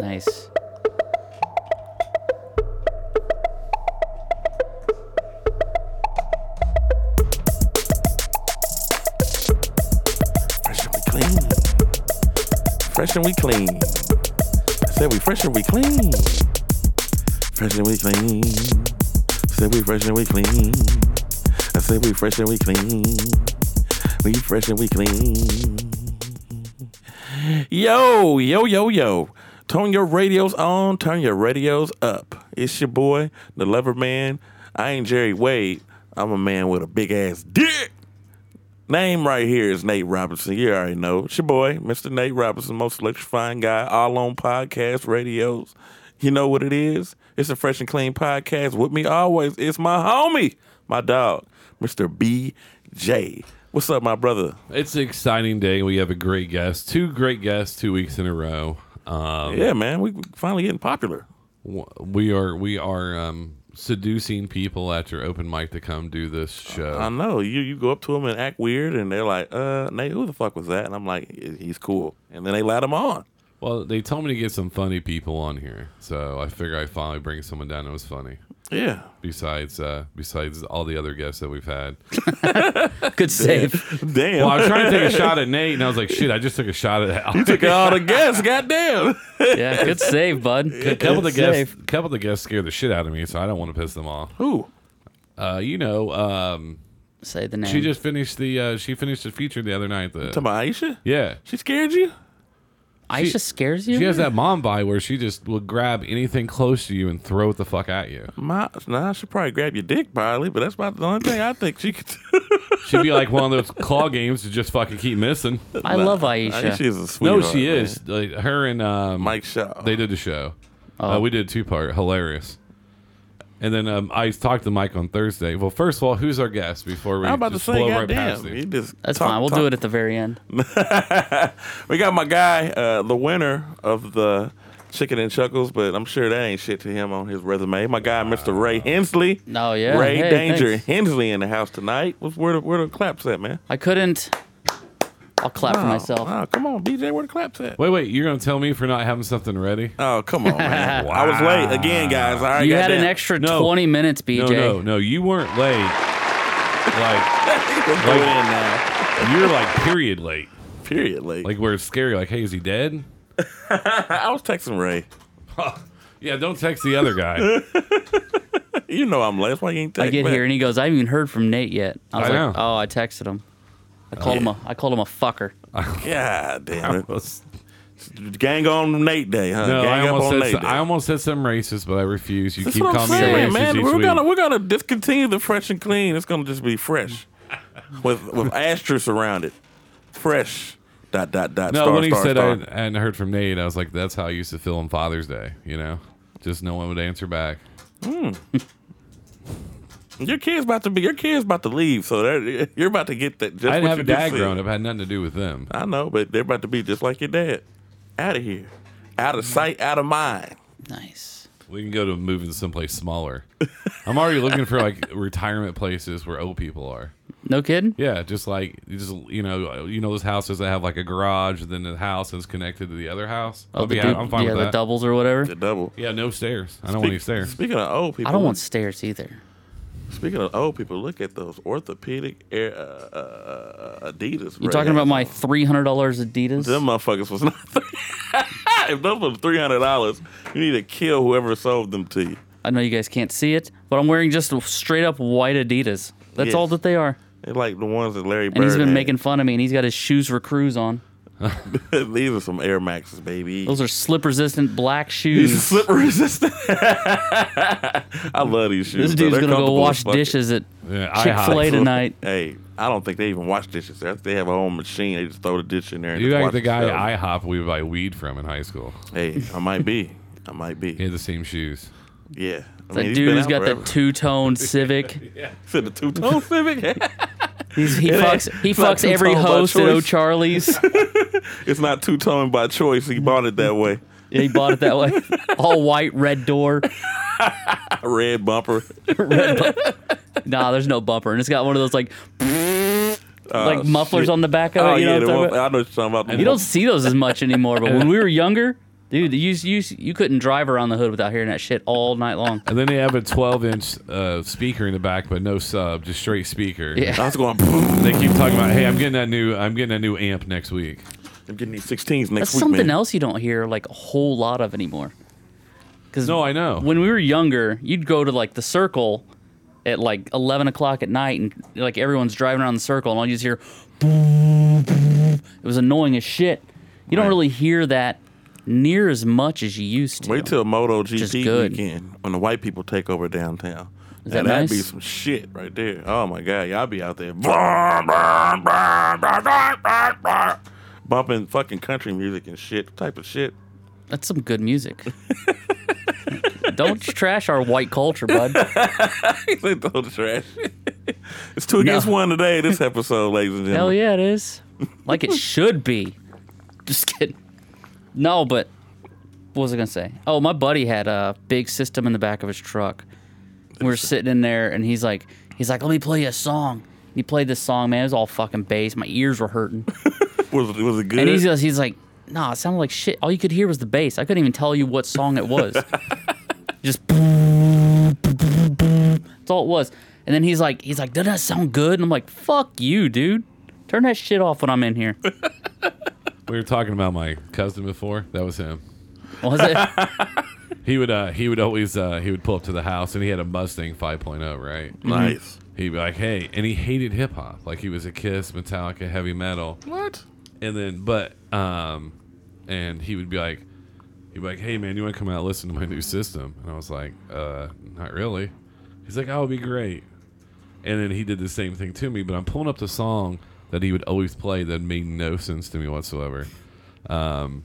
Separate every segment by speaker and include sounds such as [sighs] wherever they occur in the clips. Speaker 1: Nice.
Speaker 2: Fresh and we clean. Fresh and we clean. I said we fresh and we clean. Fresh and we clean. I said we fresh and we clean. I said we fresh and we clean. We fresh and we clean. Yo, yo, yo, yo. Turn your radios on. Turn your radios up. It's your boy, the Lover Man. I ain't Jerry Wade. I'm a man with a big ass dick. Name right here is Nate Robinson. You already know. It's your boy, Mr. Nate Robinson, most electrifying guy, all on podcast radios. You know what it is? It's a fresh and clean podcast. With me always, it's my homie, my dog, Mr. BJ. What's up, my brother?
Speaker 3: It's an exciting day. We have a great guest, two great guests, two weeks in a row. Um,
Speaker 2: Yeah, man, we finally getting popular.
Speaker 3: w- we are we are um, seducing people at your open mic to come do this show.
Speaker 2: I know you. You go up to them and act weird, and they're like, "Uh, Nate, who the fuck was that?" And I'm like, "He's cool." And then they let him on.
Speaker 3: well, they told me to get some funny people on here, so I figure I finally bring someone down that was funny.
Speaker 2: Yeah,
Speaker 3: Besides, uh, besides all the other guests that we've [laughs] had.
Speaker 1: Good save.
Speaker 2: damn.
Speaker 3: Well, I was trying to take a shot at Nate, and I was like, "Shit, I just took a shot at." Al.
Speaker 2: took
Speaker 3: [laughs]
Speaker 2: all the guests. Goddamn.
Speaker 1: Yeah, good save, bud.
Speaker 3: a
Speaker 1: Good,
Speaker 3: couple of the
Speaker 1: good
Speaker 3: guests,
Speaker 1: save.
Speaker 3: couple of the guests scared the shit out of me, so I don't want to piss them off.
Speaker 2: [laughs] Who?
Speaker 3: Uh, you know, um,
Speaker 1: Say the name.
Speaker 3: She just finished the uh, she finished the feature the other night. The,
Speaker 2: To my Aisha?
Speaker 3: yeah,
Speaker 2: She scared you?
Speaker 1: Aisha
Speaker 3: she-
Speaker 1: scares you.
Speaker 3: she has that mom vibe where she just will grab anything close to you and throw it the fuck at you.
Speaker 2: My, nah, she probably grab your dick probably, but that's about the only thing I think she could.
Speaker 3: She'd be like one
Speaker 2: [laughs]
Speaker 3: of those claw games to just fucking keep missing.
Speaker 1: I love Aisha.
Speaker 2: Aisha is a sweetheart.
Speaker 3: No, she
Speaker 2: man.
Speaker 3: is. Like, her and um,
Speaker 2: Mike Oh. Shaw.
Speaker 3: they did the show. Uh, we did two part, hilarious. And then um, I talked to Mike on Thursday. Well, first of all, who's our guest before we
Speaker 2: I'm about to
Speaker 3: just
Speaker 2: say,
Speaker 3: blow right
Speaker 2: goddamn.
Speaker 3: past
Speaker 2: you
Speaker 3: it?
Speaker 2: just
Speaker 1: That's
Speaker 2: talk-
Speaker 1: fine. We'll
Speaker 2: talk-
Speaker 1: do it at the very end.
Speaker 2: [laughs] we got my guy, uh, the winner of the Chicken and Chuckles, but I'm sure that ain't shit to him on his resume. My guy, Mr. Ray Hensley.
Speaker 1: Oh, yeah.
Speaker 2: Ray
Speaker 1: Hey,
Speaker 2: Danger
Speaker 1: thanks.
Speaker 2: Hensley in the house tonight. What's where the where the claps at, man?
Speaker 1: I couldn't. I'll clap for
Speaker 2: Oh,
Speaker 1: myself.
Speaker 2: oh, come on, BJ, where the claps at?
Speaker 3: Wait, wait, you're gonna tell me for not having something ready?
Speaker 2: Oh, come on,
Speaker 3: [laughs]
Speaker 2: man. I was late again, guys. All right,
Speaker 1: you had an
Speaker 2: goddamn.
Speaker 1: extra
Speaker 3: No.
Speaker 1: 20 minutes, BJ.
Speaker 3: No, no, no, you weren't
Speaker 2: [laughs]
Speaker 3: late. Like
Speaker 2: Go in now.
Speaker 3: you're like period late.
Speaker 2: Period. Like,
Speaker 3: Like where it's scary. Like, hey, is he dead?
Speaker 2: I was texting Ray.
Speaker 3: Yeah, don't text the other guy.
Speaker 2: You know I'm late. That's why you ain't texting.
Speaker 1: I get
Speaker 2: back.
Speaker 1: here and he goes, I haven't even heard from Nate yet. I was
Speaker 3: I
Speaker 1: like,
Speaker 3: know.
Speaker 1: oh, I texted him. I called him a, I called him a fucker.
Speaker 2: God damn it.
Speaker 3: no,
Speaker 2: Gang on Nate Day, huh? Gang
Speaker 3: I
Speaker 2: up
Speaker 3: almost
Speaker 2: on
Speaker 3: said
Speaker 2: Nate
Speaker 3: so-
Speaker 2: Day.
Speaker 3: I almost said something racist, but I refuse. You
Speaker 2: That's
Speaker 3: keep
Speaker 2: what I'm
Speaker 3: calling me
Speaker 2: saying,
Speaker 3: racist
Speaker 2: man.
Speaker 3: each
Speaker 2: We're
Speaker 3: week.
Speaker 2: gonna we're gonna discontinue the fresh and clean. It's gonna just be fresh, with with asterisks around it. Fresh. Dot dot dot.
Speaker 3: no,
Speaker 2: star,
Speaker 3: when he
Speaker 2: star,
Speaker 3: said
Speaker 2: star.
Speaker 3: I hadn't heard from Nate, I was like, that's how I used to feel on Father's Day. You know, just no one would answer back.
Speaker 2: your kid's about to be your kid's about to leave, so they're- you're about to get that. Just
Speaker 3: I
Speaker 2: what
Speaker 3: didn't have
Speaker 2: you
Speaker 3: a
Speaker 2: just
Speaker 3: dad
Speaker 2: said.
Speaker 3: growing up; It had nothing to do with them.
Speaker 2: I know, but they're about to be just like your dad. Out of here, out of sight, out of mind.
Speaker 1: Nice.
Speaker 3: We can go to moving someplace smaller. [laughs] I'm already looking for like retirement places where old people are.
Speaker 1: No kidding?
Speaker 3: Yeah, just like you just you know you know those houses that have like a garage, then the house is connected to the other house.
Speaker 2: Oh,
Speaker 3: I'll be,
Speaker 1: the
Speaker 3: I'm
Speaker 1: du-
Speaker 3: fine
Speaker 1: yeah,
Speaker 3: with
Speaker 1: the
Speaker 3: that.
Speaker 1: doubles or whatever.
Speaker 2: The double.
Speaker 3: yeah, no stairs. I don't want any stairs.
Speaker 2: Speaking of old people,
Speaker 1: I don't want stairs either.
Speaker 2: Speaking of old people, look at those orthopedic air, uh, uh, Adidas.
Speaker 1: You talking about my $300 Adidas?
Speaker 2: Them motherfuckers was not. [laughs] if those were three hundred dollars, you need to kill whoever sold them to you.
Speaker 1: I know you guys can't see it, but I'm wearing just straight up white Adidas. That's
Speaker 2: Yes.
Speaker 1: all that they are.
Speaker 2: They're like the ones that Larry Bird.
Speaker 1: And he's been
Speaker 2: had.
Speaker 1: making fun of me, and he's got his shoes recruits on.
Speaker 2: [laughs] These are some Air Maxes, baby.
Speaker 1: Those are slip resistant black
Speaker 2: These are
Speaker 1: shoes.
Speaker 2: slip resistant. [laughs] I love these
Speaker 1: This
Speaker 2: shoes.
Speaker 1: dude's
Speaker 2: though. They're
Speaker 1: gonna go
Speaker 2: comfortable
Speaker 1: wash
Speaker 2: as fuck.
Speaker 1: dishes at
Speaker 3: Yeah, IHOP.
Speaker 1: Chick Fil A tonight.
Speaker 2: Hey, I don't think they even wash dishes. They- They have a whole machine. They just throw the dish in there. And
Speaker 3: You
Speaker 2: just
Speaker 3: like
Speaker 2: wash
Speaker 3: the guy
Speaker 2: themselves.
Speaker 3: at IHOP we would buy weed from in high school?
Speaker 2: Hey, I might be. I might be.
Speaker 3: He
Speaker 2: Yeah.
Speaker 3: had the same shoes.
Speaker 2: I mean,
Speaker 1: That
Speaker 2: he's
Speaker 1: dude
Speaker 2: been
Speaker 1: who's
Speaker 2: out
Speaker 1: got
Speaker 2: forever.
Speaker 1: that two
Speaker 2: [laughs]
Speaker 1: tone Civic.
Speaker 2: Said the two tone Civic.
Speaker 1: He's, he fucks. He
Speaker 2: it's not
Speaker 1: fucks every
Speaker 2: two-tone by
Speaker 1: host at
Speaker 2: choice. [laughs]
Speaker 1: O'Charlie's.
Speaker 2: it's not two tone by choice. He bought it that way.
Speaker 1: Yeah, he bought it that way. All white, red door.
Speaker 2: A red bumper.
Speaker 1: Nah, there's no bumper, and it's got one of those like like mufflers
Speaker 2: Oh, shit.
Speaker 1: on the back of it.
Speaker 2: Oh
Speaker 1: you know
Speaker 2: yeah,
Speaker 1: what I'm
Speaker 2: the
Speaker 1: talking
Speaker 2: one,
Speaker 1: about?
Speaker 2: [laughs] I know what you're talking about.
Speaker 1: You don't see those as much anymore, but when we were younger, Dude, you you you couldn't drive around the hood without hearing that shit all night long.
Speaker 3: And then they have a 12 inch uh, speaker in the back, but no sub, just straight speaker.
Speaker 1: Yeah.
Speaker 2: I was going. "Pfft,
Speaker 3: They keep talking about, hey, I'm getting that new, I'm getting that new amp next week.
Speaker 2: I'm getting these 16s next
Speaker 1: That's
Speaker 2: week,
Speaker 1: something
Speaker 2: man.
Speaker 1: else you don't hear like a whole lot of anymore. Because
Speaker 3: No, I know.
Speaker 1: when we were younger, you'd go to like the circle at like eleven o'clock at night, and like everyone's driving around the circle, and all you just hear. It was annoying as shit. You don't
Speaker 2: Right.
Speaker 1: really hear that near as much as you used to.
Speaker 2: Wait till Moto GP
Speaker 1: good.
Speaker 2: weekend when the white people take over downtown.
Speaker 1: Is
Speaker 2: Now,
Speaker 1: that
Speaker 2: that'd be
Speaker 1: nice?
Speaker 2: some shit right there. Oh my god, y'all be out there "Vroom, vroom, vroom, vroom, vroom, vroom, vroom," bumping fucking country music and shit type of shit. [laughs]
Speaker 1: That's some good music. [laughs] don't trash our white culture, bud.
Speaker 2: They throw the trash. it's two against one today. This episode, ladies and
Speaker 1: Hell
Speaker 2: gentlemen.
Speaker 1: yeah, it is. [laughs] Like it should be. Just kidding. No, but what was I gonna say? Oh, my buddy had a big system in the back of his truck. We were sitting in there, and he's like, he's like, let me play you a song. He played this song, man. It was all fucking bass. My ears were hurting,
Speaker 2: Was was it good?
Speaker 1: and he's just, he's like, nah, it sounded like shit. All you could hear was the bass. I couldn't even tell you what song it
Speaker 3: [laughs]
Speaker 1: was. just that's all it was. And then he's like, he's like, doesn't that sound good? And I'm like, fuck you, dude. Turn that shit off when I'm in here.
Speaker 3: We were talking about my cousin before. That was him.
Speaker 1: Was
Speaker 3: [laughs]
Speaker 1: it?
Speaker 3: He would uh, he would always uh, he would pull up to the house and he had a Mustang 5.0, right?
Speaker 2: nice.
Speaker 3: He'd be like, "Hey," and he hated hip hop. Like he was a Kiss, Metallica, heavy metal.
Speaker 2: What?
Speaker 3: And then, but um, and he would be like, he'd be like, "Hey man, you want to come out and listen to my new system?" And I was like, "Uh, not really." He's like, "I would be great." And then he did the same thing to me, but I'm pulling up the song that he would always play that made no sense to me whatsoever. Um,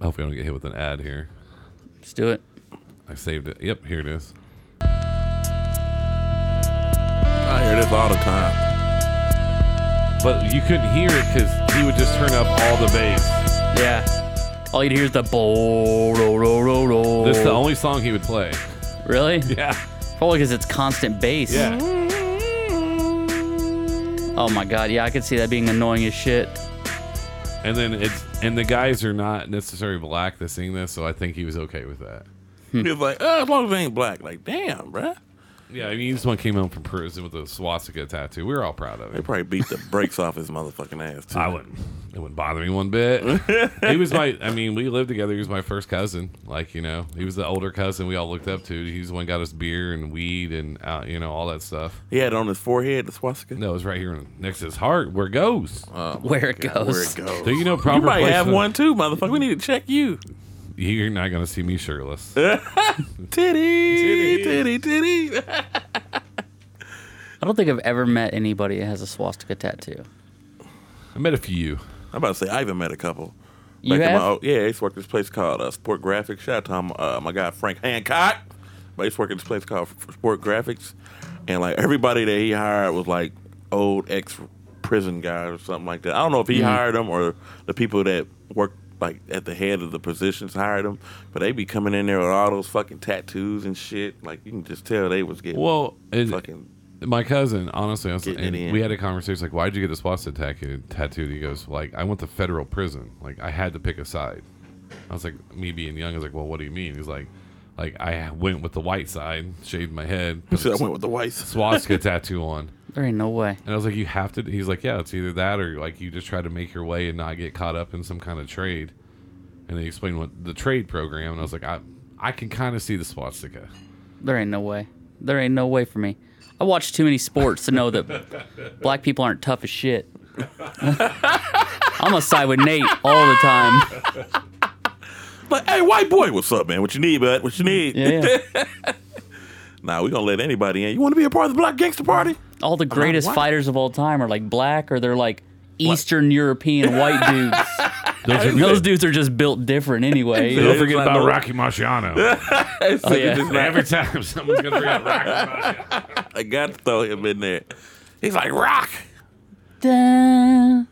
Speaker 3: I hope we don't get hit with an ad here.
Speaker 1: Let's do it.
Speaker 3: I saved it. Yep, here it is.
Speaker 2: I hear this all the time.
Speaker 3: But you couldn't hear it because he would just turn up all the bass.
Speaker 1: Yeah. All you'd hear is the bo ro ro ro ro.
Speaker 3: This is the only song he would [laughs] play.
Speaker 1: really?
Speaker 3: Yeah.
Speaker 1: Probably because it's constant bass.
Speaker 3: Yeah.
Speaker 1: Oh my god. Yeah, I could see that being annoying as shit. [laughs]
Speaker 3: And then it's and the guys are not necessarily black that sing this, so I think he was okay with that.
Speaker 2: He's like, oh, as long as they ain't black. Like, damn, bruh.
Speaker 3: Yeah, I mean this one came home from prison with a swastika tattoo. We were all proud of
Speaker 2: They
Speaker 3: him.
Speaker 2: probably beat the brakes off his motherfucking ass too.
Speaker 3: I wouldn't it wouldn't bother me one bit. [laughs] he was my I mean, we lived together, he was my first cousin. Like, you know, he was the older cousin we all looked up to. He's the one got us beer and weed and uh, you know, all that stuff.
Speaker 2: He had it on his forehead the swastika.
Speaker 3: No, it was right here next to his heart where it goes.
Speaker 1: Where it goes.
Speaker 2: Where it goes.
Speaker 3: Do Uh, you know
Speaker 2: You
Speaker 3: proper
Speaker 2: might
Speaker 3: place
Speaker 2: have
Speaker 3: to-
Speaker 2: one too, motherfucker. We need to check you.
Speaker 3: You're not gonna see me shirtless. [laughs]
Speaker 2: Titty, titty, titty. [laughs]
Speaker 1: I don't think I've ever met anybody that has a swastika tattoo.
Speaker 3: I met a few.
Speaker 2: I'm about to say I even met a couple.
Speaker 1: You
Speaker 2: Back in
Speaker 1: have?
Speaker 2: my old- yeah, I used to work at this place called uh, Sport Graphics. Shout out to um, uh, my guy Frank Hancock. But I used to work at this place called F- Sport Graphics, and like everybody that he hired was like old ex prison guys or something like that. I don't know if
Speaker 1: Mm-hmm.
Speaker 2: he hired them or the people that worked like at the head of the positions hired them, but they be coming in there with all those fucking tattoos and shit. Like you can just tell they was getting
Speaker 3: Well, it,
Speaker 2: fucking.
Speaker 3: my cousin, honestly, I was,
Speaker 2: Getting it in.
Speaker 3: and we had a conversation like, "Why'd you get the swastika tattoo?" tattooed?" He goes, "Like, I went to federal prison. Like, I had to pick a side." I was like, me being young, I was like, "Well, what do you mean?" He's like, "Like, I went with the white side, shaved my head, put
Speaker 2: [laughs] So I
Speaker 3: a
Speaker 2: went with the whites.
Speaker 3: swastika tattoo on."
Speaker 1: There ain't no way.
Speaker 3: And I was like, "You have to." He's like, "Yeah, it's either that or like you just try to make your way and not get caught up in some kind of trade." And they explained what the trade program, and I was like, "I, I can kind of see the swastika."
Speaker 1: There ain't no way. There ain't no way for me. I watch too many sports to know that black people aren't tough as shit. I'm gonna side with Nate all the time.
Speaker 2: Like, hey, white boy, what's up, man? What you need, bud? What you need?
Speaker 1: Yeah, yeah.
Speaker 2: [laughs] Nah, we gonna let anybody in. You want to be a part of the Black Gangster Party?
Speaker 1: All the greatest
Speaker 2: white.
Speaker 1: fighters of all time are like black or they're like Eastern European white dudes.
Speaker 3: Those
Speaker 1: And those dudes are just built different
Speaker 3: [laughs]
Speaker 1: anyway.
Speaker 3: Don't forget about Rocky Marciano.
Speaker 2: oh,
Speaker 1: yeah.
Speaker 3: Every time someone's gonna bring up Rocky Marciano.
Speaker 2: I got to throw him in there. He's like rock.
Speaker 1: Da,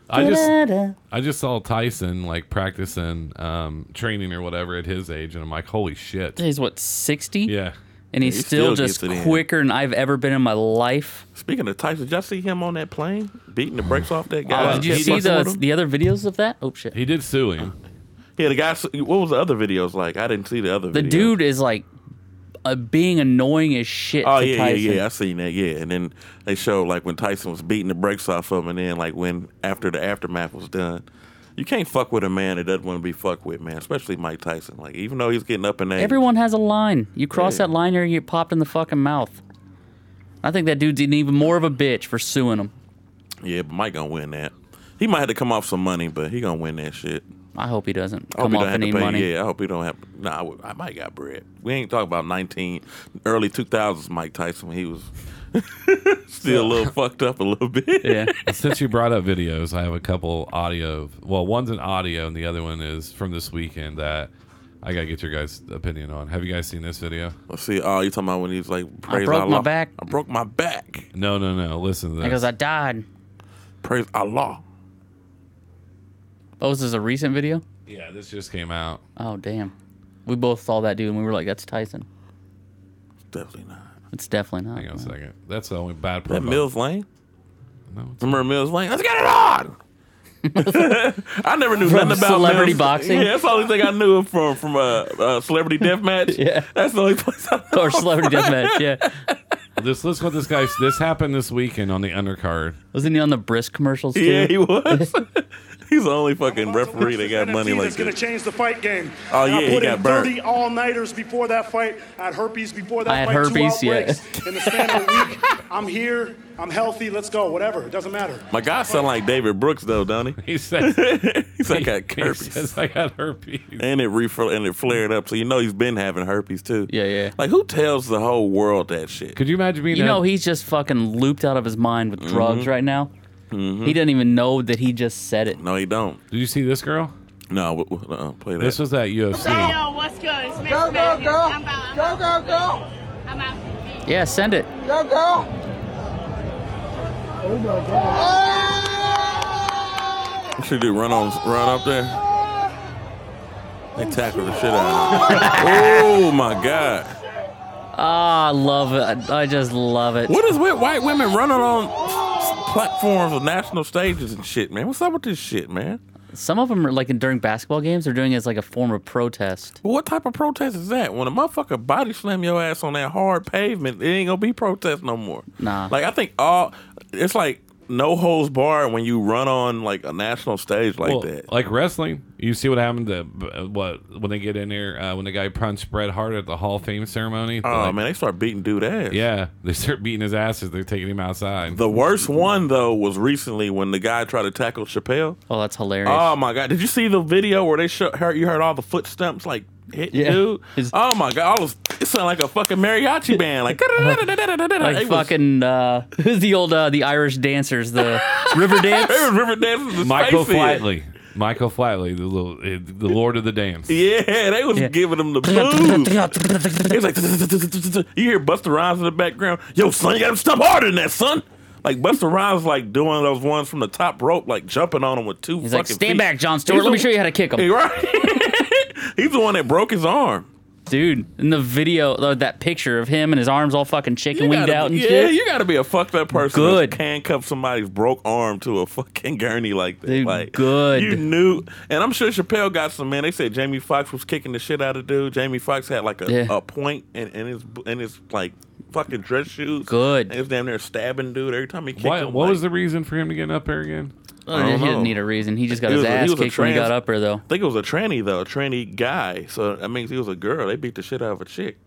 Speaker 3: I just-
Speaker 1: da, da.
Speaker 3: I just saw Tyson like practicing um, training or whatever at his age, and I'm like, holy shit.
Speaker 1: He's what, 60?
Speaker 3: Yeah.
Speaker 1: And he's
Speaker 2: He
Speaker 1: still,
Speaker 2: still
Speaker 1: just
Speaker 2: gets it in.
Speaker 1: quicker than I've ever been in my life.
Speaker 2: Speaking of Tyson, did y'all see him on that plane beating the brakes off that guy?
Speaker 1: Oh, did you
Speaker 2: He
Speaker 1: see
Speaker 2: fucking
Speaker 1: the,
Speaker 2: with him?
Speaker 1: the other videos of that? Oh, shit.
Speaker 3: He did sue him.
Speaker 2: Yeah, the guy. What was the other videos like? I didn't see the other.
Speaker 1: The
Speaker 2: videos.
Speaker 1: dude is like uh, being annoying as shit.
Speaker 2: Oh
Speaker 1: to
Speaker 2: yeah,
Speaker 1: Tyson.
Speaker 2: yeah, yeah. I seen that. Yeah, and then they showed like when Tyson was beating the brakes off of him, and then like when after the aftermath was done. You can't fuck with a man that doesn't want to be fucked with, man. Especially Mike Tyson. Like even though he's getting up in age,
Speaker 1: Everyone has a line. You cross
Speaker 2: Yeah.
Speaker 1: that line or you get popped in the fucking mouth. I think that dude's an even more of a bitch for suing him.
Speaker 2: yeah, but Mike gonna win that. He might have to come off some money, but he gonna win that shit.
Speaker 1: I hope he doesn't
Speaker 2: I
Speaker 1: come
Speaker 2: hope he
Speaker 1: off
Speaker 2: don't have
Speaker 1: any
Speaker 2: to pay.
Speaker 1: money.
Speaker 2: Yeah, I hope he don't have. Nah, I, would- I might got bread. We ain't talking about nineteen early two thousands Mike Tyson. when He was [laughs] still a little fucked up a little bit. [laughs]
Speaker 1: Yeah.
Speaker 3: Since you brought up videos, I have a couple audio. Well, one's an audio, and the other one is from this weekend that I gotta get your guys' opinion on. Have you guys seen this video?
Speaker 2: Let's see. Oh, you talking about when he was like, praise
Speaker 1: broke my
Speaker 2: Allah.
Speaker 1: back.
Speaker 2: I broke my back.
Speaker 3: No, no, no. Listen to this.
Speaker 1: Because I died.
Speaker 2: Praise Allah.
Speaker 1: Oh, this is a recent video?
Speaker 3: yeah, this just came out.
Speaker 1: Oh, damn. We both saw that dude and we were like, that's Tyson.
Speaker 2: Definitely not.
Speaker 1: It's definitely not.
Speaker 3: Hang on a
Speaker 1: man.
Speaker 3: second. That's the only
Speaker 2: That
Speaker 3: bad
Speaker 1: Uh-huh.
Speaker 3: part. about-
Speaker 2: Mills Lane.
Speaker 3: No, it's-
Speaker 2: Remember Mills Lane? Let's get
Speaker 1: [laughs]
Speaker 2: it on. [laughs] I never knew nothing about
Speaker 1: celebrity
Speaker 2: Mills.
Speaker 1: boxing?
Speaker 2: Yeah, that's the only thing I knew him from from uh, uh, celebrity
Speaker 1: [laughs]
Speaker 2: deathmatch.
Speaker 1: Yeah.
Speaker 2: that's the only place. I know.
Speaker 1: Or celebrity
Speaker 2: [laughs]
Speaker 1: deathmatch, yeah.
Speaker 3: This listen to what this guy. This happened this weekend on the undercard.
Speaker 1: Wasn't he on the Brisk commercials too?
Speaker 2: Yeah, he was.
Speaker 3: [laughs]
Speaker 2: He's the only fucking referee that got
Speaker 4: NFT
Speaker 2: money like
Speaker 4: that's going
Speaker 2: that.
Speaker 4: to change the fight game.
Speaker 2: Oh, yeah,
Speaker 4: I
Speaker 2: he
Speaker 4: put
Speaker 2: got
Speaker 4: in
Speaker 2: burnt.
Speaker 4: 30 all nighters before that fight. I had herpes before that
Speaker 1: I had
Speaker 4: fight.
Speaker 1: herpes,
Speaker 4: two
Speaker 1: yeah.
Speaker 4: outbreaks In the span of a week, I'm here. I'm healthy. Let's go. Whatever. It doesn't matter.
Speaker 2: My guy sound like David Brooks though, don't he? [laughs]
Speaker 3: He says,
Speaker 2: He's like got
Speaker 3: [laughs] he
Speaker 2: herpes,
Speaker 3: says I got herpes.
Speaker 2: and it refl- and it flared up. So you know he's been having herpes too.
Speaker 1: Yeah, yeah.
Speaker 2: Like who tells the whole world that shit?
Speaker 3: Could you imagine being?
Speaker 1: You
Speaker 3: that-
Speaker 1: know, he's just fucking looped out of his mind
Speaker 2: Mm-hmm.
Speaker 1: with drugs right now. He doesn't even know that he just said it.
Speaker 2: No, he don't.
Speaker 3: Did you see this girl?
Speaker 2: No, w- w- uh-uh, play that.
Speaker 3: This was at UFC.
Speaker 5: Hey, yo, what's good? It's Miss
Speaker 6: Go, go,
Speaker 5: Matt here.
Speaker 6: go.
Speaker 5: I'm out.
Speaker 6: Go, go, go.
Speaker 5: I'm out.
Speaker 1: Yeah, send it.
Speaker 6: Go, go.
Speaker 2: What you do? Run on, run up there. They tackle the shit out
Speaker 3: [laughs]
Speaker 2: of him. oh my god!
Speaker 1: Ah, I love it. I I just love it.
Speaker 2: What is with white women running on s- platforms of national stages and shit, man? What's up with this shit, man?
Speaker 1: Some of them are like during basketball games, they're doing it as like a form of protest.
Speaker 2: But what type of protest is that? When a motherfucker body slam your ass on that hard pavement, it ain't gonna be protest no more.
Speaker 1: Nah.
Speaker 2: Like I think all it's like no holds barred when you run on like a national stage like
Speaker 3: Well,
Speaker 2: that.
Speaker 3: like wrestling, you see what happened to uh, what when they get in here uh, when the guy punched Bret Hart at the Hall of Fame ceremony.
Speaker 2: oh
Speaker 3: Like,
Speaker 2: man, they start beating dude ass.
Speaker 3: yeah, they start beating his ass as they're taking him outside.
Speaker 2: The worst one though was recently when the guy tried to tackle Chappelle.
Speaker 1: Oh, that's hilarious.
Speaker 2: Oh my god! Did you see the video where they show, heard you heard all the footsteps like hit
Speaker 1: Yeah.
Speaker 2: dude?
Speaker 1: His-
Speaker 2: oh my god! All those, it sounded like a fucking mariachi band. Like, [laughs]
Speaker 1: [laughs] like
Speaker 2: like [laughs]
Speaker 1: fucking uh, who's the old uh, the Irish dancers, the river dance.
Speaker 2: Was, River Dance's the
Speaker 3: Michael
Speaker 2: face in.
Speaker 3: Flatley, Michael Flatley, the little uh, the Lord of the Dance.
Speaker 2: Yeah, they was
Speaker 1: Yeah.
Speaker 2: giving them the blues. It's like "Tsk-tsk-tsk-tsk-tsk-tsk." [laughs] you hear Buster Rhymes in the background. Yo, son, you got to step harder than that, son. Like Buster Rhymes, like doing those ones from the top rope, like jumping on him with two.
Speaker 1: He's like,
Speaker 2: fucking
Speaker 1: stand
Speaker 2: feet."
Speaker 1: back, John Stewart. Let me show you how to kick him,
Speaker 2: [laughs] Right. He's the one that broke his arm.
Speaker 1: dude. In the video, uh, that picture of him and his arms all fucking chicken winged
Speaker 2: gotta,
Speaker 1: out and
Speaker 2: yeah,
Speaker 1: shit.
Speaker 2: you gotta be a fucked up person.
Speaker 1: Good.
Speaker 2: to handcuff somebody's broke arm to a fucking gurney like that.
Speaker 1: Dude,
Speaker 2: like,
Speaker 1: good.
Speaker 2: You knew, and I'm sure Chappelle got some man. They said Jamie Foxx was kicking the shit out of dude. Jamie Foxx had like a,
Speaker 1: Yeah.
Speaker 2: a point in, in his in his like fucking dress shoes.
Speaker 1: Good.
Speaker 2: And he was damn near stabbing dude every time he kicked
Speaker 3: Why,
Speaker 2: him.
Speaker 3: what
Speaker 2: like-
Speaker 3: was the reason for him to get up there again?
Speaker 1: Oh,
Speaker 2: I don't
Speaker 1: he
Speaker 2: know.
Speaker 1: didn't need a reason. He just got
Speaker 2: Uh-huh. He
Speaker 1: his
Speaker 2: was a- he
Speaker 1: ass
Speaker 2: was a
Speaker 1: kicked when he
Speaker 2: trans-
Speaker 1: got up her though.
Speaker 2: I think it was a tranny though, a tranny guy. So I mean, he was a girl. They beat the shit out of a chick.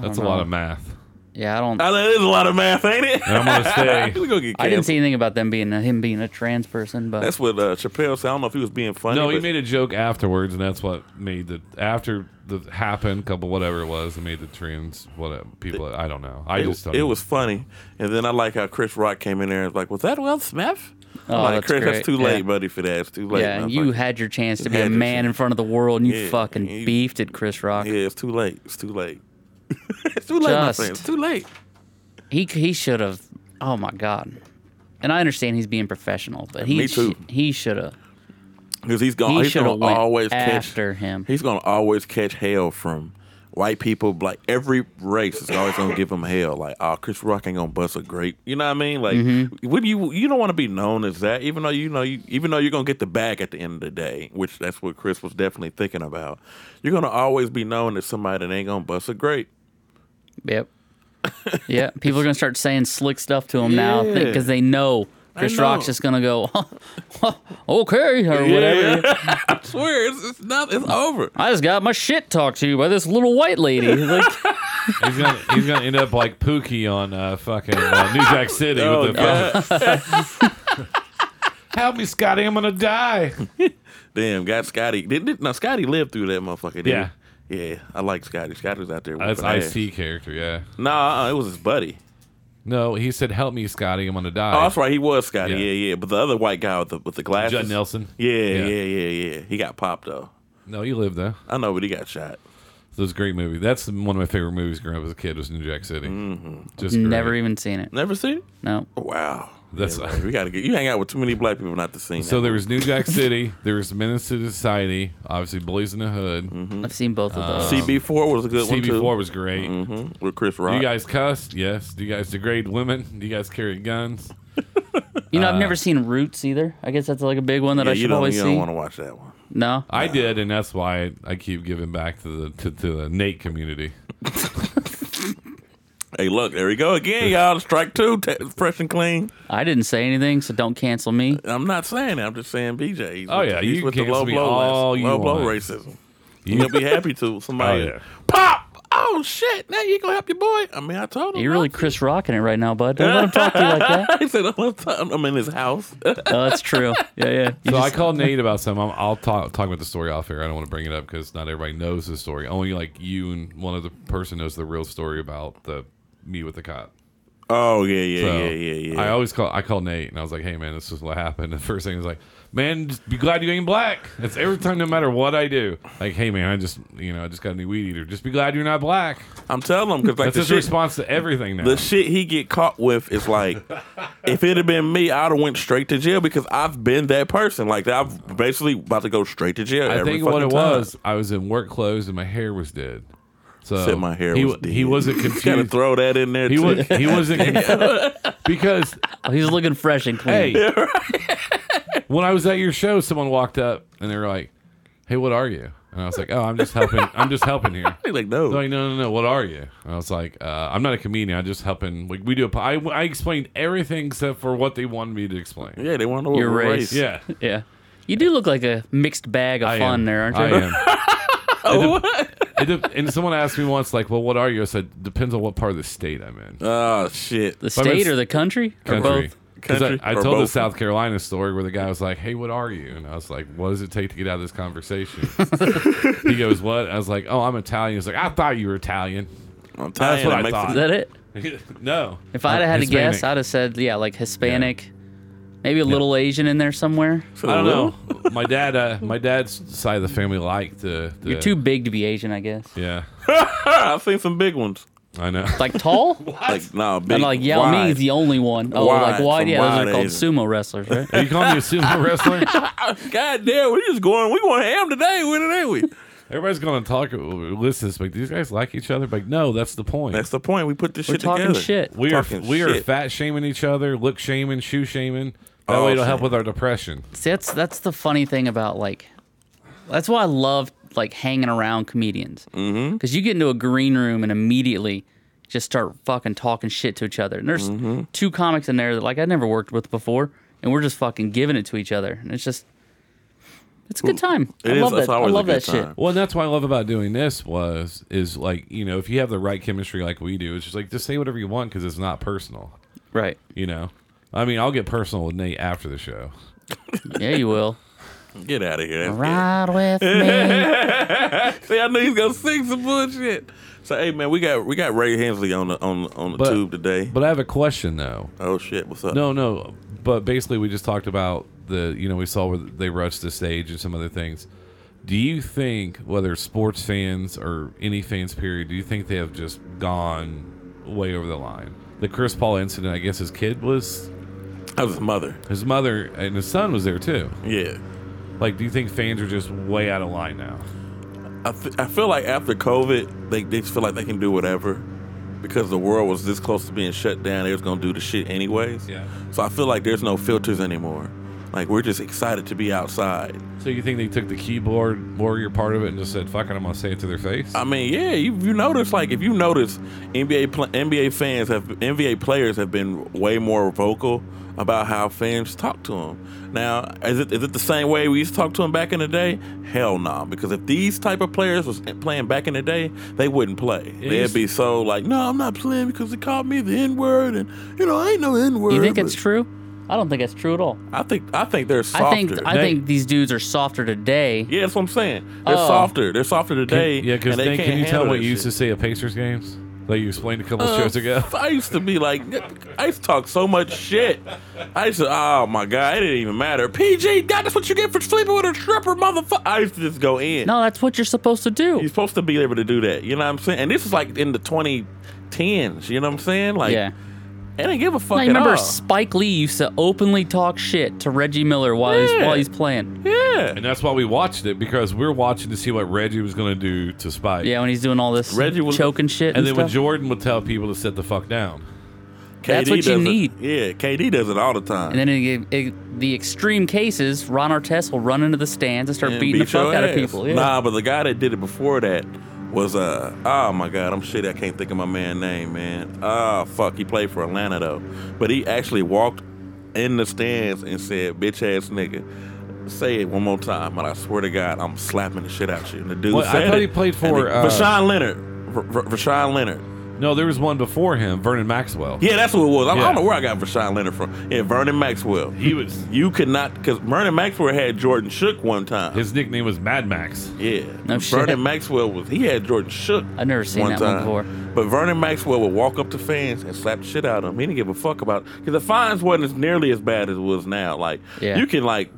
Speaker 3: That's a lot of math.
Speaker 1: Yeah, I don't.
Speaker 2: I know, that is a lot of math, ain't it?
Speaker 3: And I'm gonna say
Speaker 2: [laughs] we
Speaker 1: I
Speaker 2: gonna get
Speaker 1: didn't
Speaker 2: canceled.
Speaker 1: see anything about them being a, him being a trans person, but
Speaker 2: That's what uh, Chappelle said. I don't know if he was being funny.
Speaker 3: No, he
Speaker 2: but-
Speaker 3: made a joke afterwards, and that's what made the after the happened couple whatever it was, it made the trends what people. I don't know. I
Speaker 2: It,
Speaker 3: just don't
Speaker 2: it
Speaker 3: know.
Speaker 2: was funny, and then I like how Chris Rock came in there and was like, "Was that Will Smith?" I'm
Speaker 1: Oh,
Speaker 2: like,
Speaker 1: that's
Speaker 2: Chris,
Speaker 1: great.
Speaker 2: that's too late,
Speaker 1: Yeah.
Speaker 2: buddy, for that. It's too late.
Speaker 1: yeah,
Speaker 2: And I was
Speaker 1: you
Speaker 2: like,
Speaker 1: had your chance to be
Speaker 2: had
Speaker 1: a
Speaker 2: your
Speaker 1: man in
Speaker 2: chance.
Speaker 1: front of the world, and you
Speaker 2: Yeah,
Speaker 1: fucking
Speaker 2: you-
Speaker 1: beefed at Chris Rock.
Speaker 2: "Yeah, it's too late. It's too late. [laughs] it's too late, my
Speaker 1: Just.
Speaker 2: friend. It's too late."
Speaker 1: He he should have. Oh my god. And I understand he's being professional, but he
Speaker 2: Me too.
Speaker 1: sh- he should have.
Speaker 2: Because he's gonna
Speaker 1: He
Speaker 2: he's
Speaker 1: should
Speaker 2: gonna
Speaker 1: have went
Speaker 2: always
Speaker 1: after
Speaker 2: catch
Speaker 1: him.
Speaker 2: he's gonna always catch hell from white people, like every race is always gonna give them hell. Like, oh, Chris Rock ain't gonna bust a great. You know what I mean? Like,
Speaker 1: Mm-hmm.
Speaker 2: what do you you don't want to be known as that, even though you know you even though you're gonna get the bag at the end of the day, which that's what Chris was definitely thinking about. You're gonna always be known as somebody that ain't gonna bust a great. [laughs]
Speaker 1: Yep. yeah, people are gonna start saying slick stuff to him now
Speaker 2: Yeah.
Speaker 1: because they know Chris
Speaker 2: know.
Speaker 1: Rock's just gonna go, [laughs] okay, or whatever.
Speaker 2: [laughs] I swear, it's, it's not. It's over.
Speaker 1: I just got my shit talked to you by this little white
Speaker 2: [laughs]
Speaker 1: lady. Like,
Speaker 3: He's gonna he's gonna end up like Pookie on uh, fucking uh,
Speaker 2: [laughs]
Speaker 3: New Jack City
Speaker 2: Oh,
Speaker 3: with the fucking- Help me, Scotty! I'm gonna die.
Speaker 2: Damn, got Scotty. Did, did, now Scotty lived through that motherfucker. Didn't
Speaker 3: Yeah.
Speaker 2: he? yeah. I like Scotty. Scotty's out there.
Speaker 3: That's
Speaker 2: whooping
Speaker 3: Ice
Speaker 2: ass.
Speaker 3: T character, yeah.
Speaker 2: Nah, uh, it was his buddy.
Speaker 3: No, he said, "Help me, Scotty! I'm gonna die."
Speaker 2: Oh, that's right. He was Scotty.
Speaker 3: Yeah.
Speaker 2: Yeah. yeah, But the other white guy with the with the glasses,
Speaker 3: Judd Nelson.
Speaker 2: Yeah, yeah,
Speaker 3: Yeah.
Speaker 2: yeah, yeah, He got popped though.
Speaker 3: No, you lived though.
Speaker 2: I know, but he got shot.
Speaker 3: It was a great movie. That's one of my favorite movies growing up as a kid. Was New Jack City.
Speaker 2: Mm-hmm.
Speaker 3: Just great.
Speaker 1: never even seen it.
Speaker 2: Never seen? it?
Speaker 1: No.
Speaker 2: Wow.
Speaker 3: [laughs] That's-
Speaker 2: man, we gotta get you hang out with too many black people not to see.
Speaker 3: So there was
Speaker 1: [laughs]
Speaker 3: New Jack City. there was Menace to Society. Obviously, Boys in the Hood.
Speaker 1: I've seen both of
Speaker 2: Uh,
Speaker 1: those.
Speaker 3: um,
Speaker 2: CB4 was a good one too.
Speaker 3: CB4 was great.
Speaker 1: Mm-hmm.
Speaker 2: Mhm, with Chris Rock.
Speaker 3: Do you guys cuss? Yes. Do you guys degrade women? Do you guys carry guns?
Speaker 1: you know, I've
Speaker 3: Uh,
Speaker 1: never seen Roots either. I guess that's like a big one that
Speaker 2: yeah,
Speaker 1: I
Speaker 2: you
Speaker 1: should
Speaker 2: don't,
Speaker 1: always
Speaker 2: you don't
Speaker 1: see.
Speaker 2: want to watch that one.
Speaker 1: No.
Speaker 3: I did, and that's why I keep giving back to the to, to the Nate community.
Speaker 2: Hey, look, there we go again, y'all. Strike two, t- fresh and clean.
Speaker 1: I didn't say anything, so don't cancel me.
Speaker 2: I'm not saying that. I'm just saying BJ. He's
Speaker 3: Oh,
Speaker 2: with-
Speaker 3: yeah,
Speaker 2: he's
Speaker 3: you
Speaker 2: with the
Speaker 3: cancel
Speaker 2: low
Speaker 3: me
Speaker 2: blow,
Speaker 3: all
Speaker 2: raci-
Speaker 3: you
Speaker 2: low blow
Speaker 3: want.
Speaker 2: racism. You'll be happy to somebody.
Speaker 3: [laughs] Oh, yeah.
Speaker 2: Pop! Oh shit! Now you gonna help your boy? I mean, I told him.
Speaker 1: You're really Chris Rocking it right now, bud. Don't let him talk to you like
Speaker 3: [laughs]
Speaker 1: that.
Speaker 2: [laughs] I said all the time. I'm in his house. [laughs]
Speaker 1: Oh, that's true. Yeah, yeah. You
Speaker 3: So
Speaker 1: just-
Speaker 3: I
Speaker 1: [laughs]
Speaker 3: called Nate about something. I'll- I'll talk talk about the story off here. I don't want to bring it up because not everybody knows the story. Only like you and one other person knows the real story about the me with the cop.
Speaker 2: oh yeah, yeah,
Speaker 3: So
Speaker 2: yeah, yeah, yeah.
Speaker 3: I always call. I call Nate, and I was like, "Hey, man, this is what happened." [laughs] The first thing is like, "Man, just be glad you ain't black." It's every time, no matter what I do. Like, "Hey, man, I just, you know, I just got a new weed eater. Just be glad you're not black."
Speaker 2: I'm telling him because like
Speaker 3: That's
Speaker 2: the
Speaker 3: his
Speaker 2: shit,
Speaker 3: response to everything now.
Speaker 2: the shit he get caught with is
Speaker 3: [laughs]
Speaker 2: like, if it had been me, I'd have went straight to jail because I've been that person. Like I'm basically about to go straight to jail.
Speaker 3: I
Speaker 2: every
Speaker 3: think what
Speaker 2: fucking
Speaker 3: it
Speaker 2: time.
Speaker 3: was, I was in work clothes and my hair was dead. So
Speaker 2: Said my hair
Speaker 3: he,
Speaker 2: was
Speaker 3: wa- He
Speaker 2: dead. [laughs]
Speaker 3: wasn't
Speaker 2: Gotta
Speaker 3: confused.
Speaker 2: throw that in there
Speaker 3: he
Speaker 2: too.
Speaker 3: was. He wasn't confused because [laughs]
Speaker 1: oh, he's looking fresh and clean.
Speaker 2: [laughs]
Speaker 3: hey, when I was at your show, someone walked up and they were like, "Hey, what are you?" And I was like, "Oh, I'm just helping. I'm just helping here."
Speaker 2: He [laughs] like no.
Speaker 3: They're like, no, no, no. What are you? And I was like, uh, I'm not a comedian. I'm just helping. Like, we do. A, po- I, I explained everything except for what they wanted me to explain.
Speaker 2: yeah, they want to know
Speaker 1: Your
Speaker 2: what
Speaker 1: race.
Speaker 2: race.
Speaker 3: Yeah,
Speaker 1: Yeah. You do look like a mixed bag of
Speaker 3: I
Speaker 1: fun
Speaker 3: am.
Speaker 1: there, aren't you?
Speaker 3: I
Speaker 1: [laughs]
Speaker 3: am. It de- it de- and someone asked me once, like, "Well, what are you?" I said, "Depends on what part of the state I'm in."
Speaker 2: Oh shit.
Speaker 1: The
Speaker 3: But it's-
Speaker 1: state or the country? Or
Speaker 3: country.
Speaker 1: both?
Speaker 3: 'Cause
Speaker 2: Country
Speaker 3: I, I
Speaker 2: or
Speaker 3: told the
Speaker 2: both?
Speaker 3: South Carolina story where the guy was like, "Hey, what are you?" And I was like, "What does it take to get out of this conversation?"
Speaker 2: [laughs]
Speaker 3: he goes, "What?" I was like, "Oh, I'm Italian." He's like, "I thought you were Italian." [laughs]
Speaker 2: I'm
Speaker 3: That's what
Speaker 2: tired
Speaker 3: I
Speaker 2: of Mexican-
Speaker 3: thought.
Speaker 1: Is that it?
Speaker 3: no.
Speaker 1: If I'd have had
Speaker 3: Hispanic.
Speaker 1: to guess, I'd have said, yeah, like Hispanic, maybe a little Asian in there somewhere.
Speaker 3: I don't know. my dad, uh, my dad's side of the family liked the. the
Speaker 1: You're too big to be Asian, I guess.
Speaker 3: Yeah,
Speaker 2: Ah, I've seen some big ones.
Speaker 3: I know.
Speaker 1: Like tall?
Speaker 2: Like no, big.
Speaker 1: and like Yao
Speaker 2: wide.
Speaker 1: Ming's the only one. Oh, like
Speaker 2: Wide,
Speaker 1: wide?
Speaker 2: some
Speaker 1: Yeah, those
Speaker 2: wide
Speaker 1: are called
Speaker 2: Asian.
Speaker 1: sumo wrestlers,
Speaker 2: [laughs]
Speaker 1: right?
Speaker 3: Are you calling me
Speaker 1: [laughs]
Speaker 3: a sumo wrestler?
Speaker 2: God damn, we just going, we going ham today, with it, ain't we?
Speaker 3: Everybody's going to talk, uh, listen to this, like, these guys like each other? Like, no, that's the point.
Speaker 2: That's the point. We put this
Speaker 1: We're
Speaker 2: shit
Speaker 1: talking
Speaker 2: together.
Speaker 1: shit.
Speaker 3: we are
Speaker 2: Talking
Speaker 3: we are
Speaker 2: shit. Oh,
Speaker 3: fat shaming each other, look shaming, shoe shaming. That
Speaker 2: All
Speaker 3: way it'll help
Speaker 2: shaming.
Speaker 3: with our depression.
Speaker 1: See, that's that's the funny thing about like, that's why I love like hanging around comedians because
Speaker 2: Mm-hmm.
Speaker 1: you get into a green room and immediately just start fucking talking shit to each other. And there's
Speaker 2: Mm-hmm.
Speaker 1: two comics in there that like I never worked with before, and we're just fucking giving it to each other, and it's just. It's a good time.
Speaker 2: It
Speaker 1: I
Speaker 2: is-
Speaker 1: love
Speaker 2: it's
Speaker 1: that. I
Speaker 2: always a
Speaker 1: love
Speaker 2: good
Speaker 1: that shit.
Speaker 2: time.
Speaker 3: Well, and that's what I love about doing this was is like you know if you have the right chemistry like we do, it's just like just say whatever you want because it's not personal.
Speaker 1: Right.
Speaker 3: You know, I mean, I'll get personal with Nate after the show.
Speaker 1: Yeah, you
Speaker 2: [laughs]
Speaker 1: will.
Speaker 2: Get out of here. That's
Speaker 1: Ride with
Speaker 2: [laughs]
Speaker 1: me.
Speaker 2: good. See, I knew he's gonna sing some bullshit. So hey man, we got we got Ray Hensley on the on the- on the
Speaker 3: But-
Speaker 2: tube today.
Speaker 3: But I have a question though.
Speaker 2: oh shit, what's up?
Speaker 3: No, no. But basically, we just talked about the you know we saw where they rushed the stage and some other things. Do you think whether sports fans or any fans period, do you think they have just gone way over the line? The Chris Paul incident, I guess his kid was
Speaker 2: that was his mother.
Speaker 3: his mother and his son was there too.
Speaker 2: Yeah.
Speaker 3: Like, do you think fans are just way out of line now?
Speaker 2: I, th- I feel like after COVID, they, they just feel like they can do whatever because the world was this close to being shut down. They was gonna do the shit anyways.
Speaker 3: Yeah.
Speaker 2: So I feel like there's no filters anymore. Like we're just excited to be outside.
Speaker 3: So you think they took the keyboard warrior part of it and just said, "Fuck it, I'm gonna say it to their face"?
Speaker 2: I mean, yeah, you, you notice like if you notice, NBA pl- NBA fans have NBA players have been way more vocal about how fans talk to them. Now, is it is it the same way we used to talk to them back in the day? Hell no, because if these type of players was playing back in the day, they wouldn't play.
Speaker 3: used-
Speaker 2: They'd be so like, no, I'm not playing because they called me the N word, and you know I ain't no N word.
Speaker 1: You think it's true? I don't think that's true at all.
Speaker 2: I think I think they're softer.
Speaker 1: I think I
Speaker 3: They-
Speaker 1: think these dudes are softer today.
Speaker 2: yeah, that's what I'm saying. They're
Speaker 1: Oh.
Speaker 2: softer. They're softer today.
Speaker 3: yeah, because
Speaker 2: and they
Speaker 3: can
Speaker 2: can't
Speaker 3: you tell
Speaker 2: handle
Speaker 3: what
Speaker 2: that
Speaker 3: you used
Speaker 2: shit.
Speaker 3: to say at Pacers games? Like you explained a couple
Speaker 2: Uh,
Speaker 3: shows ago.
Speaker 2: I used to be like, I used to talk so much shit. I used to, oh my god, it didn't even matter. PG, God, that's what you get for sleeping with a stripper, motherfucker. I used to just go in.
Speaker 1: No, that's what you're supposed to do.
Speaker 2: You're supposed to be able to do that. You know what I'm saying? And this is like in the 2010s. You know what I'm saying? Like,
Speaker 1: yeah.
Speaker 2: they didn't give a fuck
Speaker 1: I
Speaker 2: at
Speaker 1: remember
Speaker 2: all.
Speaker 1: Spike Lee used to openly talk shit to Reggie Miller while he's
Speaker 2: Yeah.
Speaker 1: while he's playing.
Speaker 2: yeah.
Speaker 3: And that's why we watched it because we are watching to see what Reggie was going to do to Spike.
Speaker 1: Yeah, when he's doing all this
Speaker 2: Reggie was-
Speaker 1: choking shit and,
Speaker 3: And then when
Speaker 1: stuff.
Speaker 3: Jordan would tell people to sit the fuck down.
Speaker 1: That's
Speaker 2: KD
Speaker 1: what you
Speaker 2: does it.
Speaker 1: need.
Speaker 2: Yeah, KD does it all the time.
Speaker 1: and then in, in the extreme cases, Ron Artest will run into the stands and start
Speaker 2: and
Speaker 1: beating the
Speaker 2: beat
Speaker 1: fuck
Speaker 2: your
Speaker 1: out of
Speaker 2: ass.
Speaker 1: people. Yeah.
Speaker 2: Nah, but the guy that did it before that was uh oh my god, I'm shitty. I can't think of my man name, man. Ah fuck, he played for Atlanta though. But he actually walked in the stands and said, "Bitch ass nigga." Say it one more time, but I swear to God, I'm slapping the shit out you. And the dude
Speaker 3: Well, I
Speaker 2: said
Speaker 3: thought
Speaker 2: it.
Speaker 3: he played
Speaker 2: And
Speaker 3: for,
Speaker 2: he-
Speaker 3: uh,
Speaker 2: Rashawn Leonard. R- R- Rashawn Leonard.
Speaker 3: No, there was one before him, Vernon Maxwell.
Speaker 2: Yeah, that's what it was. I, I
Speaker 3: Yeah.
Speaker 2: don't know where I got Rashawn Leonard from. Yeah, Vernon Maxwell.
Speaker 3: He was
Speaker 2: You could not, because Vernon Maxwell had Jordan shook one time.
Speaker 3: his nickname was Mad Max.
Speaker 2: Yeah.
Speaker 1: No
Speaker 2: Vernon
Speaker 1: shit.
Speaker 2: Maxwell was he had Jordan shook.
Speaker 1: I've never seen that one before.
Speaker 2: But Vernon Maxwell would walk up to fans and slap the shit out of him. He didn't give a fuck about because the fines wasn't as nearly as bad as it was now. Like
Speaker 1: Yeah.
Speaker 2: you can like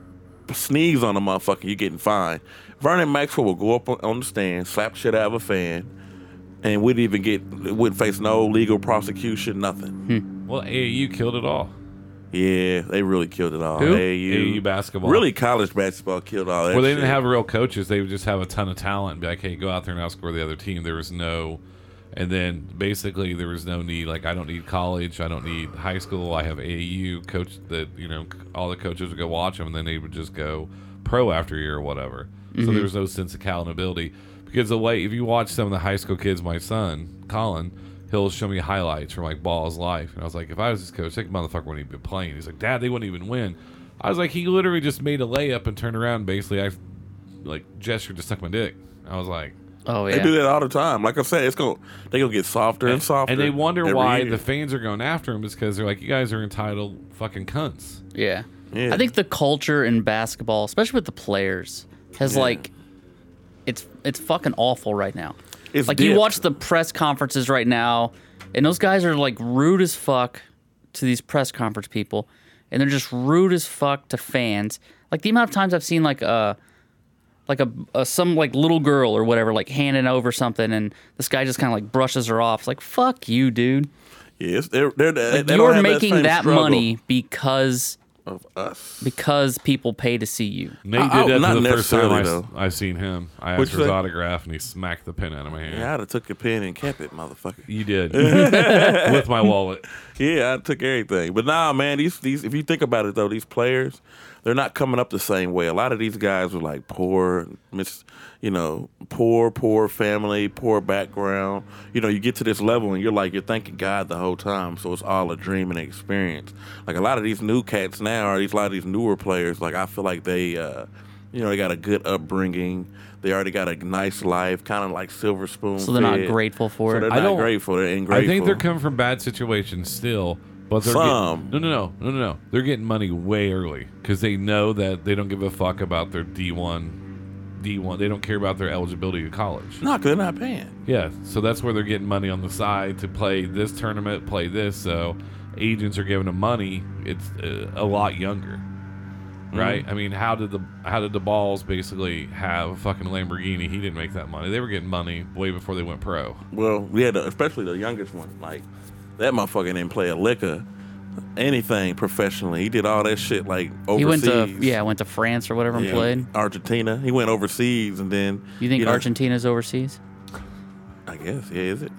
Speaker 2: sneeze on a motherfucker, you're getting fined. Vernon Maxwell would go up on, on the stand, slap shit out of a fan, and wouldn't even get wouldn't face no legal prosecution, nothing.
Speaker 1: Hmm.
Speaker 3: Well, AAU killed it all.
Speaker 2: Yeah, they really killed it all.
Speaker 1: Who?
Speaker 2: AAU.
Speaker 3: AAU basketball.
Speaker 2: Really college basketball killed all that
Speaker 3: Well, they
Speaker 2: shit.
Speaker 3: didn't have real coaches. They would just have a ton of talent and be like, hey, go out there and outscore the other team. There was no. And then basically, there was no need. Like, I don't need college. I don't need high school. I have AAU coach that, you know, all the coaches would go watch them and then they would just go pro after a year or whatever. So there was no sense of accountability. Because the way, if you watch some of the high school kids, my son, Colin, he'll show me highlights from like Ball's life. And I was like, if I was his coach, that motherfucker wouldn't even be playing. He's like, Dad, they wouldn't even win. I was like, he literally just made a layup and turned around. And basically, I like gestured to suck my dick. I was like,
Speaker 1: oh
Speaker 2: They do
Speaker 1: yeah.
Speaker 2: that all the time. Like I said, it's gonna they gonna get softer and softer.
Speaker 3: and they wonder
Speaker 2: every
Speaker 3: why
Speaker 2: year.
Speaker 3: the fans are going after him is because they're like, you guys are entitled fucking cunts.
Speaker 1: yeah,
Speaker 2: Yeah.
Speaker 1: I think the culture in basketball, especially with the players, has
Speaker 2: Yeah.
Speaker 1: like it's it's fucking awful right now.
Speaker 2: It's
Speaker 1: like you
Speaker 2: dipped.
Speaker 1: watch the press conferences right now, and those guys are like rude as fuck to these press conference people, and they're just rude as fuck to fans. Like the amount of times I've seen like a like a, a some like little girl or whatever like handing over something, and this guy just kind of like brushes her off. It's like fuck you, dude.
Speaker 2: yeah, it's, they're, they're, they
Speaker 1: Like,
Speaker 2: don't
Speaker 1: you're
Speaker 2: have
Speaker 1: making
Speaker 2: same
Speaker 1: that,
Speaker 2: struggle
Speaker 1: money because
Speaker 2: of us.
Speaker 1: because people pay to see you.
Speaker 3: Nate
Speaker 2: I- I-
Speaker 3: did that
Speaker 2: Oh, not
Speaker 3: for the first time I,
Speaker 2: necessarily, though.
Speaker 3: have seen him. I
Speaker 2: What'd
Speaker 3: asked
Speaker 2: you
Speaker 3: for his
Speaker 2: say?
Speaker 3: autograph and he smacked the pen out of my hand.
Speaker 2: Yeah, I'd have took your pen and kept it, motherfucker.
Speaker 3: You
Speaker 2: [laughs]
Speaker 3: did with my wallet.
Speaker 2: Yeah, I took everything. But nah, man, these these if you think about it though, these players, they're not coming up the same way. A lot of these guys were like poor, mis, you know, poor, poor family, poor background. You know, you get to this level and you're like you're thanking God the whole time. So it's all a dream and an experience. Like a lot of these new cats now, or these a lot of these newer players, like I feel like they. uh you know, they got a good upbringing. They already got a nice life, kind of like silver spoon.
Speaker 1: So they're not
Speaker 2: fed.
Speaker 1: grateful for
Speaker 2: So
Speaker 1: it.
Speaker 2: They're
Speaker 3: I
Speaker 2: not
Speaker 3: don't-
Speaker 2: grateful. They're ingrateful.
Speaker 3: I think they're coming from bad situations still, but they're
Speaker 2: Some.
Speaker 3: Getting, no, no, no, no, no, no. They're getting money way early because they know that they don't give a fuck about their D one, D one. They don't care about their eligibility to college.
Speaker 2: No, 'cause they're not paying.
Speaker 3: Yeah, so that's where they're getting money on the side to play this tournament, play this. So agents are giving them money. It's uh, a lot younger, right? I mean, how did the how did the balls basically have a fucking Lamborghini? He didn't make that money. They were getting money way before they went pro.
Speaker 2: Well, yeah, the, especially the youngest one. Like that motherfucker didn't play a liquor, anything professionally. He did all that shit like
Speaker 1: He went
Speaker 2: overseas.
Speaker 1: to yeah, went to France or whatever and
Speaker 2: Yeah,
Speaker 1: played.
Speaker 2: Argentina. He went overseas and then
Speaker 1: You think
Speaker 2: know,
Speaker 1: Argentina's overseas?
Speaker 2: I guess yeah. Is it?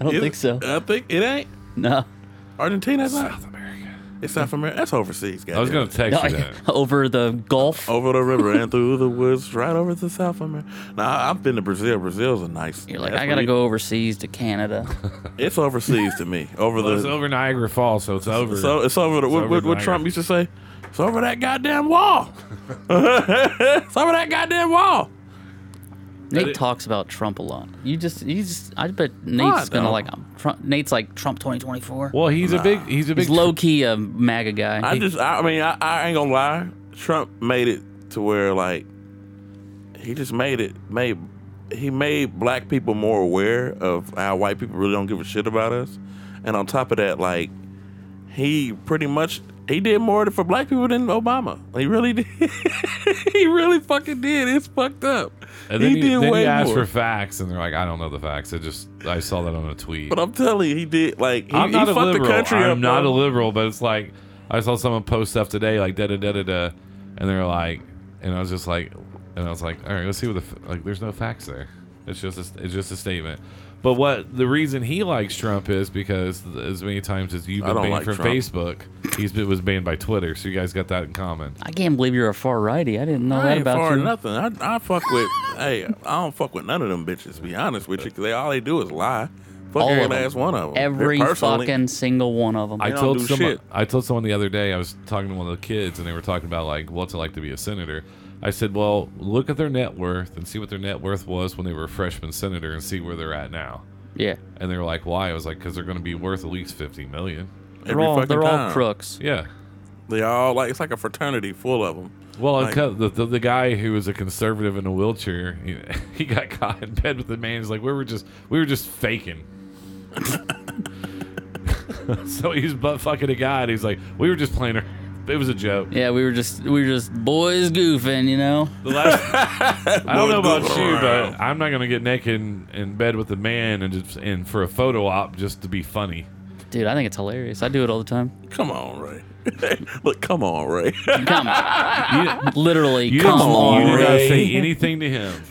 Speaker 1: I don't
Speaker 2: Is
Speaker 1: think
Speaker 2: it?
Speaker 1: so.
Speaker 2: I think it ain't
Speaker 1: No.
Speaker 2: Argentina. It's not.
Speaker 3: South America.
Speaker 2: It's South America. That's overseas.
Speaker 3: I was
Speaker 2: goddamn.
Speaker 3: gonna text
Speaker 2: [laughs]
Speaker 3: you
Speaker 1: [laughs]
Speaker 3: that.
Speaker 1: Over the Gulf.
Speaker 2: over the river and through the woods, right over to South America. Now I- I've been to Brazil. Brazil's a nice.
Speaker 1: You're like,
Speaker 2: that's
Speaker 1: I
Speaker 2: where
Speaker 1: gotta
Speaker 2: you-
Speaker 1: go overseas to
Speaker 2: [laughs]
Speaker 1: Canada.
Speaker 2: It's overseas to me. Over
Speaker 3: Well, it's
Speaker 2: the
Speaker 3: over Niagara Falls, so it's over.
Speaker 2: So it's over. The, what,
Speaker 3: over
Speaker 2: what, what
Speaker 3: Niagara.
Speaker 2: Trump used to say? It's over that goddamn wall. [laughs] it's over that goddamn wall.
Speaker 1: Nate
Speaker 3: it-
Speaker 1: talks about Trump a lot. You just, you just, I bet Nate's gonna
Speaker 2: don't.
Speaker 1: like him. Trump, Nate's like Trump 2024.
Speaker 3: well, he's a big, he's a big
Speaker 1: He's low key a MAGA guy.
Speaker 2: I just. I, I mean, I, I ain't gonna lie. Trump made it to where like he just made it made he made black people more aware of how white people really don't give a shit about us. And on top of that, like he pretty much he did more for black people than Obama. He really did. [laughs] he really fucking did. It's fucked up.
Speaker 3: And then he,
Speaker 2: did
Speaker 3: then
Speaker 2: way
Speaker 3: he asked
Speaker 2: more.
Speaker 3: for facts, and they're like, I don't know the facts. I just, I saw that on a tweet.
Speaker 2: But I'm telling you, he did like he,
Speaker 3: I'm not
Speaker 2: he
Speaker 3: a
Speaker 2: fucked
Speaker 3: liberal.
Speaker 2: the country
Speaker 3: I'm
Speaker 2: up.
Speaker 3: not
Speaker 2: bro.
Speaker 3: a liberal, but it's like I saw someone post stuff today, like da da da da da, and they're like, and I was just like, and I was like, all right, let's see what the f-. like. There's no facts there. It's just a, it's just a statement. But what the reason he likes Trump is because as many times as you've
Speaker 2: I
Speaker 3: been
Speaker 2: don't
Speaker 3: banned
Speaker 2: like
Speaker 3: from
Speaker 2: Trump.
Speaker 3: Facebook, he's been was banned by Twitter. So you guys got that in common.
Speaker 1: I can't believe you're a far righty. I didn't know
Speaker 2: I
Speaker 1: that
Speaker 2: ain't
Speaker 1: about
Speaker 2: for
Speaker 1: you.
Speaker 2: nothing. I, I fuck with. hey, I don't fuck with none of them bitches. Be honest with you, 'cause they all they do is lie. Fuck
Speaker 1: All of
Speaker 2: every
Speaker 1: them.
Speaker 2: last one of them.
Speaker 1: Every
Speaker 2: Personally,
Speaker 1: fucking single one of them.
Speaker 3: I
Speaker 2: don't
Speaker 3: told
Speaker 2: do
Speaker 3: someone.
Speaker 2: shit.
Speaker 3: I told someone the other day. I was talking to one of the kids, and they were talking about like what's it like to be a senator. I said, "Well, look at their net worth and see what their net worth was when they were a freshman senator, and see where they're at now."
Speaker 1: yeah,
Speaker 3: And they were like, "Why?" I was like, "Cause they're going to be worth at least fifty million.
Speaker 1: they're
Speaker 2: every
Speaker 1: all
Speaker 2: fucking
Speaker 1: they're all
Speaker 2: time.
Speaker 1: crooks.
Speaker 3: Yeah.
Speaker 2: They all like it's like a fraternity full of them.
Speaker 3: Well, and
Speaker 2: Like-
Speaker 3: co- the, the the guy who was a conservative in a wheelchair, he, [laughs] he got caught in bed with the man. He's like, "We were just we were just faking." [laughs] so he's butt fucking a guy, and he's like, "We were just playing. Her. It was a joke."
Speaker 1: Yeah, we were just we were just boys goofing, you know.
Speaker 3: The last, I don't know about
Speaker 2: Moving
Speaker 3: you,
Speaker 2: around.
Speaker 3: but I'm not gonna get naked in, in bed with a man and just and for a photo op just to be funny.
Speaker 1: Dude, I think it's hilarious. I do it all the time.
Speaker 2: Come on, Ray. [laughs] Look, come on, Ray. [laughs]
Speaker 1: Come, on. literally,
Speaker 3: You
Speaker 1: come
Speaker 3: didn't,
Speaker 1: on,
Speaker 3: you did not
Speaker 1: Ray.
Speaker 3: say anything
Speaker 2: [laughs]
Speaker 3: to him.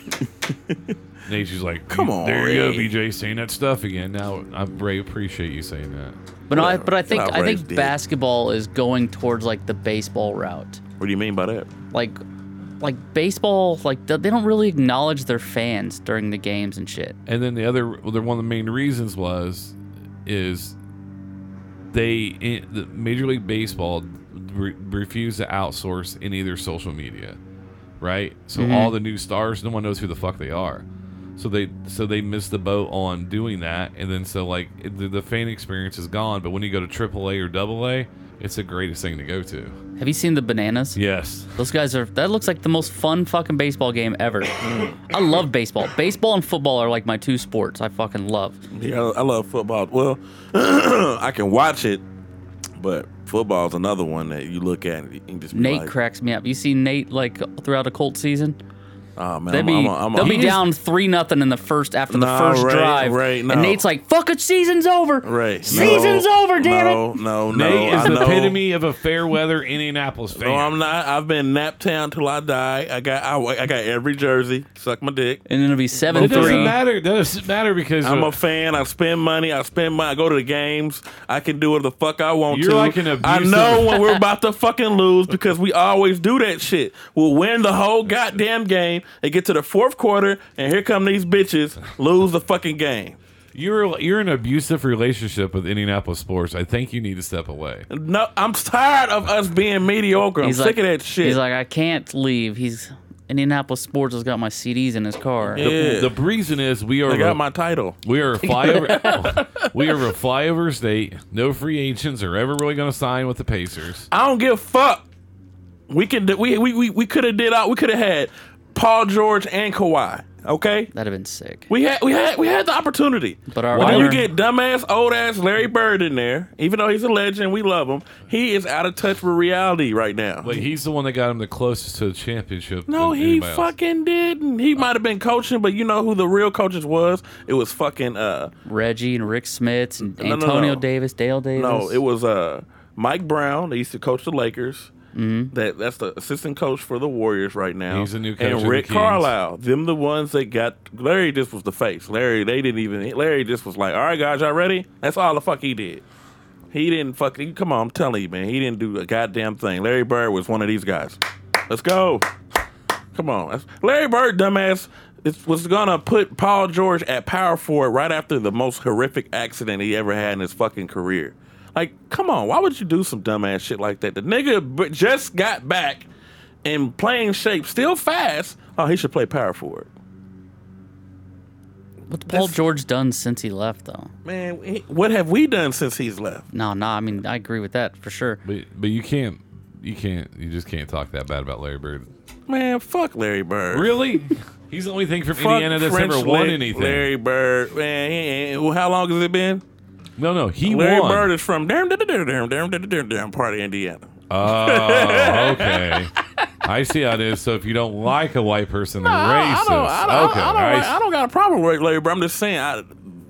Speaker 3: Nature's like,
Speaker 2: Come on,
Speaker 3: there you
Speaker 2: Ray."
Speaker 3: go, BJ, saying that stuff again. Now, I Ray appreciate you saying that.
Speaker 1: But no, I, but I
Speaker 2: Get
Speaker 1: think
Speaker 2: out
Speaker 1: I
Speaker 2: Ray's
Speaker 1: think
Speaker 2: dick.
Speaker 1: basketball is going towards like the baseball route.
Speaker 2: What do you mean by that?
Speaker 1: Like, like baseball, like th- they don't really acknowledge their fans during the games and shit.
Speaker 3: And then the other, well, the- one of the main reasons was, is they in, the Major League Baseball re- refused to outsource any of their social media, right? So
Speaker 2: Mm-hmm.
Speaker 3: all the new stars, no one knows who the fuck they are. So they so they missed the boat on doing that, and then so like it- the, the fan experience is gone. But when you go to AAA or Double A, it's the greatest thing to go to.
Speaker 1: Have you seen the bananas?
Speaker 3: Yes,
Speaker 1: Those guys are. That looks like the most fun fucking baseball game ever. I love baseball. Baseball and football are like my two sports I fucking love.
Speaker 2: Yeah, I I love football. Well, [clears throat] I can watch it, but football's another one that you look at and you can just be
Speaker 1: Nate
Speaker 2: like,
Speaker 1: cracks me up. You see Nate like throughout a Colt season,
Speaker 2: "Oh man,
Speaker 1: they'll
Speaker 2: I'm,
Speaker 1: be
Speaker 2: I'm, a- I'm a-
Speaker 1: they'll be
Speaker 2: He's-
Speaker 1: down three nothing in the first after the
Speaker 2: No,
Speaker 1: first
Speaker 2: Ray,
Speaker 1: drive,
Speaker 2: Ray, no.
Speaker 1: and Nate's like, "Fuck it, season's over.
Speaker 2: Ray, no,
Speaker 1: season's over, damn it."
Speaker 2: no, No, no,
Speaker 3: Nate is
Speaker 2: I
Speaker 3: the
Speaker 2: know.
Speaker 3: epitome of a fair weather Indianapolis fan.
Speaker 2: No, I'm not. I've been Naptown till I die. I got I, I got every jersey. Suck my dick.
Speaker 1: And then it'll be seven
Speaker 3: It doesn't
Speaker 1: three.
Speaker 3: matter. It doesn't matter because
Speaker 2: I'm
Speaker 3: uh,
Speaker 2: a fan. I spend money. I spend money. I go to the games. I can do what the fuck I want
Speaker 3: You're
Speaker 2: to.
Speaker 3: like an
Speaker 2: I
Speaker 3: abusive-
Speaker 2: know when
Speaker 3: [laughs]
Speaker 2: we're about to fucking lose because we always do that shit. We'll win the whole goddamn game and get to the fourth quarter, and here come these bitches lose the fucking game.
Speaker 3: You're you're in an abusive relationship with Indianapolis sports. I think you need to step away.
Speaker 2: No, I'm tired of us being mediocre. I'm
Speaker 1: He's
Speaker 2: sick
Speaker 1: like,
Speaker 2: of that shit.
Speaker 1: He's like, I can't leave. He's Indianapolis Sports has got my CDs in his car.
Speaker 2: Yeah.
Speaker 3: The reason is we are
Speaker 2: I got my title.
Speaker 3: we
Speaker 2: [laughs]
Speaker 3: are a flyover we are a flyover state. No free agents are ever really going to sign with the Pacers.
Speaker 2: I don't give a fuck. We could we we we, we could have did out. We could have had Paul George and Kawhi. Okay,
Speaker 1: That'd have been sick.
Speaker 2: we had we had we had the opportunity.
Speaker 1: But our
Speaker 2: when you
Speaker 1: owner-
Speaker 2: get dumbass old ass Larry Bird in there, even though he's a legend, we love him. He is out of touch with reality right now.
Speaker 3: But he's the one that got him the closest to the championship.
Speaker 2: No,
Speaker 3: than
Speaker 2: he
Speaker 3: anybody else.
Speaker 2: fucking didn't. He might have been coaching, but you know who the real coaches was? It was fucking uh
Speaker 1: Reggie and Rick Smith and
Speaker 2: no,
Speaker 1: Antonio
Speaker 2: no.
Speaker 1: Davis, Dale Davis.
Speaker 2: no, it was uh Mike Brown. They used to coach the Lakers. Mm-hmm. That that's the assistant coach for the Warriors right now.
Speaker 3: He's the new coach of
Speaker 2: And
Speaker 3: the
Speaker 2: Rick
Speaker 3: Kings.
Speaker 2: Carlisle, them the ones that got Larry. Just was the face. Larry, they didn't even. Larry just was like, all right, guys, y'all ready? That's all the fuck he did. He didn't fucking come on. I'm telling you, man, he didn't do a goddamn thing. Larry Bird was one of these guys. Let's go. Come on, That's- Larry Bird, dumbass, is, was gonna put Paul George at power forward right after the most horrific accident he ever had in his fucking career. Like, come on, why would you do some dumbass shit like that? The nigga b- just got back in playing shape, still fast. Oh, he should play power forward.
Speaker 1: What's Paul George done since he left, though?
Speaker 2: Man, he- what have we done since he's left?
Speaker 1: No, no. I mean, I agree with that for sure.
Speaker 3: But but you can't you can't you just can't talk that bad about Larry Bird.
Speaker 2: Man, fuck Larry Bird.
Speaker 3: Really? he's the only thing from
Speaker 2: Fuck
Speaker 3: Indiana that's
Speaker 2: French
Speaker 3: ever won
Speaker 2: Lick,
Speaker 3: anything.
Speaker 2: Larry Bird, man. he ain't- well, how long has it been?
Speaker 3: No, no, he
Speaker 2: Larry
Speaker 3: won.
Speaker 2: Bird is from damn, damn, damn, damn, damn, damn, damn, damn part of Indiana.
Speaker 3: Oh, okay. I see how it is. So if you don't like a white person, they're racist.
Speaker 2: I don't, I don't,
Speaker 3: okay,
Speaker 2: I, don't, I,
Speaker 3: I
Speaker 2: don't,
Speaker 3: see.
Speaker 2: got a problem with Larry Bird. I'm just saying, I,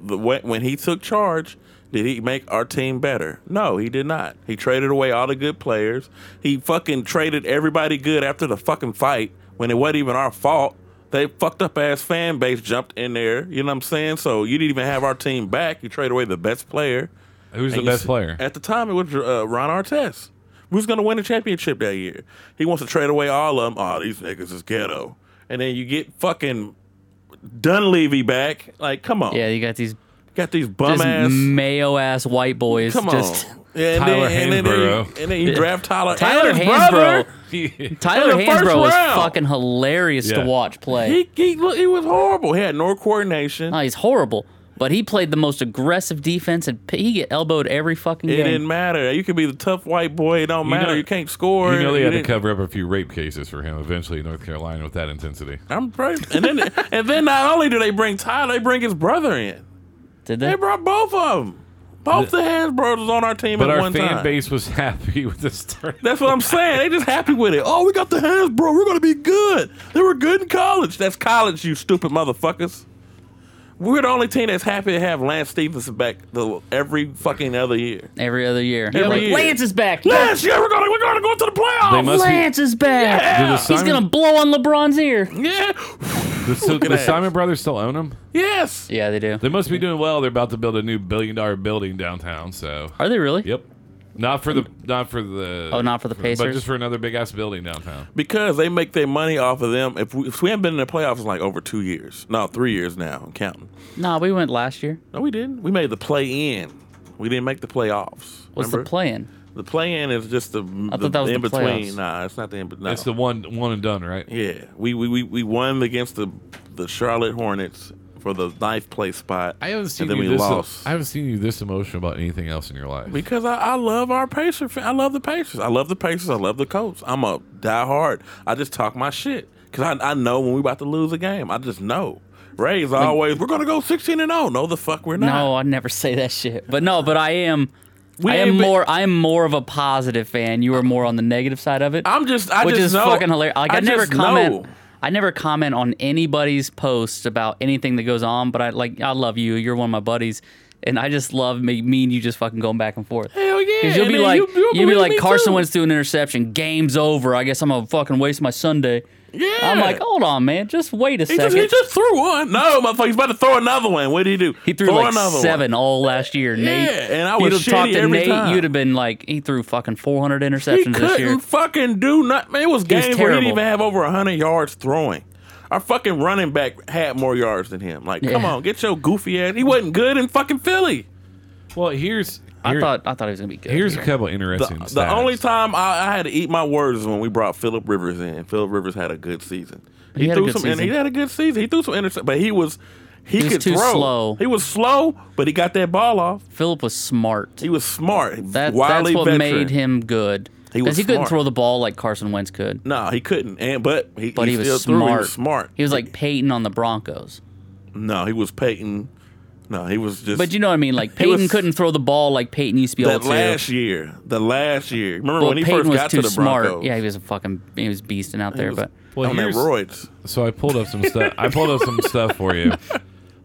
Speaker 2: the way, when he took charge, did he make our team better? No, he did not. He traded away all the good players. He fucking traded everybody good after the fucking fight when it wasn't even our fault. They fucked up ass fan base jumped in there. You know what I'm saying? So you didn't even have our team back. You traded away the best player.
Speaker 3: Who's the
Speaker 2: And you
Speaker 3: best
Speaker 2: s- [laughs]
Speaker 3: player?
Speaker 2: At the time, it was uh, Ron Artest. Who's going to win the championship that year? He wants to trade away all of them. Oh, these niggas is ghetto. And then you get fucking Dunleavy back. Like, come on.
Speaker 1: Yeah, you got these
Speaker 2: Got these bum
Speaker 1: just
Speaker 2: ass.
Speaker 1: mayo ass white boys.
Speaker 2: Come
Speaker 1: just
Speaker 2: on. Yeah, and,
Speaker 3: Tyler
Speaker 2: then, and, then
Speaker 3: Hansbrough.
Speaker 2: you, and then you draft Tyler.
Speaker 1: Tyler
Speaker 2: Hansbrough.
Speaker 1: Hansbrough.
Speaker 2: In
Speaker 1: Tyler
Speaker 2: the first
Speaker 1: Hansbrough was
Speaker 2: round.
Speaker 1: fucking hilarious
Speaker 3: Yeah.
Speaker 1: to watch play.
Speaker 2: He, he, look, he was horrible. He had no coordination.
Speaker 1: No, he's horrible. But he played the most aggressive defense, and p- he get elbowed every fucking
Speaker 2: It
Speaker 1: game.
Speaker 2: didn't matter. You could be the tough white boy. It don't
Speaker 3: You
Speaker 2: matter.
Speaker 3: know-
Speaker 2: you can't score.
Speaker 3: You know they had to
Speaker 2: didn't-
Speaker 3: cover up a few rape cases for him eventually in North Carolina with that intensity.
Speaker 2: I'm pretty, and then and then not only do they bring Tyler, they bring his brother in.
Speaker 1: Did
Speaker 2: They
Speaker 1: they?
Speaker 2: brought both of them. Both the Hans brothers on our team
Speaker 3: But
Speaker 2: at
Speaker 3: our
Speaker 2: one
Speaker 3: fan
Speaker 2: time.
Speaker 3: base was [laughs] happy with the start.
Speaker 2: That's what I'm saying. They just happy with it. Oh, we got the Hans bro. We're gonna be good. They were good in college. That's college, you stupid motherfuckers. We're the only team that's happy to have Lance Stevenson back the, every fucking other year.
Speaker 1: Every other year.
Speaker 2: Every
Speaker 1: Like,
Speaker 2: year.
Speaker 1: Lance is back.
Speaker 2: Lance, yeah, we're gonna we're gonna go to the playoffs.
Speaker 3: They must
Speaker 1: Lance is back.
Speaker 3: be. Did the
Speaker 1: He's
Speaker 3: Simon,
Speaker 1: gonna blow on LeBron's ear.
Speaker 2: yeah.
Speaker 3: the, so,
Speaker 2: at
Speaker 3: the
Speaker 2: that.
Speaker 3: Simon brothers still own him?
Speaker 2: Yes.
Speaker 1: Yeah, they do.
Speaker 3: They must be doing well. They're about to build a new billion dollar building downtown. So
Speaker 1: Are they really?
Speaker 3: yep, not for the not for the
Speaker 1: Oh, not for the
Speaker 3: but
Speaker 1: Pacers?
Speaker 3: just for another big ass building downtown.
Speaker 2: Because they make their money off of them. If we, if we haven't been in the playoffs in like over two years, no, three years now. I'm counting.
Speaker 1: Nah, we went last year.
Speaker 2: No, we didn't. We made the play in. We didn't make the playoffs.
Speaker 1: What's
Speaker 2: Remember?
Speaker 1: the plan?
Speaker 2: The play in is just the,
Speaker 1: I
Speaker 2: the,
Speaker 1: thought that was
Speaker 2: in
Speaker 1: the
Speaker 2: between.
Speaker 1: playoffs.
Speaker 2: Nah, it's not the in between. No.
Speaker 3: It's the one one and done, right?
Speaker 2: yeah, we, we we we won against the the Charlotte Hornets for the ninth place spot.
Speaker 3: I haven't seen
Speaker 2: and then
Speaker 3: you
Speaker 2: we
Speaker 3: this.
Speaker 2: lost
Speaker 3: I haven't seen you this emotional about anything else in your life.
Speaker 2: because I, I love our Pacers. fan- I love the Pacers. I love the Pacers. I love the coach. I'm a diehard. I just talk my shit because I I know when we about to lose a game. I just know. Ray's always we're gonna go sixteen and zero. No, the fuck we're not.
Speaker 1: No, I never say that shit. But no, but I am.
Speaker 2: We
Speaker 1: I am
Speaker 2: ain't been-
Speaker 1: more. I am more of a positive fan. You are more on the negative side of it.
Speaker 2: I'm just. I
Speaker 1: which
Speaker 2: just
Speaker 1: is
Speaker 2: know.
Speaker 1: fucking hilarious. Like I, never
Speaker 2: just
Speaker 1: comment.
Speaker 2: know.
Speaker 1: I never comment on anybody's posts about anything that goes on. But I like. I love you. You're one of my buddies, and I just love me. Me and you just fucking going back and forth.
Speaker 2: Hell yeah!
Speaker 1: Because you'll
Speaker 2: and
Speaker 1: be
Speaker 2: then
Speaker 1: like,
Speaker 2: you-
Speaker 1: you'll, be
Speaker 2: believe
Speaker 1: like,
Speaker 2: me
Speaker 1: Carson
Speaker 2: too.
Speaker 1: wins through an interception. Game's over. I guess I'm gonna fucking waste my Sunday.
Speaker 2: Yeah.
Speaker 1: I'm like, hold on, man. Just wait a
Speaker 2: He
Speaker 1: second.
Speaker 2: just, he just threw one. No, motherfucker, he's about to throw another one. What did he do?
Speaker 1: He threw
Speaker 2: throw
Speaker 1: like seven all last year. Nate,
Speaker 2: and I
Speaker 1: if you'd
Speaker 2: was
Speaker 1: have talked
Speaker 2: shitty
Speaker 1: to
Speaker 2: every
Speaker 1: Nate,
Speaker 2: time.
Speaker 1: you'd have been like, he threw fucking 400
Speaker 2: He
Speaker 1: interceptions this year.
Speaker 2: couldn't fucking do nothing. It
Speaker 1: was
Speaker 2: was games where he didn't
Speaker 1: terrible.
Speaker 2: even have over hundred yards throwing. Our fucking running back had more yards than him. Like, come
Speaker 1: Yeah.
Speaker 2: on, get your goofy ass. He wasn't good in fucking Philly.
Speaker 3: Well, here's
Speaker 1: I
Speaker 3: here-
Speaker 1: thought I thought he was gonna be good.
Speaker 3: here's a couple
Speaker 2: The,
Speaker 3: interesting.
Speaker 2: the
Speaker 3: stats.
Speaker 2: only time I, I had to eat my words is when we brought Philip Rivers in. Philip Rivers had a good season. He,
Speaker 1: He had a
Speaker 2: threw
Speaker 1: good
Speaker 2: some. and
Speaker 1: season.
Speaker 2: He had a good season. He threw some interceptions, but he was he,
Speaker 1: was
Speaker 2: could
Speaker 1: too
Speaker 2: throw.
Speaker 1: slow.
Speaker 2: He was slow, but he got that ball off.
Speaker 1: Philip was smart.
Speaker 2: He was smart.
Speaker 1: That,
Speaker 2: wily
Speaker 1: that's what
Speaker 2: veteran.
Speaker 1: made him good.
Speaker 2: He was
Speaker 1: Because he couldn't
Speaker 2: smart.
Speaker 1: throw the ball like Carson Wentz could,
Speaker 2: No, he couldn't. And but he,
Speaker 1: but he,
Speaker 2: still
Speaker 1: was
Speaker 2: threw.
Speaker 1: smart.
Speaker 2: He was smart.
Speaker 1: He was like Peyton on the Broncos.
Speaker 2: no, he was Peyton. No, he was just.
Speaker 1: But you know what I mean? Like
Speaker 2: He
Speaker 1: Peyton
Speaker 2: was-
Speaker 1: couldn't throw the ball like Peyton used to be able
Speaker 2: that
Speaker 1: to.
Speaker 2: last year, the last year. Remember
Speaker 1: Well,
Speaker 2: when he
Speaker 1: Peyton
Speaker 2: first
Speaker 1: was
Speaker 2: got
Speaker 1: too
Speaker 2: to the
Speaker 1: smart.
Speaker 2: Broncos?
Speaker 1: Yeah, he was a fucking he was beasting out
Speaker 2: He
Speaker 1: there.
Speaker 2: was
Speaker 1: but
Speaker 3: Well,
Speaker 2: on that
Speaker 3: here's-
Speaker 2: roids.
Speaker 3: So I pulled up some stuff. I pulled up some stuff for
Speaker 2: [laughs]
Speaker 3: you.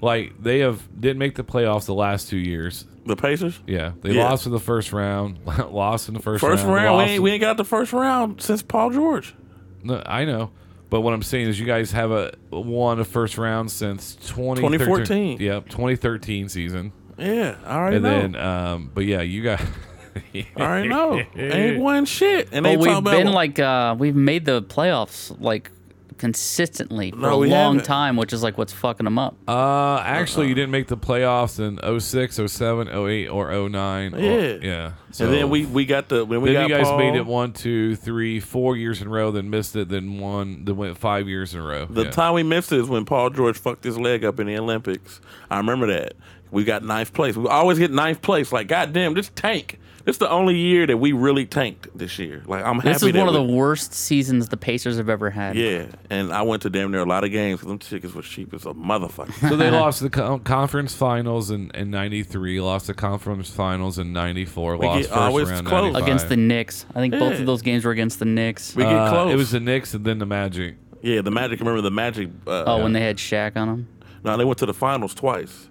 Speaker 3: Like they have didn't make the playoffs the last two years.
Speaker 2: The Pacers.
Speaker 3: Yeah, they
Speaker 2: Yeah.
Speaker 3: lost in the first round. [laughs] lost in the first,
Speaker 2: First round, we,
Speaker 3: lost
Speaker 2: ain't, we ain't got the first round since Paul George.
Speaker 3: No, I know. But what I'm saying is, you guys have a won a first round since 2013.
Speaker 2: 2014.
Speaker 3: Yep, 2013 season.
Speaker 2: Yeah, I already
Speaker 3: and
Speaker 2: know.
Speaker 3: then, um, but yeah, you got. [laughs]
Speaker 2: I already know. ain't won shit. And they
Speaker 1: But
Speaker 2: talking
Speaker 1: we've
Speaker 2: about
Speaker 1: been like uh, we've made the playoffs like consistently for
Speaker 2: No,
Speaker 1: a
Speaker 2: we
Speaker 1: long
Speaker 2: haven't.
Speaker 1: time, which is like what's fucking them up.
Speaker 2: Uh-uh.
Speaker 3: Uh, actually, you didn't make the playoffs in 06, 07, 08, or 09. or-
Speaker 2: Yeah.
Speaker 3: yeah.
Speaker 2: And then we we got the when we got
Speaker 3: Then you guys
Speaker 2: Paul,
Speaker 3: made it one, two, three, four years in a row, then missed it, then one, then went five years in a row.
Speaker 2: The
Speaker 3: yeah.
Speaker 2: time we missed it is when Paul George fucked his leg up in the Olympics. I remember that. We got ninth place. We always get ninth place. Like, goddamn, this tank. This the only year that we really tanked this year. Like, I'm happy.
Speaker 1: This is
Speaker 2: that
Speaker 1: one of the
Speaker 2: we-
Speaker 1: worst seasons the Pacers have ever had.
Speaker 2: Yeah, and I went to damn near a lot of games. 'cause Them tickets were cheap as a
Speaker 3: [laughs]
Speaker 2: motherfucker. [laughs]
Speaker 3: So they lost the co- conference finals in, in 93, lost the conference finals in 94,
Speaker 2: We
Speaker 3: lost
Speaker 2: get
Speaker 3: first
Speaker 2: always
Speaker 3: round
Speaker 2: close.
Speaker 3: 95.
Speaker 1: Against the Knicks. I think both
Speaker 2: Yeah.
Speaker 1: of those games were against the Knicks.
Speaker 2: we get
Speaker 3: Uh,
Speaker 2: close.
Speaker 3: It was the Knicks and then the Magic.
Speaker 2: yeah, the Magic. Remember the Magic? Uh,
Speaker 1: oh, when they had Shaq on them.
Speaker 2: no, they went to the finals twice.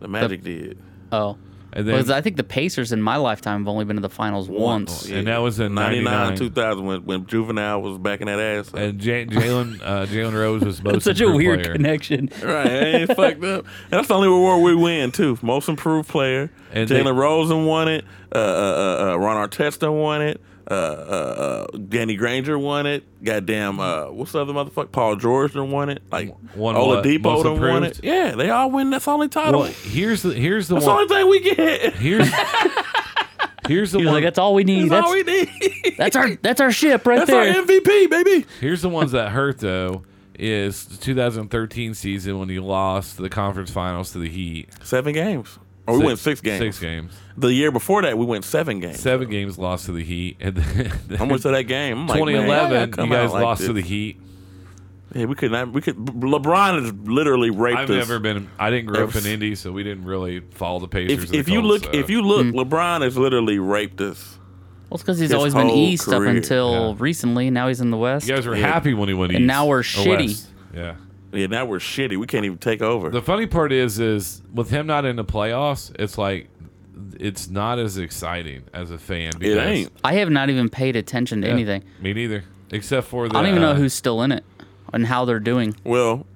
Speaker 2: The Magic did.
Speaker 1: Oh.
Speaker 3: And then
Speaker 1: Because I think the Pacers in my lifetime have only been to the finals once.
Speaker 2: Oh, Yeah.
Speaker 3: and that was in
Speaker 2: 99,
Speaker 3: 99.
Speaker 2: 2000 when, when Juvenile was backing that ass. up.
Speaker 3: and Ja-
Speaker 1: [laughs]
Speaker 3: Jalen uh, Jalen Rose was most
Speaker 1: It's such a
Speaker 3: improved
Speaker 1: weird
Speaker 3: player.
Speaker 2: [laughs]
Speaker 1: connection.
Speaker 2: Right, it ain't fucked up. And that's the only reward we win too. Most improved player.
Speaker 3: And they-
Speaker 2: Jalen Rosen won it. Uh, uh, uh, uh, Ron Artesta won it. Uh, uh, uh, Danny Granger won it. Goddamn, uh, what's the other motherfucker? Paul George done won it. Like
Speaker 3: Won what?
Speaker 2: Oladipo
Speaker 3: Most
Speaker 2: done won it.
Speaker 3: improved?
Speaker 2: Yeah, they all win. That's the only title.
Speaker 3: Well, here's the here's the
Speaker 2: that's the
Speaker 3: one.
Speaker 2: only thing we get.
Speaker 3: Here's
Speaker 1: [laughs]
Speaker 3: here's the
Speaker 1: He was
Speaker 3: one.
Speaker 1: like, that's all we need. That's,
Speaker 2: That's all we need.
Speaker 1: [laughs] that's our that's our ship right
Speaker 2: That's
Speaker 1: there.
Speaker 2: our MVP, baby.
Speaker 3: Here's the ones that hurt though is the 2013 season when you lost the conference finals to the Heat.
Speaker 2: Seven games. Or we went six games.
Speaker 3: Six games.
Speaker 2: The year before that, we went seven games.
Speaker 3: Seven games lost to the Heat.
Speaker 2: [laughs]
Speaker 3: And then,
Speaker 2: I went to that game. I'm like, man, y'all gotta
Speaker 3: 2011,
Speaker 2: come
Speaker 3: you guys
Speaker 2: out like
Speaker 3: lost to
Speaker 2: this.
Speaker 3: the Heat.
Speaker 2: Yeah, we could not. We could. LeBron has literally raped
Speaker 3: I've
Speaker 2: us.
Speaker 3: never been. I didn't grow up in
Speaker 2: Ever-
Speaker 3: Indy, so we didn't really follow the Pacers.
Speaker 2: If,
Speaker 3: and
Speaker 2: if
Speaker 3: the
Speaker 2: you
Speaker 3: Colts,
Speaker 2: look,
Speaker 3: so.
Speaker 2: if you look, LeBron has literally raped us.
Speaker 1: Well, it's because he's
Speaker 2: His
Speaker 1: always been
Speaker 2: whole
Speaker 1: east
Speaker 2: career,
Speaker 1: up until
Speaker 3: yeah.
Speaker 1: recently. Now he's in the west.
Speaker 3: you guys were
Speaker 2: Yeah.
Speaker 3: happy when he went,
Speaker 1: And
Speaker 3: east,
Speaker 1: now we're
Speaker 3: or
Speaker 1: shitty.
Speaker 3: west. Yeah.
Speaker 2: Yeah, now we're shitty. We can't even take over.
Speaker 3: The funny part is, is with him not in the playoffs, it's like it's not as exciting as a fan.
Speaker 2: it
Speaker 3: Because,
Speaker 2: ain't.
Speaker 1: I have not even paid attention to
Speaker 3: Yeah,
Speaker 1: anything.
Speaker 3: Me neither. Except for the.
Speaker 1: I don't even know
Speaker 3: uh,
Speaker 1: who's still in it and how they're doing.
Speaker 2: Well,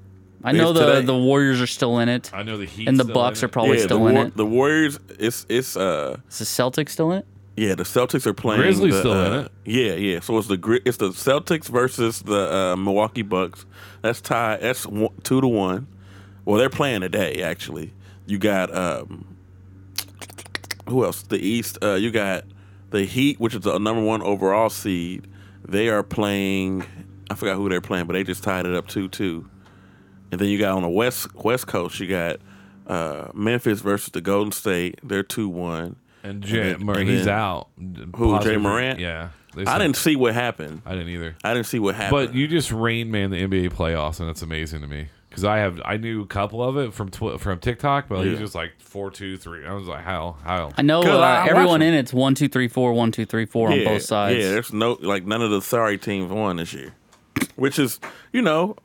Speaker 1: I know
Speaker 2: It's
Speaker 1: the
Speaker 2: today.
Speaker 1: the Warriors are still in it,
Speaker 3: I know the Heat
Speaker 1: and the
Speaker 3: still
Speaker 1: Bucks
Speaker 3: in
Speaker 1: are
Speaker 3: it.
Speaker 1: probably
Speaker 2: yeah,
Speaker 1: still
Speaker 2: the,
Speaker 1: in
Speaker 2: War-
Speaker 1: it.
Speaker 2: the Warriors. It's it's uh
Speaker 1: Is the Celtics still in it?
Speaker 2: yeah the Celtics are playing.
Speaker 3: Grizzlies
Speaker 2: the,
Speaker 3: still in
Speaker 2: uh,
Speaker 3: it.
Speaker 2: Yeah, yeah. So it's the Gri- it's the Celtics versus the uh, Milwaukee Bucks. That's tied. That's one, two to one. Well, they're playing today. Actually, you got um who else? The East. Uh, you got the Heat, which is the number one overall seed. They are playing. I forgot who they're playing, but they just tied it up two two. And then you got on the west West Coast, you got uh, Memphis versus the Golden State. They're two one.
Speaker 3: And Jay
Speaker 2: and
Speaker 3: Murray,
Speaker 2: then-
Speaker 3: he's out.
Speaker 2: Who,
Speaker 3: Possibly-
Speaker 2: Jay Morant?
Speaker 3: Yeah. They
Speaker 2: I
Speaker 3: said-
Speaker 2: didn't see what happened.
Speaker 3: I didn't either.
Speaker 2: I didn't see what happened.
Speaker 3: But you just rain man the NBA playoffs, and that's amazing to me. Because I have I knew a couple of it from tw- from TikTok, but he's
Speaker 2: Yeah.
Speaker 3: just like four, two, three. I was like, how, how?
Speaker 1: I know
Speaker 2: 'Cause
Speaker 1: uh,
Speaker 2: I- I watch
Speaker 1: everyone
Speaker 2: them.
Speaker 1: in it's one two three four one two three four on both sides.
Speaker 2: Yeah, there's no like none of the sorry teams won this year, which is you know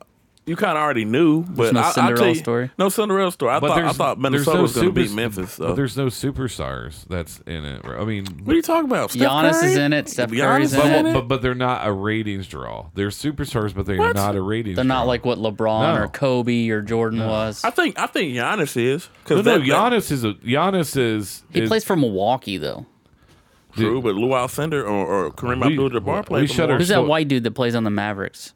Speaker 2: you kind of already knew, but
Speaker 1: no
Speaker 2: I, I'll
Speaker 1: Cinderella
Speaker 2: tell you-
Speaker 1: story?
Speaker 2: No Cinderella story. I thought I
Speaker 3: there's-
Speaker 2: thought
Speaker 3: there's
Speaker 2: Minnesota was going to
Speaker 3: super-
Speaker 2: beat Memphis. Though.
Speaker 3: But there's no superstars that's in it. I mean,
Speaker 2: what are you talking about? Steph
Speaker 1: Giannis
Speaker 2: Curry?
Speaker 1: is in it. Steph
Speaker 2: Giannis
Speaker 1: Curry's
Speaker 2: is
Speaker 1: in
Speaker 3: but,
Speaker 1: it.
Speaker 2: in
Speaker 3: but but they're not a ratings draw. They're superstars, but they are
Speaker 2: What?
Speaker 3: not a ratings.
Speaker 1: They're not
Speaker 3: draw.
Speaker 1: like what LeBron
Speaker 3: No.
Speaker 1: or Kobe or Jordan was.
Speaker 2: I think I think Giannis is
Speaker 3: No,
Speaker 2: because
Speaker 3: no, Giannis is a Giannis is
Speaker 1: He
Speaker 3: is-
Speaker 1: plays for Milwaukee though.
Speaker 2: true, but Lou Alcindor or, or Kareem
Speaker 3: We-
Speaker 2: Abdul-Jabbar
Speaker 3: we
Speaker 2: played.
Speaker 3: shut our
Speaker 1: Who's
Speaker 3: So-
Speaker 1: that white dude that plays on the Mavericks?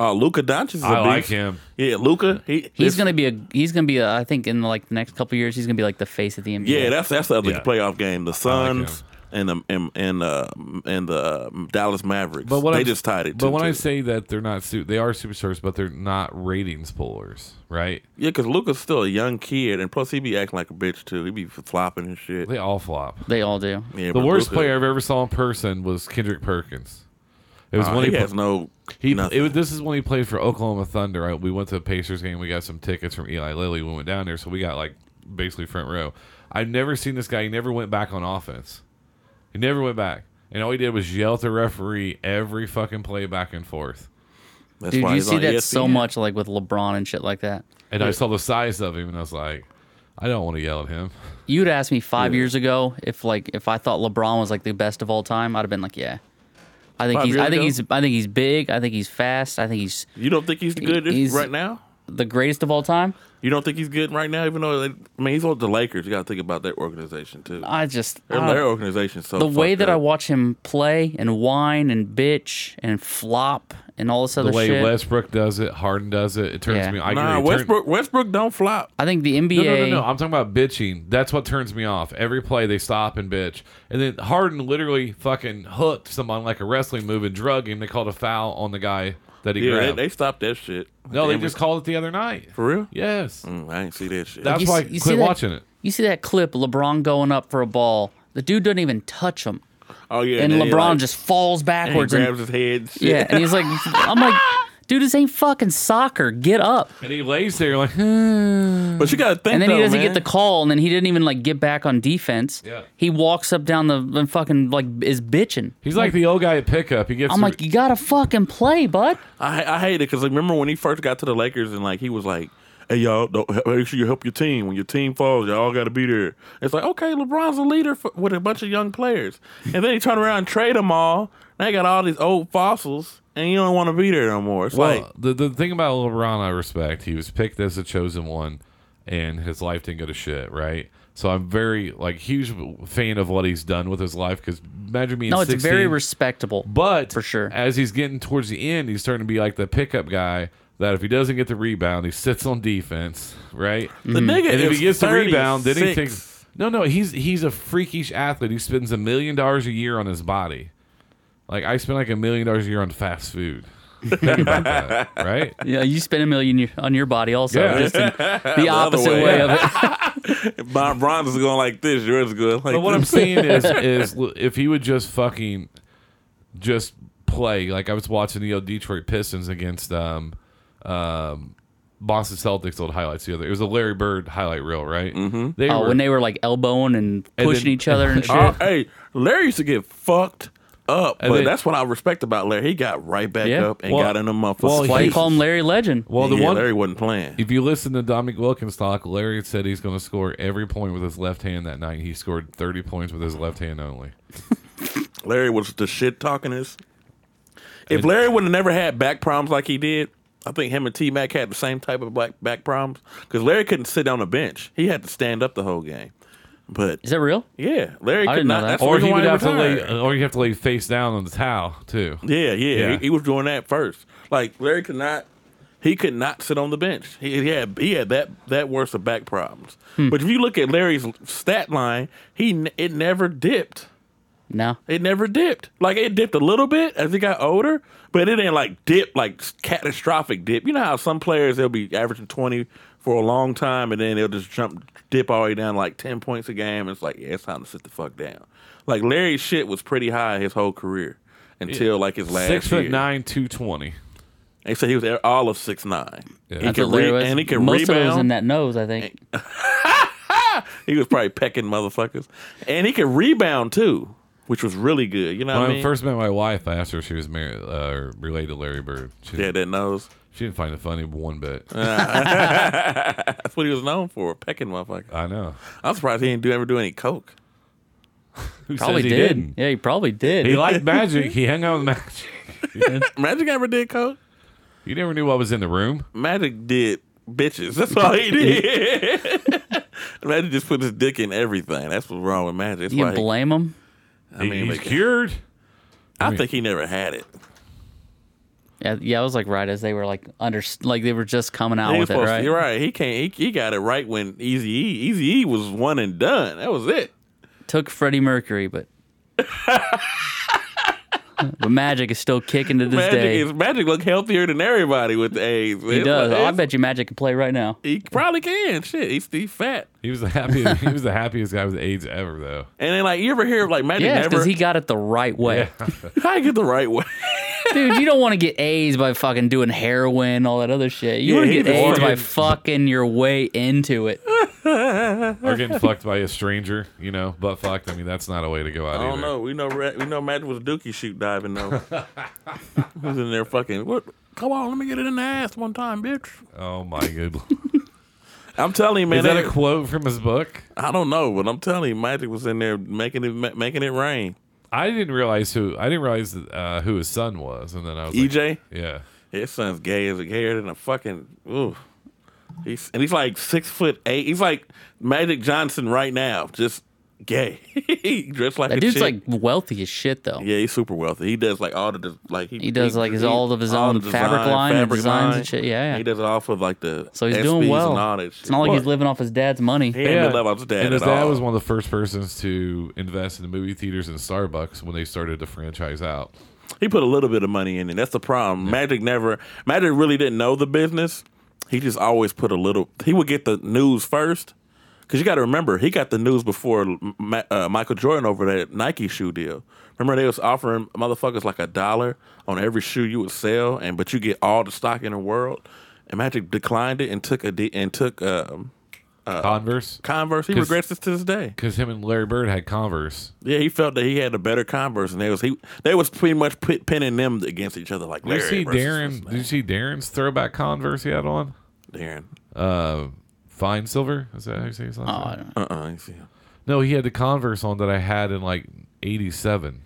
Speaker 2: Oh, Luka Doncic is a
Speaker 3: I like
Speaker 2: beast.
Speaker 3: him.
Speaker 2: Yeah, Luka. He,
Speaker 1: He's
Speaker 2: it's-
Speaker 1: gonna be a he's gonna be a, I think in like the next couple years he's gonna be like the face of the NBA.
Speaker 2: Yeah, that's that's the other
Speaker 3: Yeah.
Speaker 2: playoff game. The
Speaker 3: I like him.
Speaker 2: Suns and the and and, uh, and the um, Dallas Mavericks.
Speaker 3: But what
Speaker 2: they
Speaker 3: I'm-
Speaker 2: just tied it.
Speaker 3: But
Speaker 2: to,
Speaker 3: when
Speaker 2: to.
Speaker 3: I say that they're not, su- they are superstars, but they're not ratings pullers, right?
Speaker 2: yeah, because Luca's still a young kid, and plus he be acting like a bitch too. He be flopping and shit.
Speaker 3: They all flop.
Speaker 1: They all do.
Speaker 2: Yeah,
Speaker 3: the
Speaker 2: but
Speaker 3: worst
Speaker 2: Luka-
Speaker 3: player I've ever saw in person was Kendrick Perkins. It was
Speaker 2: uh,
Speaker 3: when
Speaker 2: he,
Speaker 3: he, pl-
Speaker 2: has no.
Speaker 3: he
Speaker 2: nothing.
Speaker 3: it was, this is when he played for Oklahoma Thunder. Right? We went to a Pacers game. We got some tickets from Eli Lilly. We went down there, so we got like basically front row. I've never seen this guy. He never went back on offense. He never went back, and all he did was yell at the referee every fucking play back and forth.
Speaker 2: That's
Speaker 1: Dude,
Speaker 2: why
Speaker 1: you
Speaker 2: he's
Speaker 1: see
Speaker 2: on E
Speaker 1: that
Speaker 2: ESPN.
Speaker 1: so much, like with LeBron and shit like that.
Speaker 3: And I saw the size of him, and I was like, I don't want to yell at him.
Speaker 1: You'd asked me five years ago if like if I thought LeBron was like the best of all time, I'd have been like, yeah. I think
Speaker 2: Five
Speaker 1: he's.
Speaker 2: years
Speaker 1: I think
Speaker 2: ago?
Speaker 1: he's. I think he's big. I think he's fast. I think he's
Speaker 2: You don't think he's good this-
Speaker 1: he's-
Speaker 2: right now?
Speaker 1: the greatest of all time.
Speaker 2: You don't think he's good right now? Even though, like, I mean, he's with the Lakers. You got to think about their organization too.
Speaker 1: I just
Speaker 2: Their,
Speaker 1: I
Speaker 2: their
Speaker 1: don't-
Speaker 2: organization so
Speaker 1: the way
Speaker 2: fucked
Speaker 1: that I
Speaker 2: up.
Speaker 1: watch him play and whine and bitch and flop and all this other
Speaker 3: The way
Speaker 1: shit.
Speaker 3: Westbrook does it, Harden does it, it turns
Speaker 1: Yeah.
Speaker 3: me. I agree.
Speaker 2: Nah,
Speaker 3: It turn-
Speaker 2: Westbrook. Westbrook don't flop.
Speaker 1: I think the NBA.
Speaker 3: No, no, no, no. I'm talking about bitching. That's what turns me off. Every play they stop and bitch. And then Harden literally fucking hooked someone like a wrestling move and drug him. They called a foul on the guy that he
Speaker 2: Yeah, they,
Speaker 3: grabbed.
Speaker 2: they stopped that shit.
Speaker 3: no, they
Speaker 2: Every-
Speaker 3: just called it the other night.
Speaker 2: for real.
Speaker 3: Yes.
Speaker 2: Mm, I ain't see that shit.
Speaker 3: That's
Speaker 1: You
Speaker 3: why
Speaker 1: see-
Speaker 3: I
Speaker 1: you see
Speaker 3: quit
Speaker 1: that-
Speaker 3: watching it.
Speaker 1: You see that clip, LeBron going up for a ball. The dude doesn't even touch him,
Speaker 2: oh yeah,
Speaker 1: and
Speaker 2: then he,
Speaker 1: LeBron
Speaker 2: like,
Speaker 1: just falls
Speaker 2: and he
Speaker 1: backwards and,
Speaker 2: grabs his head. and shit.
Speaker 1: yeah, and he's like, [laughs] I'm like, dude, this ain't fucking soccer. Get up.
Speaker 3: And he lays there like, [laughs] "Hmm."
Speaker 2: But you got to think.
Speaker 1: And then
Speaker 2: though,
Speaker 1: he doesn't get
Speaker 2: man.
Speaker 1: the call, and then he didn't even like get back on defense.
Speaker 3: Yeah.
Speaker 1: He walks up down the and fucking like is bitching.
Speaker 3: he's like the old guy at pickup. He gets.
Speaker 1: I'm
Speaker 3: the-
Speaker 1: like, you gotta fucking play, bud.
Speaker 2: I I hate it because remember when he first got to the Lakers and like he was like, "Hey y'all, don't, he- make sure you help your team. When your team falls, y'all got to be there." It's like okay, LeBron's a leader for, with a bunch of young players, and then he turned around and trade them all. Now you got all these old fossils, and you don't want to be there no more. It's
Speaker 3: Well,
Speaker 2: like
Speaker 3: the the thing about LeBron, I respect. He was picked as a chosen one, and his life didn't go to shit, right? So I'm very like huge fan of what he's done with his life. Because imagine being
Speaker 1: No, it's
Speaker 3: 16,
Speaker 1: very respectable.
Speaker 3: but
Speaker 1: for sure.
Speaker 3: as he's getting towards the end, he's starting to be like the pickup guy that if he doesn't get the rebound, he sits on defense, right?
Speaker 2: the
Speaker 1: hmm.
Speaker 2: nigga
Speaker 3: And if
Speaker 2: is
Speaker 3: he gets the
Speaker 2: 36.
Speaker 3: rebound, then he takes. No, no, he's he's a freakish athlete. He spends a million dollars a year on his body. Like I spend like a million dollars a year on fast food. Think about [laughs] that, right?
Speaker 1: Yeah, you spend a million y- on your body also.
Speaker 3: Yeah.
Speaker 1: Just
Speaker 3: [laughs]
Speaker 1: in the
Speaker 2: other
Speaker 1: opposite
Speaker 2: way.
Speaker 1: way, of
Speaker 2: [laughs]
Speaker 1: it.
Speaker 2: Bron- Bron's is going like this. Yours is good. Like
Speaker 3: But what I'm
Speaker 2: this.
Speaker 3: saying is, [laughs] is l- if he would just fucking just play, like I was watching the old Detroit Pistons against um, um, Boston Celtics old highlights the other. It was a Larry Bird highlight reel, right? Mm-hmm. They
Speaker 1: Oh,
Speaker 3: were,
Speaker 1: when they were like elbowing and pushing
Speaker 3: then-
Speaker 1: each other
Speaker 3: [laughs]
Speaker 1: and shit.
Speaker 2: Oh, hey, Larry used to get fucked up, but
Speaker 3: then-
Speaker 2: that's what I respect about Larry. He got right back
Speaker 1: Yeah.
Speaker 2: up and
Speaker 3: Well-
Speaker 2: got in the motherfucker's
Speaker 3: well, he-
Speaker 1: Why you
Speaker 2: face.
Speaker 1: call Oh, him Larry Legend?
Speaker 3: well, the
Speaker 2: yeah,
Speaker 3: one
Speaker 2: Larry wasn't playing.
Speaker 3: if you listen to Dominic Wilkenstock, Larry said he's going to score every point with his left hand that night. He scored 30 points with his left hand only.
Speaker 2: Larry was the shit talkingest. If Larry would have never had back problems like he did, I think him and T Mac had the same type of back back problems because Larry couldn't sit on the bench; he had to stand up the whole game. But
Speaker 1: Is that real?
Speaker 2: yeah, Larry
Speaker 1: I
Speaker 2: could
Speaker 1: didn't know
Speaker 2: not.
Speaker 1: that.
Speaker 2: That's
Speaker 3: Or
Speaker 2: or
Speaker 3: he would have to
Speaker 2: retired.
Speaker 3: lay, or you have to lay face down on the towel too.
Speaker 2: Yeah, yeah,
Speaker 3: Yeah.
Speaker 2: He, he was doing that first. Like Larry could not, he could not sit on the bench. He, he had he had that that worse of back problems. But if you look at Larry's stat line, he n- it never dipped.
Speaker 1: No.
Speaker 2: It never dipped. Like it dipped a little bit as it got older, but it ain't like dip like catastrophic dip. You know how some players they'll be averaging twenty for a long time and then they'll just jump dip all the way down like ten points a game. It's like yeah, it's time to sit the fuck down. Like Larry's shit was pretty high his whole career until like his last
Speaker 3: Six foot
Speaker 2: year.
Speaker 3: nine, two twenty.
Speaker 2: They said he was all of six nine.
Speaker 3: Yeah.
Speaker 2: He
Speaker 1: That's what
Speaker 2: could
Speaker 1: Larry
Speaker 2: re-
Speaker 1: was.
Speaker 2: and he could
Speaker 1: Most
Speaker 2: rebound.
Speaker 1: of it was in that nose, I think.
Speaker 2: He was probably pecking motherfuckers, and he could rebound too, which was really good. You know
Speaker 3: When
Speaker 2: what
Speaker 3: I
Speaker 2: I mean?
Speaker 3: first met my wife, I asked her if she was married uh, or related to Larry Bird. She,
Speaker 2: yeah, Uh, that nose.
Speaker 3: she didn't find it funny one bit.
Speaker 2: That's what he was known for, pecking motherfuckers.
Speaker 3: I know.
Speaker 2: I'm surprised he didn't do, ever do any coke.
Speaker 3: Who
Speaker 1: Probably
Speaker 3: says he
Speaker 1: did.
Speaker 3: didn't?
Speaker 1: Yeah, he probably did.
Speaker 2: [laughs]
Speaker 3: He liked magic. He hung out with magic. [laughs]
Speaker 2: Magic ever did coke?
Speaker 3: You never knew what was in the room.
Speaker 2: Magic did bitches. That's all he did. [laughs] Magic just put his dick in everything. That's what's wrong with Magic. That's
Speaker 1: you
Speaker 2: why he-
Speaker 1: blame him?
Speaker 2: I mean,
Speaker 3: he's
Speaker 2: like,
Speaker 3: cured.
Speaker 2: I think he never had it.
Speaker 1: Yeah, yeah, I was like right as they were like under like they were just coming out
Speaker 2: He was
Speaker 1: with it,
Speaker 2: supposed to-
Speaker 1: right?
Speaker 2: You're right. He can't. He, he got it right when Easy E. Easy E was one and done. That was it. [laughs]
Speaker 1: Took Freddie Mercury, but But Magic is still kicking to this
Speaker 2: Magic
Speaker 1: day.
Speaker 2: is Magic look healthier than everybody with the AIDS.
Speaker 1: he does. Oh, I bet you Magic can play right now.
Speaker 2: he probably can. Shit, he's he's fat.
Speaker 3: He was the happiest. he was the happiest guy with AIDS ever, though.
Speaker 2: And then like you ever hear of, like Magic
Speaker 1: Yeah,
Speaker 2: never
Speaker 1: because he got it the right way.
Speaker 2: [laughs] how you get the right way.
Speaker 1: [laughs] Dude, you don't want to get AIDS by fucking doing heroin, all that other shit. You want
Speaker 2: he
Speaker 1: to get
Speaker 2: was
Speaker 1: AIDS by
Speaker 3: working.
Speaker 1: fucking your way into it.
Speaker 3: Or getting fucked by a stranger, you know, butt fucked. I mean, that's not a way to go out.
Speaker 2: I don't
Speaker 3: either.
Speaker 2: know. We know Ra- we know Magic was dookie shoot diving
Speaker 3: [laughs]
Speaker 2: though. he was in there fucking what come on, let me get it in the ass one time, bitch.
Speaker 3: Oh my good. lord.
Speaker 2: I'm telling you, man.
Speaker 3: Is that
Speaker 2: they-
Speaker 3: a quote from his book?
Speaker 2: I don't know, but I'm telling you, Magic was in there making it ma- making it rain.
Speaker 3: I didn't realize who I didn't realize uh, who his son was, and then I was like,
Speaker 2: EJ,
Speaker 3: yeah,
Speaker 2: E his son's gay as a gayer than a fucking ooh. He's and he's like six foot eight. He's like Magic Johnson right now, just gay, [laughs] dressed like
Speaker 1: That
Speaker 2: a
Speaker 1: dude's
Speaker 2: chick.
Speaker 1: like wealthy as shit, though.
Speaker 2: yeah, he's super wealthy. He does like all the de- like he,
Speaker 1: He does, like, his-
Speaker 2: he-
Speaker 1: all of his own
Speaker 2: the
Speaker 1: fabric line and
Speaker 2: fabric
Speaker 1: designs and
Speaker 2: line.
Speaker 1: shit. Yeah, yeah.
Speaker 2: he does it all for like the
Speaker 1: So he's
Speaker 2: SBs
Speaker 1: doing well.
Speaker 2: And all that shit.
Speaker 1: It's not like he's
Speaker 2: What?
Speaker 1: living off his dad's money.
Speaker 2: he ain't in love with his dad
Speaker 3: And his
Speaker 2: at
Speaker 3: dad
Speaker 2: all.
Speaker 3: was one of the first persons to invest in the movie theaters and Starbucks when they started to franchise out.
Speaker 2: He put a little bit of money in it. That's the problem. Magic never Magic really didn't know the business. He just always put a little. He would get the news first, because you got to remember he got the news before Ma- uh, Michael Jordan over that Nike shoe deal. Remember they was offering motherfuckers like a dollar on every shoe you would sell, and but you get all the stock in the world. And Magic declined it and took a de- and took um,
Speaker 3: Converse,
Speaker 2: Converse. He
Speaker 3: 'Cause-
Speaker 2: regrets this to this day.
Speaker 3: because him and Larry Bird had Converse.
Speaker 2: Yeah, he felt that he had a better Converse, and they was he they was pretty much pit, pinning them against each other. Like
Speaker 3: Did you
Speaker 2: Larry
Speaker 3: see
Speaker 2: versus
Speaker 3: Darren?
Speaker 2: this
Speaker 3: Did you see Darren's throwback Converse he had on?
Speaker 2: Darren.
Speaker 3: Uh, fine silver. Is that how you say his last
Speaker 1: Oh, I
Speaker 3: name?
Speaker 1: don't know.
Speaker 2: Uh uh I see him.
Speaker 3: No, he had the Converse on that I had in like '87,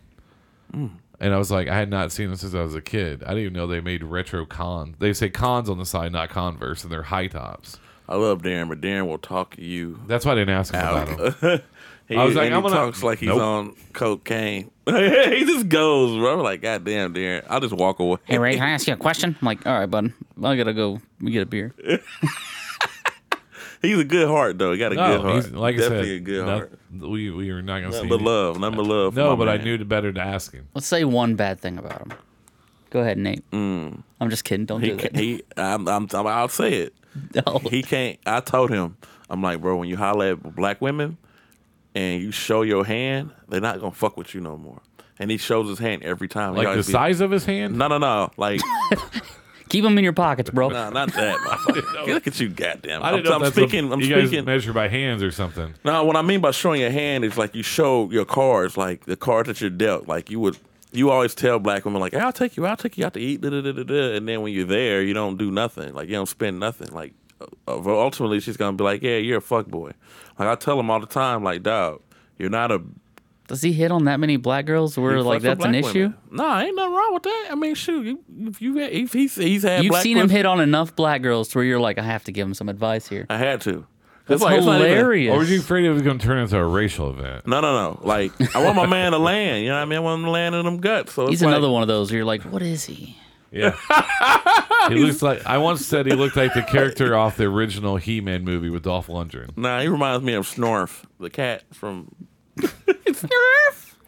Speaker 2: Mm.
Speaker 3: and I was like, I had not seen them since I was a kid. I didn't even know they made retro cons. They say cons on the side, not Converse, and they're high tops.
Speaker 2: I love Darren, but Darren will talk you.
Speaker 3: That's why I didn't ask
Speaker 2: [laughs]
Speaker 3: him about them.
Speaker 2: He,
Speaker 3: I was like,
Speaker 2: and
Speaker 3: I'm
Speaker 2: he
Speaker 3: gonna-
Speaker 2: talks like he's
Speaker 3: Nope.
Speaker 2: on
Speaker 3: [laughs]
Speaker 2: cocaine. he just goes, bro. I'm like, God damn, Darren. I'll just walk away.
Speaker 1: Hey, Ray, can I ask you a question? I'm like, all right, bud. I gotta go get a beer.
Speaker 2: He's a good heart, though. He got a good
Speaker 3: No,
Speaker 2: heart.
Speaker 3: he's, like
Speaker 2: Definitely
Speaker 3: I said,
Speaker 2: a good
Speaker 3: no-
Speaker 2: heart.
Speaker 3: we we were not gonna
Speaker 2: Nothing
Speaker 3: see.
Speaker 2: but love. Nothing but love. for
Speaker 3: No,
Speaker 2: my
Speaker 3: but I
Speaker 2: man.
Speaker 3: knew to better to ask him.
Speaker 1: Let's say one bad thing about him. Go ahead, Nate. I'm just kidding. Don't
Speaker 2: Mm. He,
Speaker 1: do that.
Speaker 2: ca- he I'm, I'm, I'm, I'll say it.
Speaker 1: [laughs] No.
Speaker 2: He can't. I told him, I'm like, bro, when you holler at black women and you show your hand, they're not going to fuck with you no more. And he shows his hand every time. He
Speaker 3: Like the
Speaker 2: always be-
Speaker 3: size of his hand.
Speaker 2: No, no, no. Like,
Speaker 1: Keep him in your pockets, bro.
Speaker 2: [laughs] No, not that.
Speaker 3: [laughs]
Speaker 2: motherfucker. Look at you, goddamn.
Speaker 3: I
Speaker 2: I'm,
Speaker 3: didn't know
Speaker 2: I'm
Speaker 3: if that's
Speaker 2: speaking.
Speaker 3: A,
Speaker 2: I'm
Speaker 3: you guys
Speaker 2: speaking.
Speaker 3: measure by hands or something.
Speaker 2: No, what I mean by showing your hand is like you show your cards, like the cards that you're dealt. Like you would, you always tell black women, like, "Hey, I'll take you, I'll take you out to eat, da, da, da, da, da. and then when you're there, you don't do nothing. Like you don't spend nothing. Like uh, uh, ultimately, she's gonna be like, "Yeah, you're a fuck boy." Like I tell them all the time, like, "Dog, you're not a
Speaker 1: Does he hit on that many black girls where
Speaker 2: you
Speaker 1: like
Speaker 2: fuck with
Speaker 1: that's an
Speaker 2: black
Speaker 1: issue?
Speaker 2: women." No, ain't nothing wrong with that. I mean, shoot, you, if you if he's he's had
Speaker 1: You've
Speaker 2: black
Speaker 1: seen him
Speaker 2: women-
Speaker 1: hit on enough black girls to where you're like, I have to give him some advice here.
Speaker 2: I had to.
Speaker 1: That's
Speaker 2: It's like- it's not even-
Speaker 1: hilarious.
Speaker 3: Or was you afraid it was going to turn into a racial event?
Speaker 2: No, no, no. Like I want my man to land. You know what I mean? I want him to land in them guts. So it's
Speaker 1: He's
Speaker 2: like,
Speaker 1: another one of those where you're like, what is he?
Speaker 3: Yeah. he looks like I once said he looked like the character off the original He-Man movie with Dolph Lundgren.
Speaker 2: Nah, he reminds me of Snorf, the cat
Speaker 3: [laughs]
Speaker 2: from.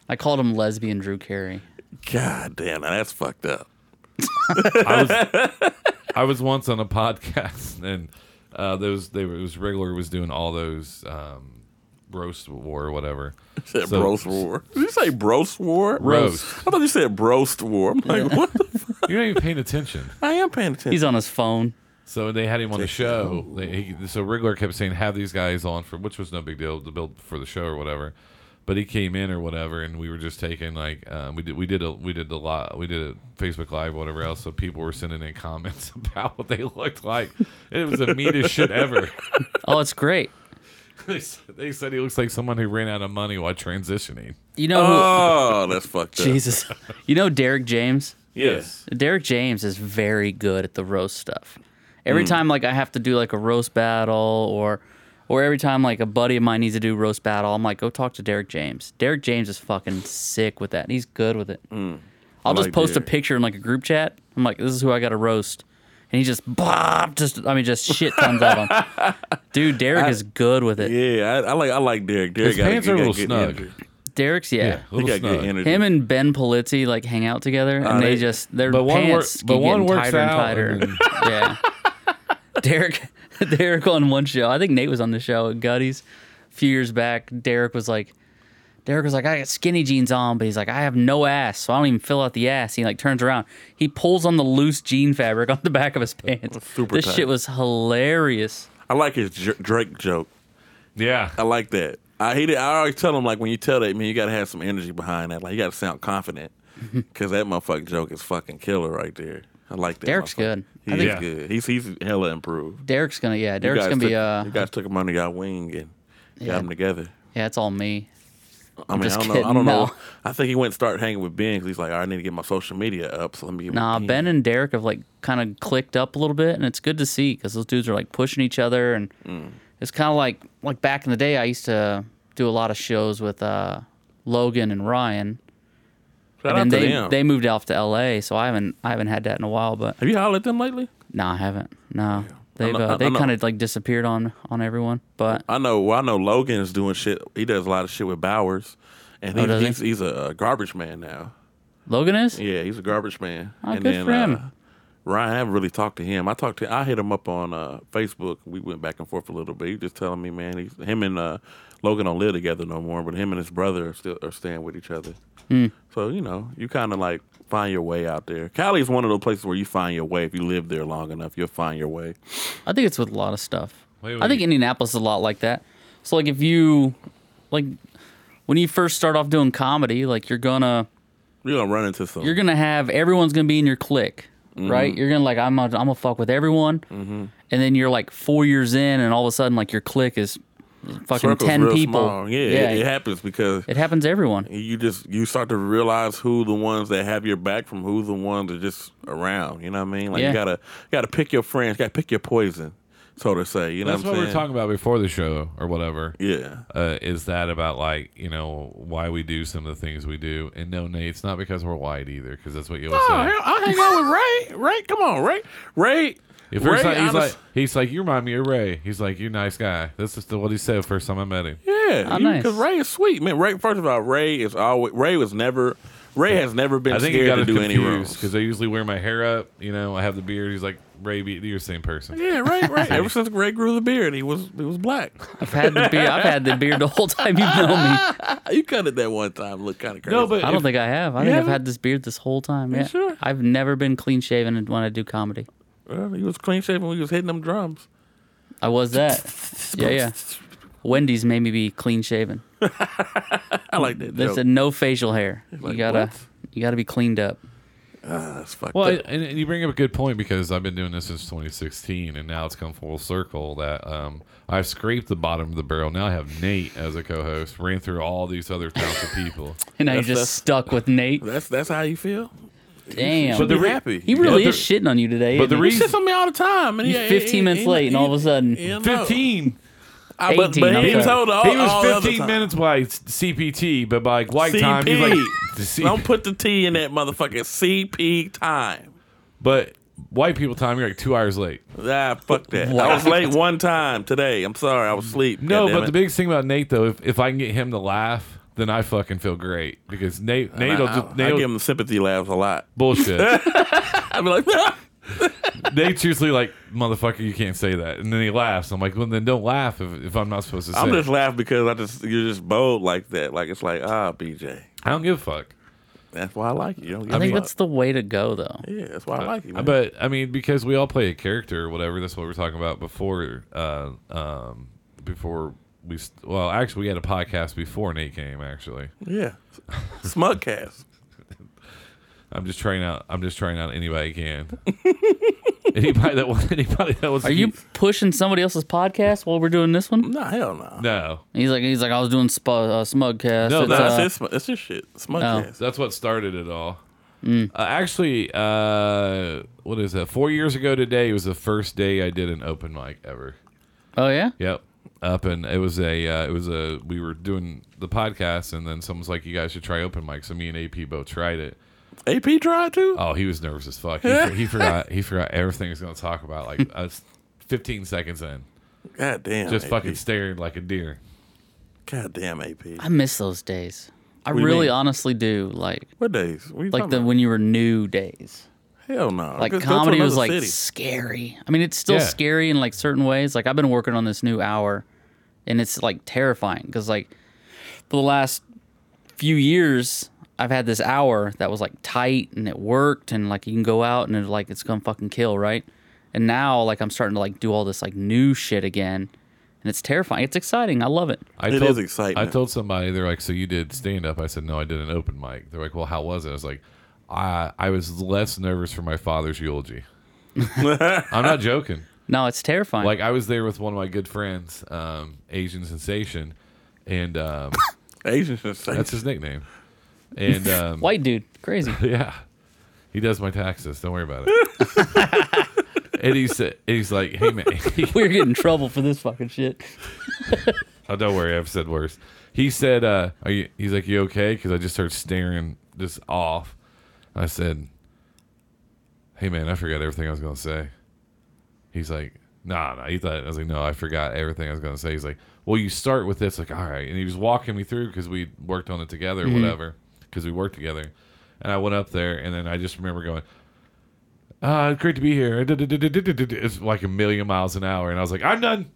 Speaker 1: I called him lesbian Drew Carey.
Speaker 2: God damn, now that's fucked up.
Speaker 3: I was I was once on a podcast [laughs] and uh, those they were, it was regular was doing all those um, roast war or whatever.
Speaker 2: Said
Speaker 3: So-
Speaker 2: brost war. Did you say brost war?
Speaker 3: Roast.
Speaker 2: I thought you said brost war. I'm like, what? The f-
Speaker 3: You're not even paying attention.
Speaker 2: I am paying attention.
Speaker 1: He's on his phone.
Speaker 3: So they had him on the show. They, he, so Riggler kept saying, "Have these guys on for," which was no big deal to build for the show or whatever. But he came in or whatever, and we were just taking like um, we did we did a we did a lot we did a Facebook live whatever else. So people were sending in comments [laughs] about what they looked like. And it was the meanest shit ever.
Speaker 1: Oh, it's great.
Speaker 3: they, said, they said he looks like someone who ran out of money while transitioning.
Speaker 1: You know who?
Speaker 2: oh, that's fucked
Speaker 1: [laughs]
Speaker 2: up.
Speaker 1: Jesus. You know Derek James?
Speaker 2: Yes.
Speaker 1: Derek James is very good at the roast stuff. Every
Speaker 2: Hmm.
Speaker 1: time like I have to do like a roast battle or or every time like a buddy of mine needs to do roast battle, I'm like, go talk to Derek James. Derek James is fucking sick with that. He's good with it. I'll just
Speaker 2: Hmm. like
Speaker 1: post
Speaker 2: Derek.
Speaker 1: a picture in like a group chat. I'm like, this is who I got to roast. And he just bop, just I mean, just shit tons of them.
Speaker 2: [laughs]
Speaker 1: Dude, Derek is good with it.
Speaker 2: Yeah, I, I like I like Derek. Derek
Speaker 3: His
Speaker 2: got,
Speaker 3: pants
Speaker 2: he
Speaker 3: are a
Speaker 2: got
Speaker 3: little
Speaker 2: good
Speaker 3: snug.
Speaker 2: energy.
Speaker 1: Derek's, yeah.
Speaker 3: Yeah,
Speaker 2: He
Speaker 3: little
Speaker 2: got good
Speaker 3: snug.
Speaker 2: energy.
Speaker 1: Him and Ben Polizzi like hang out together, and
Speaker 2: Uh,
Speaker 1: they,
Speaker 2: they-
Speaker 1: just their
Speaker 3: but one wor-
Speaker 1: pants
Speaker 3: but
Speaker 1: keep
Speaker 3: one
Speaker 1: getting
Speaker 3: works
Speaker 1: tighter and
Speaker 3: out
Speaker 1: tighter.
Speaker 3: and then-
Speaker 1: [laughs] yeah, [laughs] Derek, Derek on one show. I think Nate was on the show at Gutty's a few years back. Derek was like, Derek was like, I got skinny jeans on, but he's like, I have no ass, so I don't even fill out the ass. He like turns around, he pulls on the loose jean fabric on the back of his pants.
Speaker 2: Super
Speaker 1: this
Speaker 2: tight.
Speaker 1: shit was hilarious.
Speaker 2: I like his J- Drake joke.
Speaker 3: Yeah.
Speaker 2: I like that. I hate it. I always tell him like when you tell that man, you gotta have some energy behind that. Like you gotta
Speaker 1: [laughs]
Speaker 2: sound confident, because that motherfucking joke is fucking killer right there. I like that.
Speaker 1: Derek's
Speaker 2: motherfucker.
Speaker 1: good. I
Speaker 2: He is
Speaker 1: think-
Speaker 3: Yeah.
Speaker 2: good. He's he's hella improved.
Speaker 1: Derek's gonna, yeah,
Speaker 2: You
Speaker 1: Derek's
Speaker 2: guys
Speaker 1: gonna be,
Speaker 2: took-
Speaker 1: uh,
Speaker 2: you guys took him under your wing and
Speaker 1: Yeah.
Speaker 2: got him together.
Speaker 1: yeah, it's all me.
Speaker 2: I mean, I
Speaker 1: just
Speaker 2: don't know. I
Speaker 1: kidding,
Speaker 2: don't
Speaker 1: no.
Speaker 2: know. I think he went and started hanging with Ben because he's like, "All right, I need to get my social media up, so let me get with
Speaker 1: Nah, Ben and Derek have like kind of clicked up a little bit, and it's good to see because those dudes are like pushing each other, and
Speaker 2: Mm.
Speaker 1: it's kind of like like back in the day. I used to do a lot of shows with uh, Logan and Ryan,
Speaker 2: Shout out
Speaker 1: and
Speaker 2: to
Speaker 1: then they
Speaker 2: them.
Speaker 1: they moved off to L.A. So I haven't I haven't had that in a while, but
Speaker 2: Have you hollered at them lately?
Speaker 1: no, I haven't. No, they've
Speaker 2: know- I-
Speaker 1: uh,
Speaker 2: I
Speaker 1: they
Speaker 2: know.
Speaker 1: kind of like disappeared on on everyone, but
Speaker 2: I know. Well, I know Logan's doing shit. He does a lot of shit with Bowers, and he's
Speaker 1: Oh, does he?
Speaker 2: he's, he's a garbage man now.
Speaker 1: Logan is
Speaker 2: Yeah, he's a garbage man. uh,
Speaker 1: Oh, good for him.
Speaker 2: Ryan, I haven't really talked to him. I talked to I hit him up on uh, Facebook. We went back and forth a little bit. He was just telling me, man, he's him and uh, Logan don't live together no more, but him and his brother are still are staying with each other.
Speaker 1: Hmm.
Speaker 2: So you know, you kind of like find your way out there. Cali is one of those places where you find your way. If you live there long enough, you'll find your way.
Speaker 1: I think it's with a lot of stuff.
Speaker 3: Wait,
Speaker 1: I
Speaker 3: wait.
Speaker 1: think Indianapolis is a lot like that. So like if you like when you first start off doing comedy, like you're gonna
Speaker 2: You're gonna run into some.
Speaker 1: you're gonna have everyone's gonna be in your clique,
Speaker 2: Mm-hmm.
Speaker 1: right? You're gonna like I'm a, I'm gonna fuck with everyone, and then you're like four years in, and all of a sudden like your clique is fucking
Speaker 2: circle's
Speaker 1: ten
Speaker 2: real
Speaker 1: people.
Speaker 2: small. Yeah, It, it happens because
Speaker 1: it happens to everyone.
Speaker 2: you just you start to realize who the ones that have your back from who the ones that just around. You know what I mean? Like
Speaker 1: Yeah.
Speaker 2: you gotta gotta pick your friends, gotta pick your poison, so to say. You know
Speaker 3: That's
Speaker 2: what
Speaker 3: what
Speaker 2: I'm
Speaker 3: we were
Speaker 2: saying?
Speaker 3: talking about before the show or whatever.
Speaker 2: yeah.
Speaker 3: Uh, is that about like you know why we do some of the things we do? And no, Nate, it's not because we're white either, because that's what you always say.
Speaker 2: Oh, I'll hang out with Ray. Ray, come on, Ray. Ray.
Speaker 3: If first time, he's like, he's like, you remind me of Ray. He's like, you're a nice guy. That's just what he said first time I met him.
Speaker 2: yeah,
Speaker 1: Oh,
Speaker 2: because
Speaker 1: nice.
Speaker 2: Ray is sweet, man. Ray, first of all, Ray is always Ray was never Ray has never been
Speaker 3: I think he
Speaker 2: scared
Speaker 3: got
Speaker 2: to
Speaker 3: it
Speaker 2: do any
Speaker 3: confused
Speaker 2: rooms.
Speaker 3: because I usually wear my hair up. You know, I have the beard. He's like, Ray, be- you're the same person.
Speaker 2: Yeah,
Speaker 3: [laughs]
Speaker 2: right, right. Ever since Ray grew the beard, he was he was black. [laughs]
Speaker 1: I've had the beard. I've had the beard the whole time you've known me.
Speaker 2: you cut it that one time. Look kind of crazy.
Speaker 3: No, but
Speaker 1: I don't
Speaker 3: if-
Speaker 1: think I have. I think I've
Speaker 2: haven't?
Speaker 1: had this beard this whole time. Yeah,
Speaker 2: sure?
Speaker 1: I've never been clean shaven when I do comedy.
Speaker 2: Well, he was clean shaven when he was hitting them drums.
Speaker 1: I was that. Yeah, yeah. Wendy's made me be clean shaven.
Speaker 2: I like that.
Speaker 1: They
Speaker 2: joke.
Speaker 1: said no facial hair.
Speaker 2: Like,
Speaker 1: you gotta,
Speaker 2: what?
Speaker 1: you gotta be cleaned up.
Speaker 2: That's fucked
Speaker 3: Well,
Speaker 2: up.
Speaker 3: and, and you bring up a good point because I've been doing this since 2016, and now it's come full circle that um, I've scraped the bottom of the barrel. Now I have Nate as a co-host. Ran through all these other talented
Speaker 2: [laughs]
Speaker 3: people.
Speaker 1: And now you're just
Speaker 2: That's- that's-
Speaker 1: stuck with Nate.
Speaker 2: that's that's how you feel.
Speaker 1: Damn.
Speaker 2: But
Speaker 3: the
Speaker 2: they're
Speaker 3: re-
Speaker 2: happy.
Speaker 1: he really
Speaker 3: but
Speaker 1: is shitting on you today.
Speaker 3: but the
Speaker 1: isn't he?
Speaker 2: He
Speaker 3: reason-
Speaker 2: sits on me all the time. And he,
Speaker 1: He's 15 minutes late, and all of a sudden-
Speaker 2: he- he- no.
Speaker 3: 15.
Speaker 2: I- but,
Speaker 1: 18,
Speaker 2: but
Speaker 1: I'm
Speaker 2: he was
Speaker 1: sorry.
Speaker 2: told all,
Speaker 3: he was
Speaker 2: all Oh, the other
Speaker 3: 15
Speaker 2: time.
Speaker 3: minutes by s- CPT, but by white
Speaker 2: CP.
Speaker 3: time he's like the
Speaker 2: Don't
Speaker 3: CP.
Speaker 2: put the T in that motherfucking CP time.
Speaker 3: But white people time, you're like two hours late.
Speaker 2: Ah, fuck that. I
Speaker 1: Wow.
Speaker 2: was late one time today. I'm sorry. I was asleep.
Speaker 3: No,
Speaker 2: Goddamn
Speaker 3: but
Speaker 2: it.
Speaker 3: the biggest thing about Nate though, if, if I can get him to laugh, then I fucking feel great because Nate
Speaker 2: I,
Speaker 3: Nate will
Speaker 2: I,
Speaker 3: just
Speaker 2: I
Speaker 3: Nate
Speaker 2: give
Speaker 3: will,
Speaker 2: him the sympathy laughs a lot. [laughs]
Speaker 3: bullshit.
Speaker 2: I'd be like, [laughs]
Speaker 3: Nate's usually like, motherfucker, you can't say that. And then he laughs. I'm like, well, then don't laugh if, if I'm not supposed to say
Speaker 2: I'm
Speaker 3: it.
Speaker 2: just laughing because I just you're just bold like that. Like it's like ah, BJ.
Speaker 3: I don't give a fuck.
Speaker 2: That's why I like you. You don't give
Speaker 1: I
Speaker 2: a
Speaker 1: think
Speaker 2: fuck.
Speaker 1: that's the way to go, though.
Speaker 2: yeah. That's why I like you. man.
Speaker 3: But I mean, because we all play a character or whatever. That's what we were talking about before. Uh, um, before we, st- well, actually, we had a podcast before Nate came. Actually,
Speaker 2: Yeah. [laughs] Smugcast.
Speaker 3: I'm just trying out. I'm just trying out anybody
Speaker 2: [laughs]
Speaker 3: I can. anybody that wants. Anybody that wants.
Speaker 1: Are you pushing somebody else's podcast while we're doing this one?
Speaker 2: No, hell no.
Speaker 3: No,
Speaker 1: He's like, he's like, I was doing sp- uh, Smugcast.
Speaker 3: No,
Speaker 1: It's,
Speaker 2: No,
Speaker 3: that's
Speaker 1: uh,
Speaker 2: that's, his, that's his shit. Smugcast.
Speaker 3: That's what started it all. Uh, actually, uh, what is that? Four years ago today was the first day I did an open mic ever.
Speaker 1: oh yeah.
Speaker 3: Yep. Up and it was a uh, it was a we were doing the podcast and then someone's like you guys should try open mic so me and AP both tried it
Speaker 2: AP tried too?
Speaker 3: oh he was nervous as fuck he, for- he forgot he forgot everything he was gonna talk about like us fifteen seconds in
Speaker 2: God damn.
Speaker 3: just
Speaker 2: AP.
Speaker 3: fucking staring like a deer
Speaker 2: God damn AP.
Speaker 1: I miss those days. I
Speaker 2: What do you
Speaker 1: really
Speaker 2: mean?
Speaker 1: honestly do like
Speaker 2: What days? What you
Speaker 1: like
Speaker 2: talking
Speaker 1: the
Speaker 2: about?
Speaker 1: when you were new days.
Speaker 2: hell no.
Speaker 1: Like
Speaker 2: Just go to
Speaker 1: comedy was like
Speaker 2: another city.
Speaker 1: scary. I mean, it's still
Speaker 3: Yeah.
Speaker 1: scary in like certain ways. Like I've been working on this new hour, and it's like terrifying because like for the last few years, I've had this hour that was like tight and it worked, and like you can go out and it, like it's gonna fucking kill, right? And now like I'm starting to like do all this like new shit again, and it's terrifying. It's exciting. I love it.
Speaker 3: I
Speaker 2: It
Speaker 3: told,
Speaker 2: is exciting.
Speaker 3: I told somebody they're like, "So you did stand up?" I said, "No, I did an open mic." They're like, "Well, how was it?" I was like, "I I was less nervous for my father's
Speaker 2: [laughs]
Speaker 3: eulogy." I'm not joking.
Speaker 1: No, it's terrifying.
Speaker 3: Like I was there with one of my good friends, um, Asian Sensation, and um,
Speaker 2: Asian sensation.
Speaker 3: that's his nickname. And um,
Speaker 1: White dude, crazy.
Speaker 2: [laughs]
Speaker 3: yeah. He does my taxes. Don't worry about it. and he said, he's like, hey, man. [laughs]
Speaker 1: We're getting in trouble for this fucking shit.
Speaker 3: oh, don't worry. I've said worse. He said, uh, are you, he's like, you okay? Because I just started staring just off. I said, hey, man, I forgot everything I was going to say. He's like, nah, nah. He thought, I was like, no, I forgot everything I was going to say. He's like, well, you start with this. Like, all right. And he was walking me through because we worked on it together or whatever, because we worked together. And I went up there and then I just remember going, uh, it's great to be here. It's like a million miles an hour. And I was like, I'm done.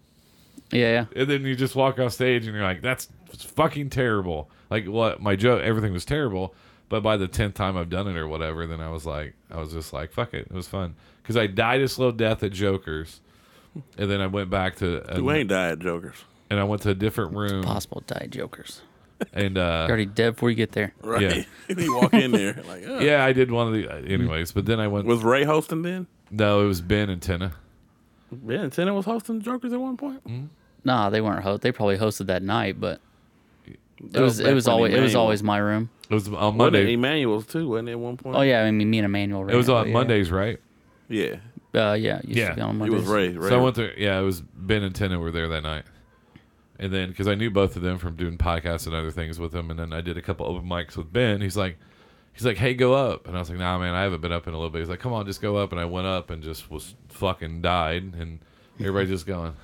Speaker 1: Yeah, yeah.
Speaker 3: And then you just walk off stage and you're like, that's fucking terrible. Like, what? My joke, everything was terrible. But by the 10th time I've done it or whatever, then I was like, I was just like, fuck it. It was fun. Because I died a slow death at Joker's. And then I went back to,
Speaker 2: You ain't died, Jokers. [laughs]
Speaker 3: and I went to a different room.
Speaker 1: Possible die jokers.
Speaker 3: And, uh,
Speaker 1: You're already dead before you get there.
Speaker 2: Right. [laughs] he walk in there
Speaker 1: [laughs]
Speaker 2: like, uh,
Speaker 3: yeah, I did one of the, anyways. But then I went,
Speaker 2: Was Ray hosting then?
Speaker 3: no, it was Ben and Tina.
Speaker 2: Yeah, and Tina was hosting Jokers at one point.
Speaker 1: Nah, they weren't host. They probably hosted that night, but it
Speaker 3: Oh,
Speaker 1: was it
Speaker 2: back
Speaker 1: was
Speaker 2: when
Speaker 1: always it was
Speaker 2: Emmanuel-
Speaker 1: always my room.
Speaker 3: It was on
Speaker 2: Wasn't it
Speaker 3: Monday.
Speaker 2: Emmanuel's too, wasn't it? At one point.
Speaker 1: Oh yeah, I mean me and Emmanuel. ran
Speaker 3: It was
Speaker 1: but
Speaker 3: on
Speaker 1: Oh, yeah.
Speaker 3: Mondays, right?
Speaker 2: yeah.
Speaker 1: Uh, yeah, it used
Speaker 3: Yeah.
Speaker 1: to be on
Speaker 2: He
Speaker 1: Mondays.
Speaker 2: was Ray. Ray.
Speaker 3: So I went there. Yeah, it was Ben and Tina were there that night, and then because I knew both of them from doing podcasts and other things with them, and then I did a couple open mics with Ben. He's like, he's like, hey, go up, and I was like, nah, man, I haven't been up in a little bit. He's like, come on, just go up, and I went up and just was fucking died, and everybody just going,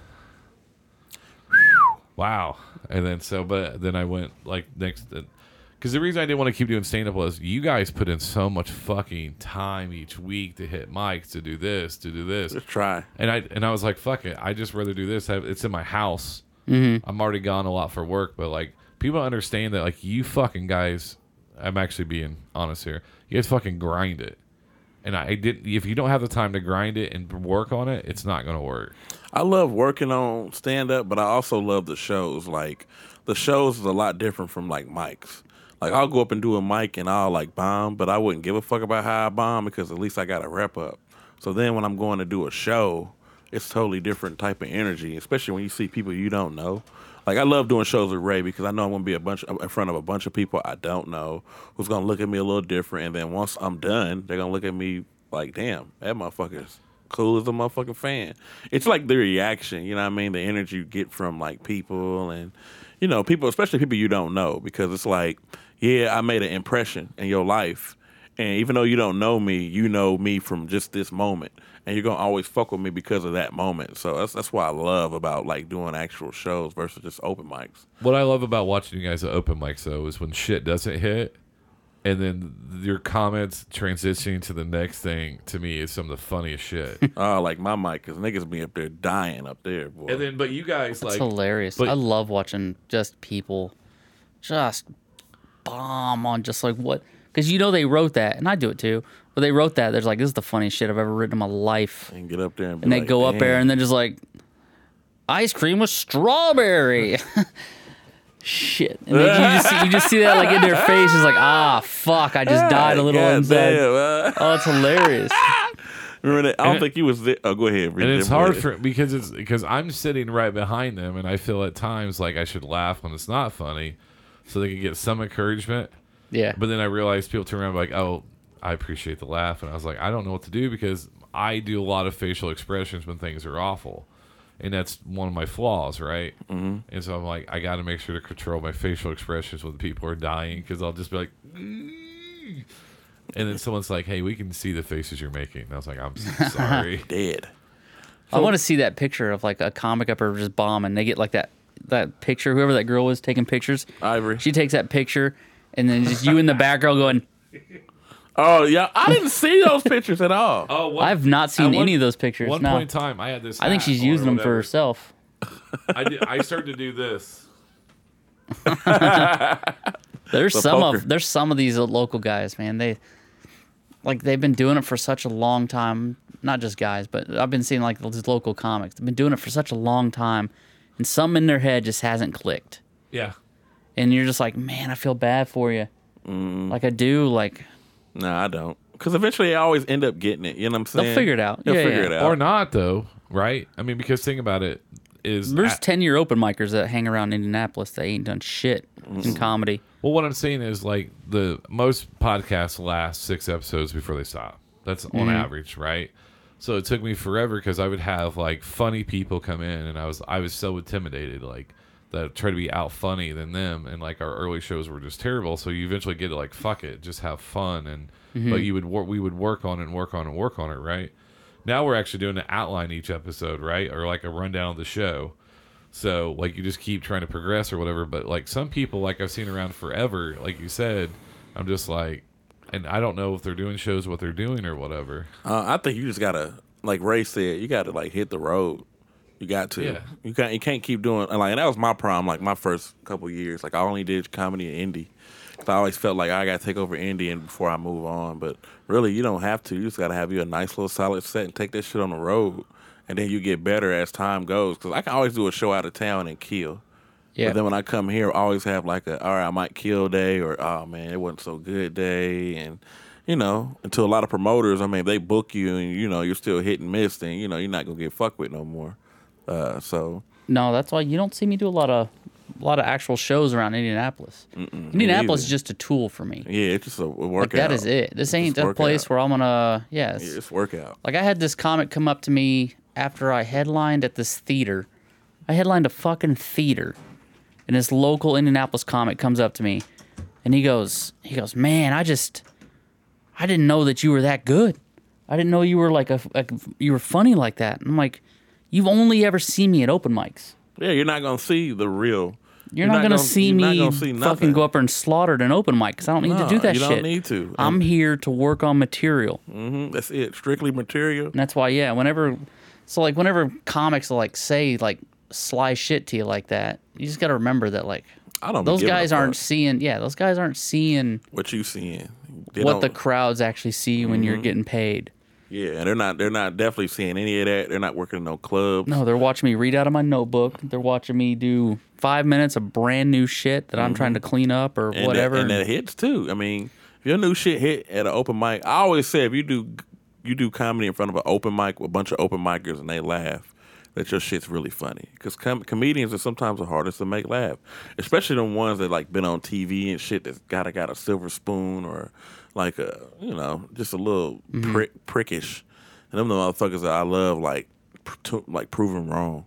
Speaker 3: wow, and then so, but then I went like next. because the reason I didn't want to keep doing stand up was you guys put in so much fucking time each week to hit mics, to do this, to do this.
Speaker 2: Just try.
Speaker 3: And I and I was like, fuck it. I just rather do this. I, it's in my house. I'm already gone a lot for work, but like people understand that like you fucking guys. I'm actually being honest here. You guys fucking grind it. And I didn't. If you don't have the time to grind it and work on it, it's not gonna work.
Speaker 2: I love working on stand up, but I also love the shows. Like the shows is a lot different from like mics. Like I'll go up and do a mic and I'll like bomb, but I wouldn't give a fuck about how I bomb because at least I got a rep up. So then when I'm going to do a show, it's totally different type of energy, especially when you see people you don't know. Like I love doing shows with Ray because I know I'm gonna be a bunch in front of a bunch of people I don't know who's gonna look at me a little different, and then once I'm done, they're gonna look at me like, "Damn, that motherfucker's cool as a motherfucking fan." It's like the reaction, you know what I mean? The energy you get from like people and you know people, especially people you don't know, because it's like, yeah, I made an impression in your life, and even though you don't know me, you know me from just this moment. And you're gonna always fuck with me because of that moment. So that's that's what I love about like doing actual shows versus just open mics.
Speaker 3: What I love about watching you guys at open mics though is when shit doesn't hit, and then your comments transitioning to the next thing. To me, is some of the
Speaker 1: [laughs]
Speaker 3: funniest shit.
Speaker 2: Oh, like my mic, cause niggas be up there dying up there, boy.
Speaker 3: and then, but you guys
Speaker 1: It's
Speaker 3: like
Speaker 1: hilarious.
Speaker 3: but-
Speaker 1: I love watching just people just bomb on just like what because you know they wrote that and I do it too. But they wrote that. There's like this is the funniest shit I've ever written in my life.
Speaker 2: and get up there and, be
Speaker 1: and they
Speaker 2: like,
Speaker 1: go up there
Speaker 2: "Damn."
Speaker 1: and they're just like ice cream with strawberry [laughs] shit and then you just, see, you just see that like in their face it's like ah fuck i just died a little
Speaker 2: God
Speaker 1: in bed
Speaker 2: damn, uh,
Speaker 1: oh it's hilarious
Speaker 2: remember that? I don't
Speaker 3: it-
Speaker 2: think you was there. Oh, go ahead.
Speaker 3: and it's hard for because it's because I'm sitting right behind them, and I feel at times like I should laugh when it's not funny, so they can get some encouragement.
Speaker 1: yeah
Speaker 3: But then I realized people turn around and be like, "Oh, I appreciate the laugh," and I was like, "I don't know what to do because I do a lot of facial expressions when things are awful, and that's one of my flaws, right?" Mm-hmm. And so I'm like, I got to make sure to control my facial expressions when people are dying because I'll just be like. "Mm." And then someone's like, "Hey, we can see the faces you're making." And I was like, "I'm so sorry."
Speaker 2: dead.
Speaker 1: i want to see that picture of like a comic up or just bomb and they get like that that picture whoever that girl was taking pictures
Speaker 2: Ivory.
Speaker 1: she takes that picture and then just you in the back row going.
Speaker 2: Oh yeah, I didn't see those pictures at all. [laughs]
Speaker 3: Oh, one,
Speaker 1: I've not seen
Speaker 3: at one-
Speaker 1: any of those pictures.
Speaker 3: One
Speaker 1: no,
Speaker 3: point in time, I had this.
Speaker 1: I think
Speaker 3: hat
Speaker 1: she's
Speaker 3: on or
Speaker 1: using them for
Speaker 3: whatever.
Speaker 1: herself.
Speaker 3: I, did, I started to do this.
Speaker 1: There's some
Speaker 2: poker.
Speaker 1: of there's some of these local guys, man. They like they've been doing it for such a long time. Not just guys, but I've been seeing like these local comics. They've been doing it for such a long time, and some in their head just hasn't clicked.
Speaker 3: Yeah,
Speaker 1: And you're just like, man, I feel bad for you.
Speaker 2: Mm.
Speaker 1: Like I do. Like
Speaker 2: No, I don't. Because eventually, I always end up getting it. You know what I'm saying?
Speaker 1: figure it out.
Speaker 2: They'll
Speaker 1: Yeah,
Speaker 2: figure
Speaker 1: yeah.
Speaker 2: it out.
Speaker 3: or not though, right? I mean, because think about it is
Speaker 1: there's
Speaker 3: at-
Speaker 1: ten year open micers that hang around Indianapolis that ain't done shit
Speaker 2: Mm.
Speaker 1: in comedy.
Speaker 3: well, what I'm saying is like the most podcasts last six episodes before they stop. That's on average, right? So it took me forever because I would have like funny people come in, and I was I was so intimidated, like that I try to be out funny than them, and like our early shows were just terrible. So you eventually get to like fuck it, just have fun, and but you would wor- we would work on and work on and work on it, right? Now we're actually doing an outline each episode, right, or like a rundown of the show. So like you just keep trying to progress or whatever. But like some people, like I've seen around forever, like you said, I'm just like, and I don't know if they're doing shows, what they're doing or whatever.
Speaker 2: Uh, I think you just gotta, like Ray said, you gotta like hit the road. You got to.
Speaker 3: Yeah.
Speaker 2: You can't. You can't keep doing. And like and that was my problem. Like my first couple years, like I only did comedy and indie. 'Cause I always felt like I gotta take over indie and before I move on. But really, you don't have to. You just gotta have you a nice little solid set and take that shit on the road. And then you get better as time goes. Because I can always do a show out of town and kill.
Speaker 1: Yeah,
Speaker 2: But then when I come here, I always have like a all right, I might kill day or oh man, it wasn't so good day and you know, until a lot of promoters, I mean, if they book you and you know you're still hit and miss, then you know you're not gonna get fucked with no more. Uh, so
Speaker 1: No, that's why you don't see me do a lot of a lot of actual shows around Indianapolis. Indianapolis is
Speaker 2: neither.
Speaker 1: just a tool for me.
Speaker 2: yeah, it's just a, a workout.
Speaker 1: Like that is it. This
Speaker 2: It's
Speaker 1: ain't
Speaker 2: just
Speaker 1: a
Speaker 2: workout.
Speaker 1: place where I'm gonna yes.
Speaker 2: Yeah, it's workout.
Speaker 1: Like I had this comic come up to me after I headlined at this theater. I headlined a fucking theater, and this local Indianapolis comic comes up to me, and he goes, he goes, man, I just, I didn't know that you were that good. I didn't know you were like a, a you were funny like that. And I'm like, you've only ever seen me at open mics.
Speaker 2: Yeah, you're not gonna see the real.
Speaker 1: You're, not, gonna see
Speaker 2: you're not
Speaker 1: me
Speaker 2: gonna see nothing.
Speaker 1: fucking go up there and slaughtered an open mic because I don't need
Speaker 2: No,
Speaker 1: to do that
Speaker 2: you
Speaker 1: shit.
Speaker 2: don't need to.
Speaker 1: I'm here to work on material.
Speaker 2: Mhm, that's it. Strictly material.
Speaker 1: And that's why, yeah, whenever, so like, whenever comics will like say like sly shit to you like that, you just got to remember that like
Speaker 2: I don't. be
Speaker 1: those
Speaker 2: giving a
Speaker 1: guys aren't
Speaker 2: fuck
Speaker 1: seeing, yeah, those guys aren't seeing
Speaker 2: what you seeing. They
Speaker 1: what the
Speaker 2: don't- Mm-hmm.
Speaker 1: crowds actually see when you're getting paid.
Speaker 2: yeah, and they're not. They're not definitely seeing any of that. They're not working in no clubs.
Speaker 1: No, they're watching me read out of my notebook. They're watching me do five minutes of brand new shit that I'm trying to clean up or
Speaker 2: Mm-hmm. and
Speaker 1: whatever.
Speaker 2: That, and that hits too. I mean, if your new shit hit at an open mic, I always say if you do you do comedy in front of an open mic with a bunch of open micers and they laugh, that your shit's really funny. Because com- comedians are sometimes the hardest to make laugh, especially the ones that like been on TV and shit that's gotta got a silver spoon or like a you know just a little prick, prickish. And them the motherfuckers that I love like pr- to- like proven wrong.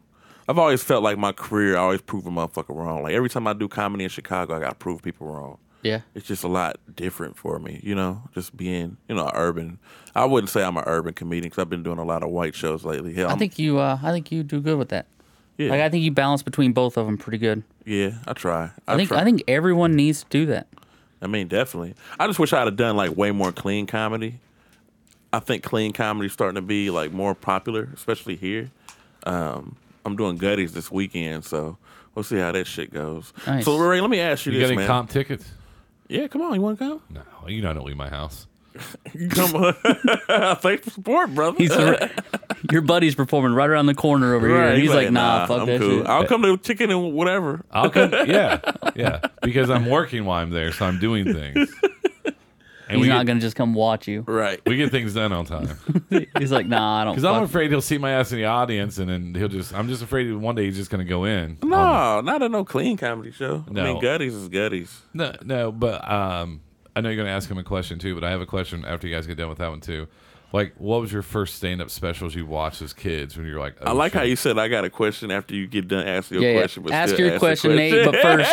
Speaker 2: I've always felt like my career, I always prove a motherfucker wrong. Like every time I do comedy in Chicago, I gotta prove people wrong.
Speaker 1: yeah.
Speaker 2: It's just a lot different for me, you know, just being, you know, urban. I wouldn't say I'm an urban comedian because I've been doing a lot of white shows lately. Hell,
Speaker 1: I
Speaker 2: I'm-
Speaker 1: think you, uh, I think you do good with that.
Speaker 2: yeah,
Speaker 1: Like I think you balance between both of them pretty good.
Speaker 2: yeah, I try.
Speaker 1: I think
Speaker 2: try.
Speaker 1: I think everyone needs to do that.
Speaker 2: I mean, definitely. I just wish I'd have done like way more clean comedy. I think clean comedy's starting to be like more popular, especially here. Um, I'm doing gutties this weekend, so we'll see how that shit goes.
Speaker 1: Nice.
Speaker 2: So, Ray, let me ask you,
Speaker 3: You
Speaker 2: this,
Speaker 3: got any
Speaker 2: man.
Speaker 3: comp tickets?
Speaker 2: yeah, come on, you want to come? [laughs]
Speaker 3: No, you know I don't leave my house.
Speaker 2: You come on. [laughs] Thanks for support, brother. [laughs]
Speaker 1: He's your buddy's performing right around the corner over here.
Speaker 2: Right,
Speaker 1: and He's, like, nah, fuck
Speaker 2: I'm
Speaker 1: that
Speaker 2: cool.
Speaker 1: shit.
Speaker 2: I'll come to chicken and whatever.
Speaker 3: I'll come. [laughs] yeah, yeah, because I'm working while I'm there, so I'm doing things. And
Speaker 1: He's
Speaker 3: we
Speaker 1: not
Speaker 3: get,
Speaker 1: gonna just come watch
Speaker 2: [laughs]
Speaker 1: you.
Speaker 2: Right.
Speaker 3: we get things done on time.
Speaker 1: He's like, nah, I don't.
Speaker 3: Because I'm
Speaker 1: Fuck.
Speaker 3: afraid he'll see my ass in the audience, and then he'll just. I'm just afraid one day he's just gonna go in.
Speaker 2: No, not at no clean comedy show. I
Speaker 3: No.
Speaker 2: mean, gutties is gutties.
Speaker 3: No, no, but um, I know you're gonna ask him a question too. But I have a question after you guys get done with that one too. Like, what was your first stand-up specials you watched as kids when you were like? "Oh,
Speaker 2: I like how
Speaker 3: [laughs]
Speaker 2: you said I got a question after you get done asking your
Speaker 1: yeah,
Speaker 2: question.
Speaker 1: yeah.
Speaker 2: But
Speaker 1: Ask
Speaker 2: still
Speaker 1: your
Speaker 2: the
Speaker 1: question, Nate.
Speaker 2: [laughs]
Speaker 1: But first,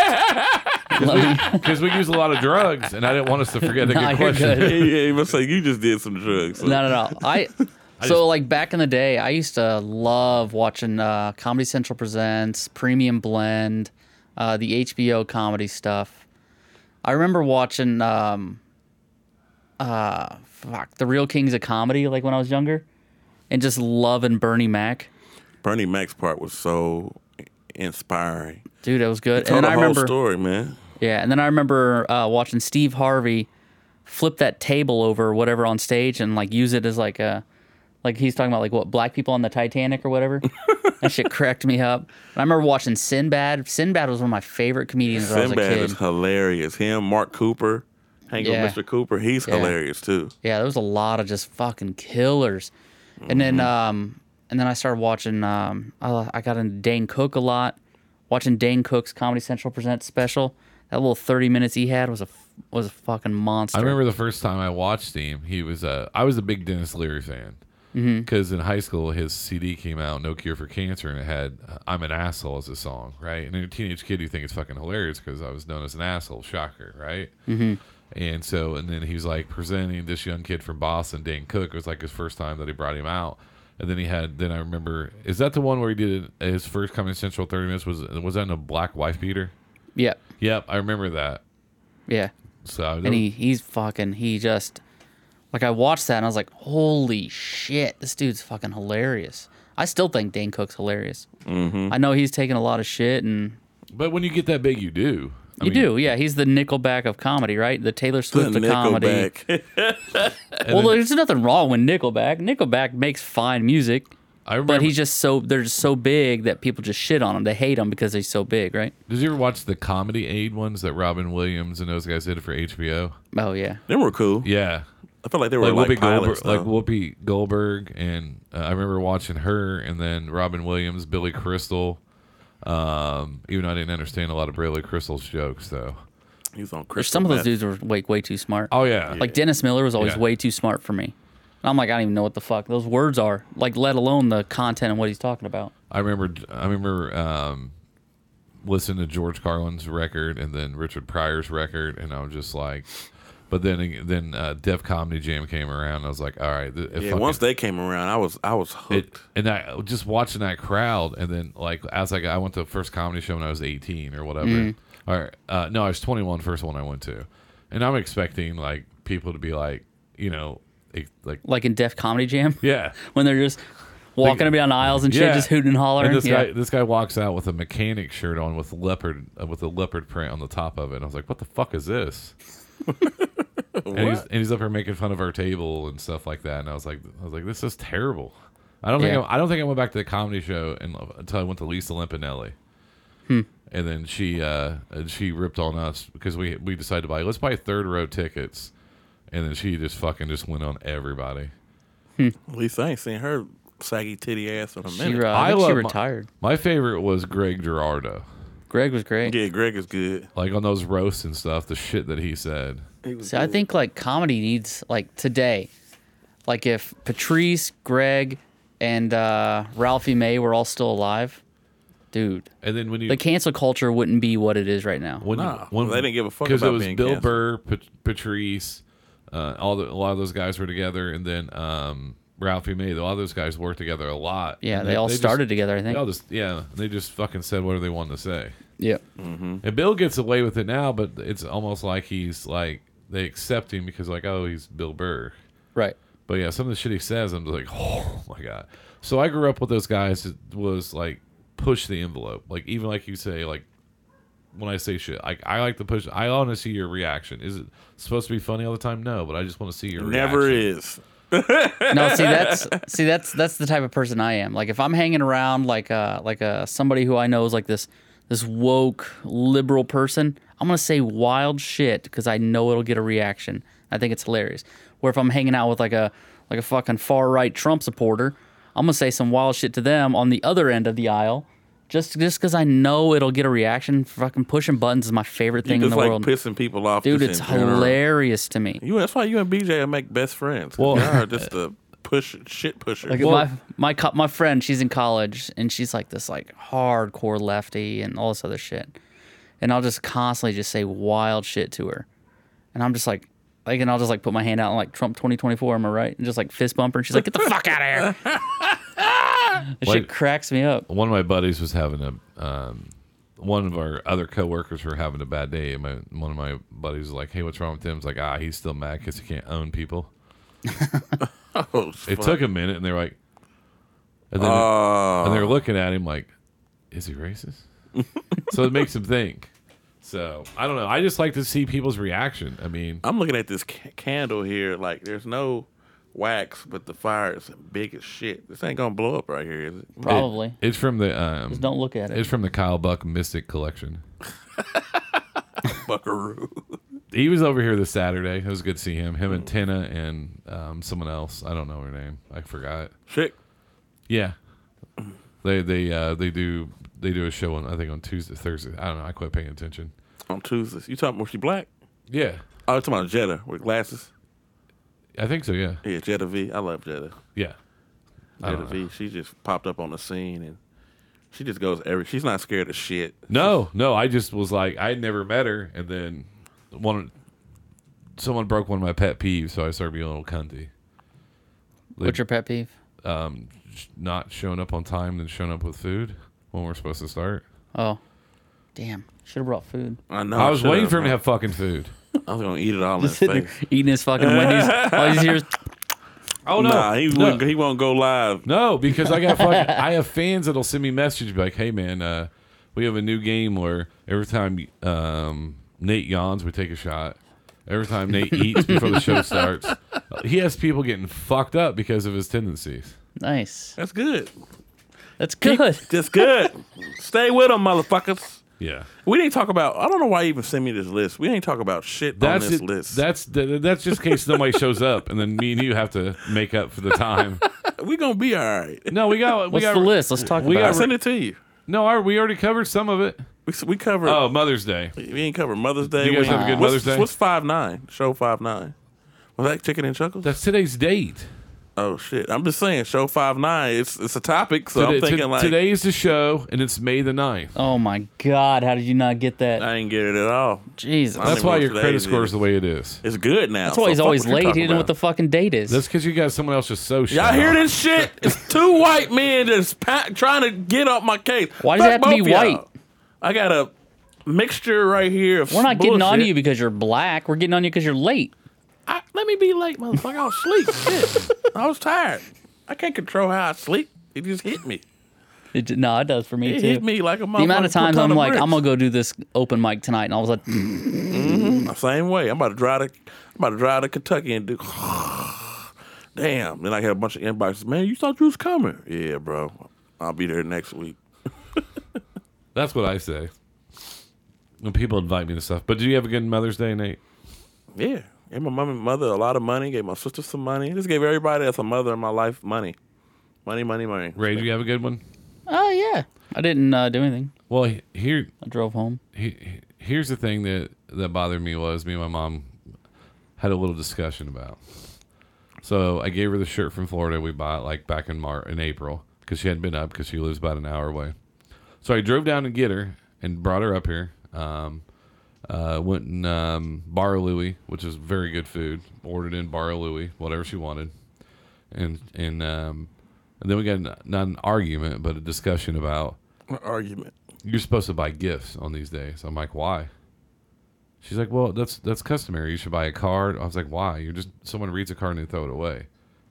Speaker 1: Let me-
Speaker 3: because we use a lot of drugs, and I didn't want us to forget
Speaker 1: [laughs]
Speaker 3: a
Speaker 1: Nah,
Speaker 3: good
Speaker 1: you're
Speaker 3: question.
Speaker 1: good.
Speaker 2: yeah, yeah, you must say you just did some drugs. So.
Speaker 1: no, no, no. I. so
Speaker 3: just-
Speaker 1: like back in the day, I used to love watching uh, Comedy Central presents Premium Blend, uh, the HBO comedy stuff. I remember watching um uh fuck the Real Kings of Comedy like when I was younger, and just loving Bernie Mac.
Speaker 2: Bernie Mac's part was so inspiring.
Speaker 1: Dude, that was good.
Speaker 2: Tell
Speaker 1: and
Speaker 2: the
Speaker 1: then I
Speaker 2: whole
Speaker 1: remember
Speaker 2: story, man.
Speaker 1: Yeah, and then I remember uh, watching Steve Harvey flip that table over or whatever on stage and like use it as like a like he's talking about like what black people on the Titanic or
Speaker 2: [laughs]
Speaker 1: whatever. that shit cracked me up. And I remember watching Sinbad. Sinbad was one of my favorite comedians when I
Speaker 2: Sinbad
Speaker 1: was
Speaker 2: is
Speaker 1: a kid.
Speaker 2: hilarious. Him, Mark Cooper, hang
Speaker 1: Yeah.
Speaker 2: with Mr. Cooper. He's
Speaker 1: Yeah.
Speaker 2: hilarious too.
Speaker 1: Yeah, there was a lot of just fucking killers. And then
Speaker 3: Mm-hmm.
Speaker 1: um and then I started watching um I, I got into Dane Cook a lot. Watching Dane Cook's Comedy Central Presents special. That little 30 minutes he had was a f- was a fucking monster.
Speaker 3: I remember the first time I watched him. He was a I was a big Dennis Leary fan
Speaker 1: Mm-hmm.
Speaker 3: because in high school his CD came out, "No Cure for Cancer," and it had uh, "I'm an Asshole" as a song, right? And you're a teenage kid, you think it's fucking hilarious because I was known as an asshole, shocker, right? Mm-hmm. And so, and then he was like presenting this young kid from Boston, Dan Cook. It was like his first time that he brought him out. And then he had. Then I remember. Is that the one where he did his first Comedy Central thirty minutes? Was was that in a black wife beater?
Speaker 1: Yeah.
Speaker 3: Yep, I remember that.
Speaker 1: Yeah.
Speaker 3: So I
Speaker 1: and he he's fucking he just like I watched that and I was like, holy shit, this dude's fucking hilarious. I still think Dane Cook's hilarious. Mm-hmm. I know he's taking a lot of shit and
Speaker 3: But when you get that big, you do. I
Speaker 1: you
Speaker 3: mean,
Speaker 1: do, yeah. He's the Nickelback of comedy, right? The Taylor
Speaker 2: The
Speaker 1: Swift of comedy.
Speaker 2: Nickelback.
Speaker 1: Well, there's nothing wrong with Nickelback. Nickelback makes fine music,
Speaker 3: I remember.
Speaker 1: but he's just so they're just so big that people just shit on him. They hate him because he's so big, right?
Speaker 3: Did you ever watch the Comedy Aid ones that Robin Williams and those guys did for HBO?
Speaker 1: Oh yeah,
Speaker 2: [laughs] they were cool.
Speaker 3: Yeah,
Speaker 2: I felt like they were
Speaker 3: like
Speaker 2: like,
Speaker 3: Whoopi
Speaker 2: pilots.
Speaker 3: Goldberg, like
Speaker 2: though.
Speaker 3: Whoopi Goldberg, and uh, I remember watching her, and then Robin Williams, Billy Crystal. Um, even though I didn't understand a lot of Billy Crystal's jokes, though.
Speaker 2: He was on
Speaker 1: Or
Speaker 2: Crystal
Speaker 1: some of those
Speaker 2: Meth.
Speaker 1: dudes were like way too smart.
Speaker 3: Oh yeah,
Speaker 1: Like Dennis Miller was always
Speaker 3: Yeah.
Speaker 1: way too smart for me. And I'm like, I don't even know what the fuck those words are. Like, let alone the content and what he's talking about.
Speaker 3: I remember. I remember um, listening to George Carlin's record and then Richard Pryor's record, and I was just like, but then then uh, Def Comedy Jam came around. And I was like, all right, th- if
Speaker 2: Yeah,
Speaker 3: fucking-
Speaker 2: once they came around, I was I was hooked.
Speaker 3: it, and I just watching that crowd, and then like as I got, I went to the first comedy show when I was eighteen or whatever. Or uh, no, I was 21, first one I went to, and I'm expecting like people to be like, you know, ex- like
Speaker 1: Like in Def Comedy Jam, [laughs]
Speaker 3: yeah,
Speaker 1: when they're just walking around aisles and shit, just hooting and hollering.
Speaker 3: this
Speaker 1: yeah.
Speaker 3: guy, this guy walks out with a mechanic shirt on with leopard uh, with a leopard print on the top of it. And I was like, what the fuck
Speaker 1: [laughs]
Speaker 3: is this? and, he's, and he's up here making fun of our table and stuff like that. And I was like, I was like, this is terrible. I don't
Speaker 1: Yeah.
Speaker 3: think I, I don't think I went back to the comedy show and, until I went to Lisa Limpinelli.
Speaker 1: Hmm.
Speaker 3: And then she uh, and she ripped on us because we we decided to buy let's buy third row tickets, and then she just fucking just went on everybody.
Speaker 2: At least I ain't seen her saggy titty ass in a
Speaker 1: she,
Speaker 2: minute.
Speaker 1: uh, I think she
Speaker 3: love my-
Speaker 1: retired.
Speaker 3: my favorite was Greg Gerardo.
Speaker 1: Greg was great.
Speaker 2: yeah, Greg is good.
Speaker 3: like on those roasts and stuff, the shit that he said.
Speaker 1: So I think like comedy needs like today, like if Patrice, Greg, and uh, Ralphie May were all still alive, dude,
Speaker 3: And then when you
Speaker 1: the cancel culture wouldn't be what it is right now.
Speaker 3: when you-
Speaker 2: Nah,
Speaker 3: when-
Speaker 2: they didn't give a fuck
Speaker 3: it
Speaker 2: about
Speaker 3: was
Speaker 2: being
Speaker 3: Bill
Speaker 2: canceled.
Speaker 3: Burr, Pat- Patrice, uh, all the, a lot of those guys were together, and then um, Ralphie May. A lot of those guys worked together a lot.
Speaker 1: Yeah,
Speaker 3: And
Speaker 1: they all started
Speaker 3: Just,
Speaker 1: together. I
Speaker 3: they
Speaker 1: think.
Speaker 3: all just yeah, they just fucking said whatever they wanted to say.
Speaker 1: Yeah.
Speaker 2: Mm-hmm.
Speaker 3: And Bill gets away with it now, but it's almost like he's like they accept him because like oh he's Bill Burr.
Speaker 1: Right.
Speaker 3: But yeah, some of the shit he says, I'm just like, [laughs] oh my god. So I grew up with those guys that was like push the envelope. Like even like you say, like when I say shit, like I like to push. I want to see your reaction. Is it supposed to be funny all the time? No, but I just want to see your
Speaker 2: Never
Speaker 3: reaction.
Speaker 2: is.
Speaker 1: No,
Speaker 2: [laughs]
Speaker 1: see that's see that's that's the type of person I am. Like if I'm hanging around like uh like uh somebody who I know is like this this woke liberal person, I'm gonna say wild shit because I know it'll get a reaction. I think it's hilarious. Where if I'm hanging out with like a like a fucking far right Trump supporter, I'm gonna say some wild shit to them on the other end of the aisle. Just just because I know it'll get a reaction. Fucking pushing buttons is my favorite
Speaker 2: You
Speaker 1: thing in
Speaker 2: just
Speaker 1: the
Speaker 2: like
Speaker 1: world.
Speaker 2: pissing people off.
Speaker 1: Dude,
Speaker 2: just
Speaker 1: it's
Speaker 2: in general.
Speaker 1: hilarious to me.
Speaker 2: You that's why you and BJ are make best friends.
Speaker 3: Well-
Speaker 2: Well, you
Speaker 1: [laughs]
Speaker 2: are just the push shit pusher.
Speaker 1: Like my my co- my friend, she's in college and she's like this like hardcore lefty and all this other shit, and I'll just constantly just say wild shit to her, and I'm just like like and I'll just like put my hand out and like Trump 2024, am I right? And just like fist bump her, and she's like, get the fuck out of here. That shit
Speaker 3: Like-
Speaker 1: cracks me up.
Speaker 3: One of my buddies was having a um, one of our other coworkers were having a bad day. And my one of my buddies was like, "Hey, what's wrong with him?" It's like, "Ah, he's still mad because he can't own people."
Speaker 2: Oh,
Speaker 3: It took a minute, and they're like, and then,
Speaker 2: Uh,
Speaker 3: and they're looking at him like, "Is he racist?" so it makes him think. So I don't know. I just like to see people's reaction. I mean,
Speaker 2: I'm looking at this ca- candle here. Like, there's no wax, but the fire is big as shit. This ain't gonna blow up right here,
Speaker 1: [laughs]
Speaker 2: is it?
Speaker 1: Probably.
Speaker 3: it's from the um,
Speaker 1: Just don't look at it.
Speaker 3: it's from the Kyle Buck Mystic Collection.
Speaker 2: Buckaroo.
Speaker 3: He was over here this Saturday. It was good to see him. Him and Tina and um, someone else. I don't know her name. I forgot.
Speaker 2: Chick.
Speaker 3: Yeah, they they uh, they do they do a show on I think on Tuesday Thursday. I don't know. I quit paying attention.
Speaker 2: on Tuesdays. You talking? Was she black?
Speaker 3: Yeah,
Speaker 2: Oh, you talking about Jetta with glasses.
Speaker 3: I think so. Yeah,
Speaker 2: Yeah, Jetta V. I love Jetta.
Speaker 3: yeah. I
Speaker 2: Jetta
Speaker 3: don't know.
Speaker 2: V. She just popped up on the scene and she just goes every. She's not scared of shit.
Speaker 3: No, no. I just was like I had never met her, and then one someone broke one of my pet peeves, so I started being a little cunty.
Speaker 1: What's your pet peeve?
Speaker 3: Not showing up on time, then showing up with food when we're supposed to start.
Speaker 1: Oh, damn! Should have brought food.
Speaker 2: I know.
Speaker 3: I was
Speaker 2: should've.
Speaker 3: waiting for him to have fucking food.
Speaker 2: I was gonna eat it
Speaker 3: [laughs]
Speaker 2: all in his
Speaker 1: Just sitting
Speaker 2: face.
Speaker 1: there [laughs] eating his fucking Wendy's. All you hear is
Speaker 3: Oh no,
Speaker 2: Nah, he
Speaker 3: no.
Speaker 2: wouldn't. He won't go live.
Speaker 3: No, because I got fucking, I have fans that'll send me messages be like, "Hey man, uh, we have a new game where every time um, Nate yawns, we take a shot. Every time Nate eats before the show starts, he has people getting fucked up because of his tendencies.
Speaker 1: nice.
Speaker 2: That's good.
Speaker 1: That's good.
Speaker 2: That's good.
Speaker 3: [laughs]
Speaker 2: Stay with them, motherfuckers.
Speaker 3: Yeah,
Speaker 2: We didn't talk about. I don't know why you even sent me this list. We ain't talk about shit
Speaker 3: that's
Speaker 2: on this
Speaker 3: it-
Speaker 2: list.
Speaker 3: that's th- that's just in case nobody shows up, and then me and you have to make up for
Speaker 2: [laughs]
Speaker 3: the time.
Speaker 2: we gonna be all
Speaker 3: [laughs]
Speaker 2: right.
Speaker 3: No, we got we
Speaker 1: What's
Speaker 3: got
Speaker 1: the list? Let's talk
Speaker 3: we
Speaker 2: I
Speaker 1: about
Speaker 3: got-
Speaker 1: it.
Speaker 2: sent it to you.
Speaker 3: No, our, we already covered some of it.
Speaker 2: We, we covered.
Speaker 3: Oh, Mother's Day.
Speaker 2: We ain't covered Mother's Day.
Speaker 3: You
Speaker 2: We
Speaker 3: guys
Speaker 2: ain't-
Speaker 3: have a good
Speaker 2: what's,
Speaker 3: Mother's Day?
Speaker 2: What's five nine? Show five nine. Was that chicken and chuckles?
Speaker 3: That's today's date.
Speaker 2: oh shit! I'm just saying, show five nine. It's it's a topic, so I'm
Speaker 3: Today-
Speaker 2: thinking
Speaker 3: to-
Speaker 2: like
Speaker 3: today is the show, and it's May the 9th.
Speaker 1: Oh my god! How did you not get that?
Speaker 2: I ain't get it at all.
Speaker 1: Jesus.
Speaker 2: I
Speaker 3: That's
Speaker 2: don't
Speaker 3: why
Speaker 2: even
Speaker 3: your
Speaker 2: know what
Speaker 3: credit
Speaker 2: today
Speaker 3: score is
Speaker 2: is.
Speaker 3: the way it is.
Speaker 2: It's good now.
Speaker 1: That's why he's always late. He didn't know what the fucking date is.
Speaker 3: That's because you got someone else just so shut
Speaker 2: Y'all hear
Speaker 3: up.
Speaker 2: this shit? It's two white men that's pa- trying to get up my case.
Speaker 1: Why does it
Speaker 2: Fuck
Speaker 1: have to be
Speaker 2: both y'all.
Speaker 1: white?
Speaker 2: I got a mixture right here. Of
Speaker 1: We're not getting on to
Speaker 2: bullshit.
Speaker 1: you because you're black. We're getting on you because you're late.
Speaker 2: I, let me be late, motherfucker. I was
Speaker 1: [laughs]
Speaker 2: asleep. Shit. I was tired. I can't control how I sleep. It just hit me.
Speaker 1: It, d- no, it does for me
Speaker 2: It
Speaker 1: too.
Speaker 2: hit me like a motherfucker.
Speaker 1: the amount of times I'm like, I'm
Speaker 2: gonna.
Speaker 1: gonna go do this open mic tonight, and all of a sudden, "Mm,
Speaker 2: Same way. I'm about to drive to I'm about to drive to Kentucky and do [sighs] Damn. Then I had a bunch of inboxes. Man, you thought you was coming. Yeah, bro. I'll be there next week.
Speaker 3: That's what I say. When people invite me to stuff. But do you have a good Mother's Day, Nate?
Speaker 2: Yeah. Gave my mom and mother a lot of money, gave my sister some money. Just gave everybody that's a mother in my life money. Money, money, money.
Speaker 3: Ray, do you have a good one?
Speaker 1: oh yeah, I didn't uh, do anything.
Speaker 3: Well, he- here,
Speaker 1: I drove home.
Speaker 3: he, he- here's the thing that that bothered me was me and my mom had a little discussion about. So I gave her the shirt from Florida we bought like back in Mar in April because she hadn't been up because she lives about an hour away. So I drove down to get her and brought her up here. Um, uh, went and um, Bar Louie, which is very good food. Ordered in Bar Louie, whatever she wanted, and and um, and then we got an, not an argument but a discussion about
Speaker 2: Argument.
Speaker 3: you're supposed to buy gifts on these days. I'm like, why? She's like, well, that's that's customary. You should buy a card. I was like, why? You're just someone reads a card and they throw it away.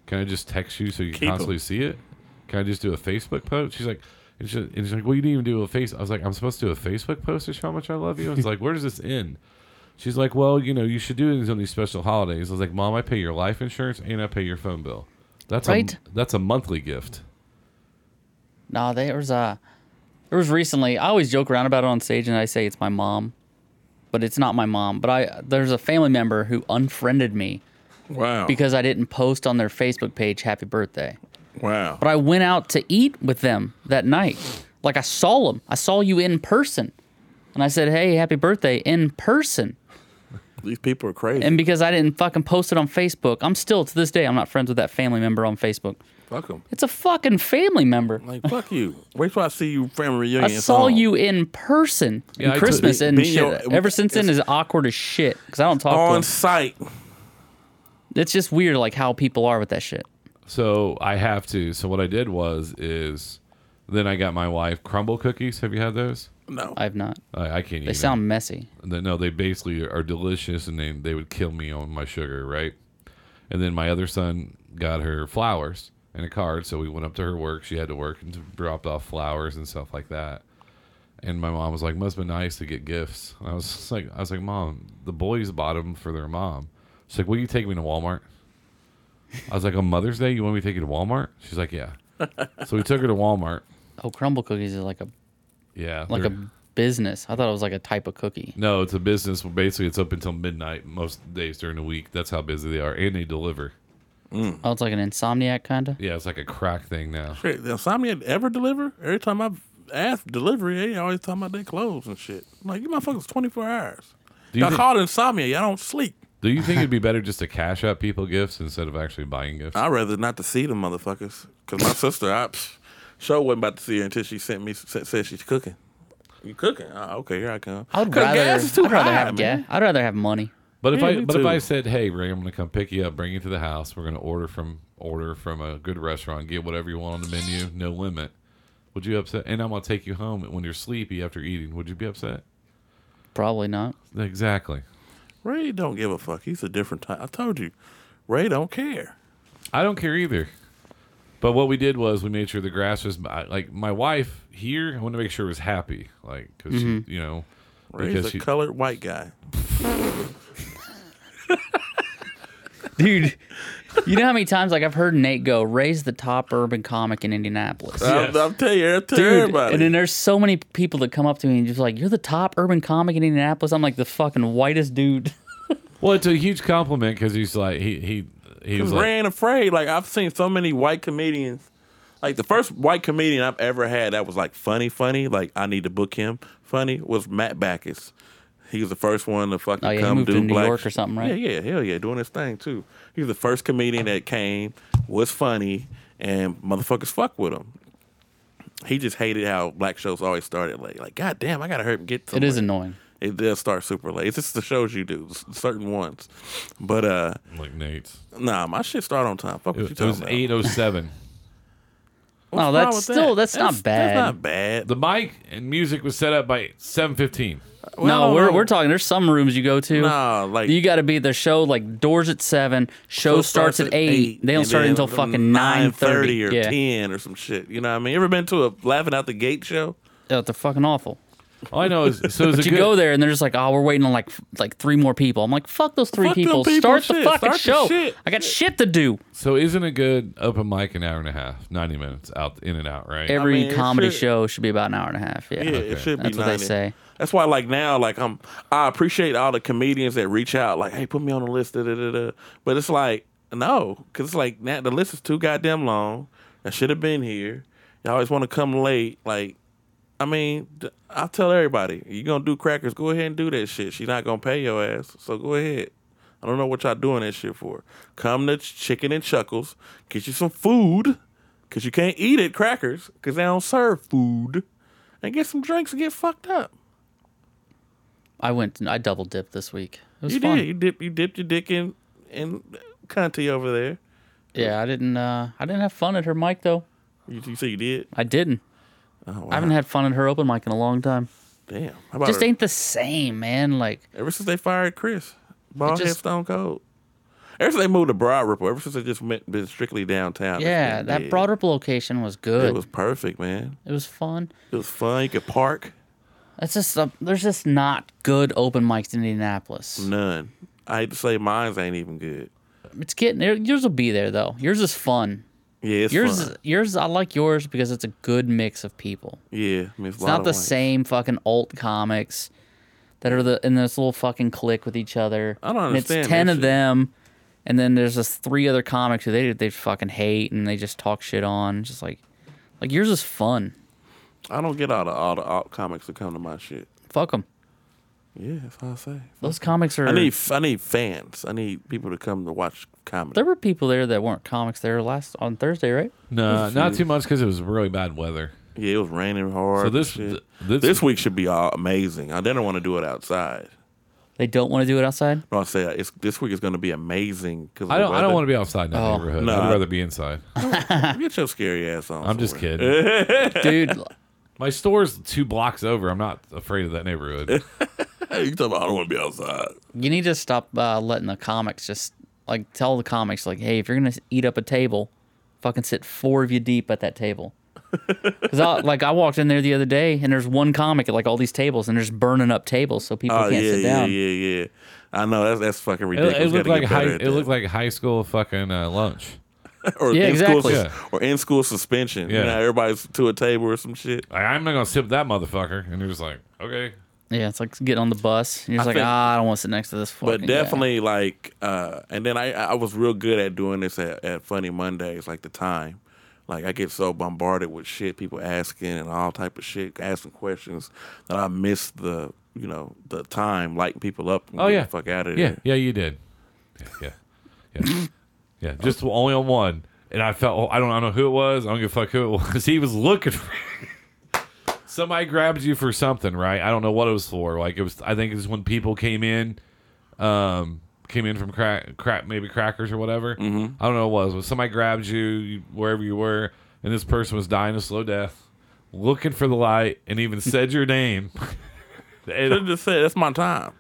Speaker 3: Can I just text you so you
Speaker 2: Keep 'em.
Speaker 3: constantly see it? Can I just do a Facebook post? She's like, and she- and she's like, well, you didn't even do a face. I was like, I'm supposed to do a Facebook post to show how much I love you. I was like, where does this end? She's like, well, you know, you should do these on these special holidays. I was like, mom, I pay your life insurance and I pay your phone bill. That's
Speaker 1: Right.
Speaker 3: a that's a monthly gift.
Speaker 1: No, there was uh there was recently. I always joke around about it on stage, and I say it's my mom, but it's not my mom. But I there's a family member who unfriended me
Speaker 2: Wow.
Speaker 1: because I didn't post on their Facebook page "Happy Birthday."
Speaker 2: wow.
Speaker 1: But I went out to eat with them that night. Like I saw them. I saw you in person, and I said, "Hey, happy birthday!" in person.
Speaker 2: These people are crazy.
Speaker 1: And because I didn't fucking post it on Facebook, I'm still to this day I'm not friends with that family member on Facebook.
Speaker 2: fuck them.
Speaker 1: It's a fucking family member.
Speaker 2: Like fuck you. Wait till I see you family reunion.
Speaker 1: I saw
Speaker 2: song.
Speaker 1: you in person
Speaker 3: Yeah,
Speaker 1: in
Speaker 3: I took-
Speaker 1: Christmas and
Speaker 2: being
Speaker 1: shit.
Speaker 2: your-
Speaker 1: Ever since then is awkward as shit because I don't talk
Speaker 2: on
Speaker 1: to him.
Speaker 2: site.
Speaker 1: It's just weird like how people are with that shit.
Speaker 3: So I have to. So what I did was is Then I got my wife crumble cookies. Have you had those?
Speaker 2: No.
Speaker 1: I've not.
Speaker 3: I, I can't eat
Speaker 1: They sound messy.
Speaker 3: They- No, they basically are delicious, and they they would kill me on my sugar, right? And then my other son got her flowers and a card, so we went up to her work. She had to work and dropped off flowers and stuff like that. And my mom was like, "Must be nice to get gifts." And I was [laughs] just like, "I was like, mom, the boys bought them for their mom." She's like, "Will you take me to Walmart?" I was like, "On Mother's Day, you want me to take you to Walmart?" She's like, "Yeah." so we took her to Walmart.
Speaker 1: Oh, crumble cookies is like a
Speaker 3: Yeah,
Speaker 1: like
Speaker 3: they're-
Speaker 1: a business. I thought it was like a type of cookie.
Speaker 3: No, it's a business. where Basically, it's up until midnight most days during the week. That's how busy they are, and they deliver.
Speaker 1: Oh, it's like an insomniac kind of.
Speaker 3: Yeah, it's like a crack thing now.
Speaker 2: Shit, Does Insomnia ever deliver? Every time I've asked delivery, they always talking about they closed and shit. I'm like, you motherfuckers 24 hours.
Speaker 3: Do you
Speaker 2: Y'all
Speaker 3: thi-
Speaker 2: called Insomnia. Y'all don't sleep.
Speaker 3: Do you think it'd be better just to cash out people gifts instead of actually buying gifts?
Speaker 2: I'd rather not to see them motherfuckers. Because my sister, I psh, sure wasn't about to see her until she sent me, sa- said she's cooking. You cooking? Oh, okay, here I come.
Speaker 1: I would
Speaker 2: 'Cause
Speaker 1: rather.
Speaker 2: gas is too
Speaker 1: I'd rather
Speaker 2: high,
Speaker 1: have
Speaker 2: man.
Speaker 1: gas. I'd rather have money.
Speaker 3: But if
Speaker 2: Yeah,
Speaker 3: I
Speaker 2: me
Speaker 3: but if
Speaker 2: too.
Speaker 3: I said, "Hey, Ray, I'm gonna come pick you up, bring you to the house. We're gonna order from order from a good restaurant, get whatever you want on the menu, no limit," would you upset? And I'm gonna take you home when you're sleepy after eating. Would you be upset?
Speaker 1: Probably not.
Speaker 3: Exactly.
Speaker 2: Ray don't give a fuck. He's a different type. I told you, Ray don't care.
Speaker 3: I don't care either. But what we did was we made sure the grass was I- like my wife here. I want to make sure was happy, like because
Speaker 1: Mm-hmm.
Speaker 3: she, you know,
Speaker 2: Ray's
Speaker 3: because
Speaker 2: a
Speaker 3: she,
Speaker 2: colored white guy.
Speaker 1: Dude, you know how many times like I've heard Nate go, "Raise the top urban comic in Indianapolis."
Speaker 2: I'm, I'm telling you, I tell
Speaker 1: Dude,
Speaker 2: Uh, everybody.
Speaker 1: and then there's so many people that come up to me and just like, "You're the top urban comic in Indianapolis." I'm like the fucking whitest dude.
Speaker 3: well, it's a huge compliment because he's like he he he was
Speaker 2: Because
Speaker 3: like
Speaker 2: Ray ain't afraid. Like I've seen so many white comedians. Like the first white comedian I've ever had that was like funny, funny. Like I need to book him. Funny was Matt Backus. He was the first one to fucking
Speaker 1: Oh, yeah, he
Speaker 2: come
Speaker 1: moved
Speaker 2: do
Speaker 1: to New
Speaker 2: black
Speaker 1: York or something, right?
Speaker 2: Yeah, yeah, hell yeah, doing his thing too. He was the first comedian that came, was funny, and motherfuckers fuck with him. He just hated how black shows always started late. Like, god damn, I gotta hurry up and get to
Speaker 1: It is annoying.
Speaker 2: It does start super late. It's just the shows you do, certain ones. But uh
Speaker 3: like Nate's.
Speaker 2: Nah, my shit start on time. Fuck
Speaker 3: It,
Speaker 2: what you
Speaker 3: it
Speaker 2: talking
Speaker 3: was
Speaker 2: about.
Speaker 3: eight oh seven.
Speaker 2: What's
Speaker 1: Oh,
Speaker 2: wrong
Speaker 1: that's
Speaker 2: with
Speaker 1: still- that's not
Speaker 2: That's
Speaker 1: bad.
Speaker 2: not bad.
Speaker 3: The mic and music was set up by seven fifteen.
Speaker 2: Well,
Speaker 1: no, we're,
Speaker 2: no.
Speaker 1: we're talking. There's some rooms you go to.
Speaker 2: Nah, like-
Speaker 1: you got to be at the show like doors at seven. Show starts, at eight. They don't
Speaker 2: and
Speaker 1: start
Speaker 2: then
Speaker 1: until
Speaker 2: from
Speaker 1: fucking nine
Speaker 2: 9:30
Speaker 1: thirty.
Speaker 2: or
Speaker 1: Yeah,
Speaker 2: ten or some shit. You know what I mean? Ever been to a laughing out the gate show?
Speaker 1: Oh, they're fucking awful.
Speaker 3: All I know is
Speaker 1: [laughs]
Speaker 3: so is
Speaker 1: But
Speaker 3: it
Speaker 1: you
Speaker 3: good?
Speaker 1: go there and they're just like, oh, we're waiting on like f- like three more people. I'm like, fuck those three
Speaker 2: Fuck them
Speaker 1: people.
Speaker 2: people,
Speaker 1: Start the
Speaker 2: shit,
Speaker 1: fucking
Speaker 2: start the
Speaker 1: show.
Speaker 2: shit.
Speaker 1: I got shit to do.
Speaker 3: so isn't a good open mic an hour and a half, ninety minutes out in and out, right?
Speaker 1: Every
Speaker 2: mean, it
Speaker 1: comedy
Speaker 2: should-
Speaker 1: show should be about an hour and a half. Yeah.
Speaker 2: Yeah, it should be.
Speaker 1: That's what they
Speaker 2: 90.
Speaker 1: say.
Speaker 2: That's why, like now, like I'm, I appreciate all the comedians that reach out, like, hey, put me on the list, da da da. da. But it's like, no, because it's like now the list is too goddamn long. I should have been here. You always want to come late. Like, I mean, d- I tell everybody, you gonna do crackers, go ahead and do that shit. She's not gonna pay your ass, so go ahead. I don't know what y'all doing that shit for. Come to Ch- Chicken and Chuckles, get you some food, cause you can't eat at crackers, cause they don't serve food, and get some drinks and get fucked up.
Speaker 1: I went. I double dipped this week. It was
Speaker 2: You
Speaker 1: fun.
Speaker 2: did. You dip. You dipped your dick in in Conti over there.
Speaker 1: Yeah, I didn't. Uh, I didn't have fun at her mic though.
Speaker 2: You, you say you did.
Speaker 1: I didn't. I haven't had fun at her open mic in a long time.
Speaker 2: Damn. How Oh, about
Speaker 1: Just
Speaker 2: her?
Speaker 1: ain't the same, man. Like
Speaker 2: Ever since they fired Chris, bald
Speaker 1: It
Speaker 2: head
Speaker 1: just-
Speaker 2: Stone Cold. Ever since they moved to Broad Ripple. Ever since they just went, been strictly downtown. it's
Speaker 1: Yeah,
Speaker 2: been
Speaker 1: that
Speaker 2: dead.
Speaker 1: Broad Ripple location was good.
Speaker 2: It was perfect, man.
Speaker 1: fun.
Speaker 2: It was fun. You could park.
Speaker 1: It's just uh, there's just not good open mics in Indianapolis.
Speaker 2: None. I hate to say mines ain't even good. Mm.
Speaker 1: It's getting there. Yours will be there though. Yours is fun.
Speaker 2: Yeah, it's
Speaker 1: Yours,
Speaker 2: fun.
Speaker 1: yours. I like yours because it's a good mix of people.
Speaker 2: Yeah, I mean, it's,
Speaker 1: It's not the same fucking alt comics that are the in this little fucking clique with each other.
Speaker 2: I don't
Speaker 1: And it's
Speaker 2: understand
Speaker 1: ten
Speaker 2: that
Speaker 1: of
Speaker 2: shit.
Speaker 1: them, and then there's just three other comics who they they fucking hate and they just talk shit on. Just like, like yours is fun.
Speaker 2: I don't get all the all the alt comics that come to my shit.
Speaker 1: Fuck them.
Speaker 2: Yeah, that's all I say.
Speaker 1: Those comics are.
Speaker 2: I need I need fans. I need people to come to watch comedy.
Speaker 1: there were people there that weren't comics there last on Thursday, right?
Speaker 3: no, not too much because it was really bad weather.
Speaker 2: Yeah, it was raining hard.
Speaker 3: So
Speaker 2: and
Speaker 3: this
Speaker 2: shit.
Speaker 3: this
Speaker 2: this week should be all amazing. I didn't want to do it outside.
Speaker 1: They don't want to do it outside.
Speaker 2: No, I say it's this week is going to be amazing because
Speaker 3: I don't. I don't want to be outside in that
Speaker 1: Oh,
Speaker 3: neighborhood.
Speaker 2: No,
Speaker 3: I'd
Speaker 2: I-
Speaker 3: rather be inside.
Speaker 2: to get your scary ass on.
Speaker 3: I'm just
Speaker 2: somewhere. [laughs]
Speaker 3: kidding.
Speaker 1: Dude, l-
Speaker 3: My store's two blocks over. I'm not afraid of that neighborhood.
Speaker 2: Hey, you talking about I don't want to be outside?
Speaker 1: you need to stop uh, letting the comics just like tell the comics like, hey, if you're gonna eat up a table, fucking sit four of you deep at that
Speaker 2: [laughs]
Speaker 1: table. Cause I, like I walked in there the other day and there's one comic at like all these tables and there's burning up tables so people
Speaker 2: Oh
Speaker 1: can't
Speaker 2: yeah,
Speaker 1: sit
Speaker 2: yeah,
Speaker 1: down.
Speaker 2: yeah, yeah. I know that's that's fucking
Speaker 3: It,
Speaker 2: ridiculous.
Speaker 3: it looked
Speaker 2: Gotta
Speaker 3: like
Speaker 2: get
Speaker 3: high.
Speaker 2: better at
Speaker 3: It looked like high school fucking uh, lunch.
Speaker 2: that. [laughs] or
Speaker 1: Yeah,
Speaker 2: in
Speaker 1: exactly.
Speaker 2: School, sus- Or in school suspension.
Speaker 3: Yeah.
Speaker 2: You know, everybody's to a table or some shit.
Speaker 3: Like, I'm not gonna sip that motherfucker. And you're just like, okay,
Speaker 1: Yeah, it's like getting on the bus. You're just
Speaker 2: I
Speaker 1: like,
Speaker 2: think-
Speaker 1: ah, I don't want to sit next to this fucking.
Speaker 2: But
Speaker 1: guy."
Speaker 2: definitely like, uh, and then I I was real good at doing this at, at Funny Mondays, like the time. Like I get so bombarded with shit, people asking and all type of shit, asking questions that I miss the you know the time lighting people up. And
Speaker 3: oh
Speaker 2: getting
Speaker 3: yeah,
Speaker 2: the fuck out of
Speaker 3: Yeah,
Speaker 2: there.
Speaker 3: yeah, you did. Yeah, yeah, yeah. yeah. Just only on one, and I felt I don't, I don't know who it was. I don't give a fuck who it [laughs] was. He was looking for. Somebody grabbed you for something, right? I don't know what it was for. Like it was, I think it was when people came in, um, came in from crack, crack maybe crackers or whatever. Mm-hmm. I don't know what it was. But somebody grabbed you, you wherever you were, and this person was dying a slow death, looking for the light, and even said your name. [laughs] And-
Speaker 2: Should've just said that's my time.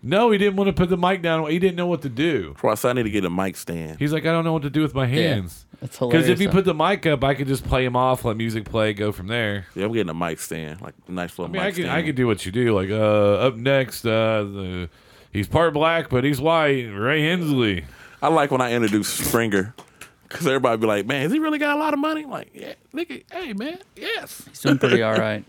Speaker 3: no, he didn't want to put the mic down. He didn't know what to do.
Speaker 2: That's why I said I need to get a mic stand.
Speaker 3: He's like, I don't know what to do with my hands.
Speaker 1: that's
Speaker 3: Because if
Speaker 1: hilarious,
Speaker 3: you
Speaker 1: though.
Speaker 3: put the mic up, I could just play him off, let music play, go from there.
Speaker 2: Yeah, I'm getting a mic stand, like a nice little
Speaker 3: I
Speaker 2: mic
Speaker 3: mean, I could
Speaker 2: stand.
Speaker 3: I could do what you do. Like, uh, up next, uh, the, he's part black, but he's white. Ray Hensley.
Speaker 2: I like when I introduce Springer because everybody be like, man, has he really got a lot of money? I'm like, yeah, nigga, hey, man, yes.
Speaker 1: he's doing
Speaker 2: [laughs]
Speaker 1: pretty all right.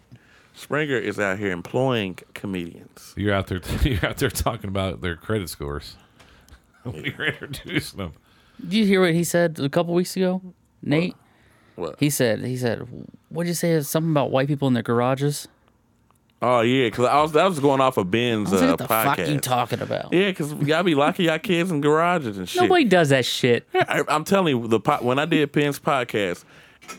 Speaker 2: Springer is out here employing comedians.
Speaker 3: You're out there. [laughs] You're out there talking about their credit scores. [laughs] When you're introducing them.
Speaker 1: Did you hear what he said a couple weeks ago, Nate?
Speaker 2: What?
Speaker 1: He said, he said, what'd you say? Something about white people in their garages.
Speaker 2: Oh, yeah, because I was, I was going off of Ben's
Speaker 1: I was
Speaker 2: uh,
Speaker 1: like, what the
Speaker 2: podcast.
Speaker 1: fuck you talking about?
Speaker 2: yeah, because y'all be locking y'all kids in garages and shit.
Speaker 1: Nobody does that shit.
Speaker 2: I, I'm telling you, the po- when I did Penn's podcast,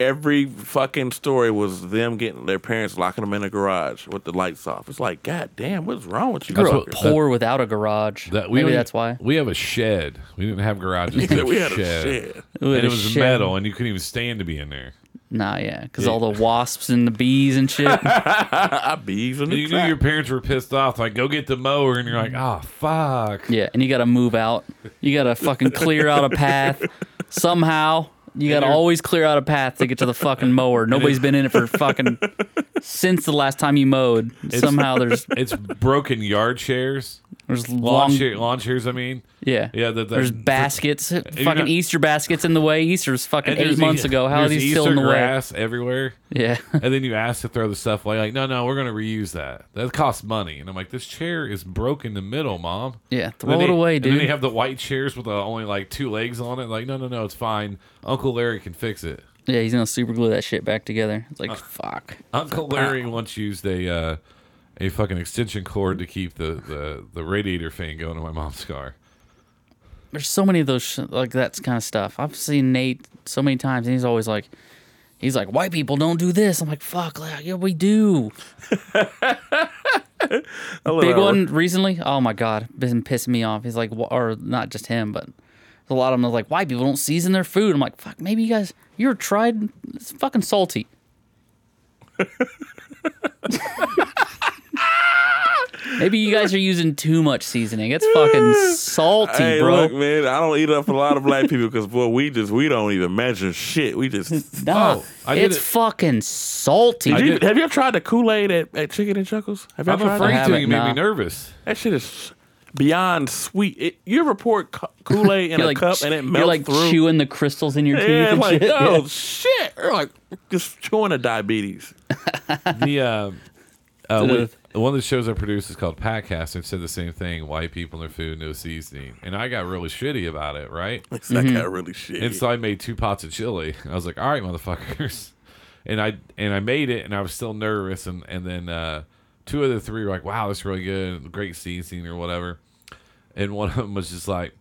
Speaker 2: every fucking story was them getting their parents locking them in a garage with the lights off. It's like, God damn, what's wrong with you?
Speaker 1: Grew up
Speaker 3: what-
Speaker 2: fuckers?"
Speaker 1: poor without a garage.
Speaker 3: That we
Speaker 1: Maybe
Speaker 3: don't-
Speaker 1: that's why.
Speaker 3: we have a shed. We didn't have
Speaker 2: [laughs]
Speaker 3: garages.
Speaker 1: [laughs]
Speaker 2: we had a
Speaker 1: We
Speaker 2: shit.
Speaker 1: had
Speaker 3: and
Speaker 1: a
Speaker 3: it was
Speaker 1: shed.
Speaker 3: metal, and you couldn't even stand to be in there.
Speaker 1: Nah, yeah, because
Speaker 3: Yeah.
Speaker 1: all the wasps and the bees and
Speaker 3: [laughs]
Speaker 1: shit.
Speaker 2: I bees in the
Speaker 3: You knew
Speaker 2: trap.
Speaker 3: your parents were pissed off. Like, go get the mower, and you're like, oh fuck.
Speaker 1: yeah, and you got to move out. You got to fucking clear out a path somehow. You got to
Speaker 3: you're-
Speaker 1: always clear out a path to get to the fucking mower. Nobody's been in it for fucking since the last time you mowed. Somehow there's
Speaker 3: It's broken yard chairs, [laughs]
Speaker 1: there's
Speaker 3: lawn,
Speaker 1: long
Speaker 3: chair, lawn chairs. I mean,
Speaker 1: yeah
Speaker 3: yeah. That, that,
Speaker 1: There's baskets, fucking
Speaker 3: not-
Speaker 1: Easter baskets in the way. Easter's fucking
Speaker 3: and
Speaker 1: eight
Speaker 3: there's
Speaker 1: months
Speaker 3: e-
Speaker 1: ago. How are
Speaker 3: there's
Speaker 1: these still
Speaker 3: Easter
Speaker 1: in the way?
Speaker 3: grass everywhere?
Speaker 1: Yeah, [laughs]
Speaker 3: And then you ask to throw the stuff away. Like, no, no, we're gonna reuse that. That costs money. And I'm like, this chair is broke in the middle, mom.
Speaker 1: yeah.
Speaker 3: And then
Speaker 1: Throw it
Speaker 3: they-
Speaker 1: away,
Speaker 3: and then
Speaker 1: dude.
Speaker 3: they have the white chairs with uh, only like two legs on it. Like, no, no, no, it's fine. Uncle Larry can fix it.
Speaker 1: yeah, he's gonna super glue that shit back together. It's like fuck.
Speaker 3: Uncle Larry once used a uh, a fucking extension cord to keep the, the, the radiator fan going in my mom's car.
Speaker 1: there's so many of those sh- like that kind of stuff. I've seen Nate so many times, and he's always like, he's like, white people don't do this. I'm like, fuck, like, yeah, we do.
Speaker 2: I love
Speaker 1: Big
Speaker 2: how-
Speaker 1: one recently. Oh my god, been pissing me off. He's like, wh- or not just him, but a lot of them are like, white people don't season their food. I'm like, fuck, maybe you guys, you're tried. It's fucking salty. Maybe you guys are using too much seasoning. It's fucking salty,
Speaker 2: Hey,
Speaker 1: bro.
Speaker 2: look, man, I don't eat up a lot of black people because, boy, we just we don't even measure shit. We
Speaker 1: [laughs]
Speaker 2: just.
Speaker 1: Nah,
Speaker 3: Oh, I did
Speaker 1: it's
Speaker 3: it.
Speaker 1: fucking salty.
Speaker 2: Did you-
Speaker 3: did-
Speaker 2: have you ever tried the Kool Aid at, at Chicken and Chuckles? Have you
Speaker 3: I'm
Speaker 2: ever tried
Speaker 3: afraid
Speaker 2: that?
Speaker 3: to.
Speaker 1: haven't,
Speaker 3: You made me
Speaker 1: nah.
Speaker 3: nervous.
Speaker 2: That shit is beyond sweet. It, you ever poured
Speaker 1: [laughs]
Speaker 2: Kool Aid in
Speaker 1: You're
Speaker 2: a
Speaker 1: like,
Speaker 2: cup
Speaker 1: ch-
Speaker 2: and it melts
Speaker 1: you're like
Speaker 2: through?
Speaker 1: chewing the crystals in your teeth
Speaker 2: yeah,
Speaker 1: and
Speaker 2: like
Speaker 1: shit.
Speaker 2: oh
Speaker 1: Yeah.
Speaker 2: shit, or like just chewing a diabetes.
Speaker 3: The uh, uh, we- one of [laughs] the shows I produced is called Packcast. and It said the same thing: white people in their food, no seasoning. And I got really shitty about it, right?
Speaker 2: It's
Speaker 1: Mm-hmm.
Speaker 2: like that really shit.
Speaker 3: And so I made two pots of chili. I was like, all right, motherfuckers. [laughs] And I and I made it, and I was still nervous. And and then uh, two of the three were like, wow, that's really good, great seasoning or whatever. And one of them was just like,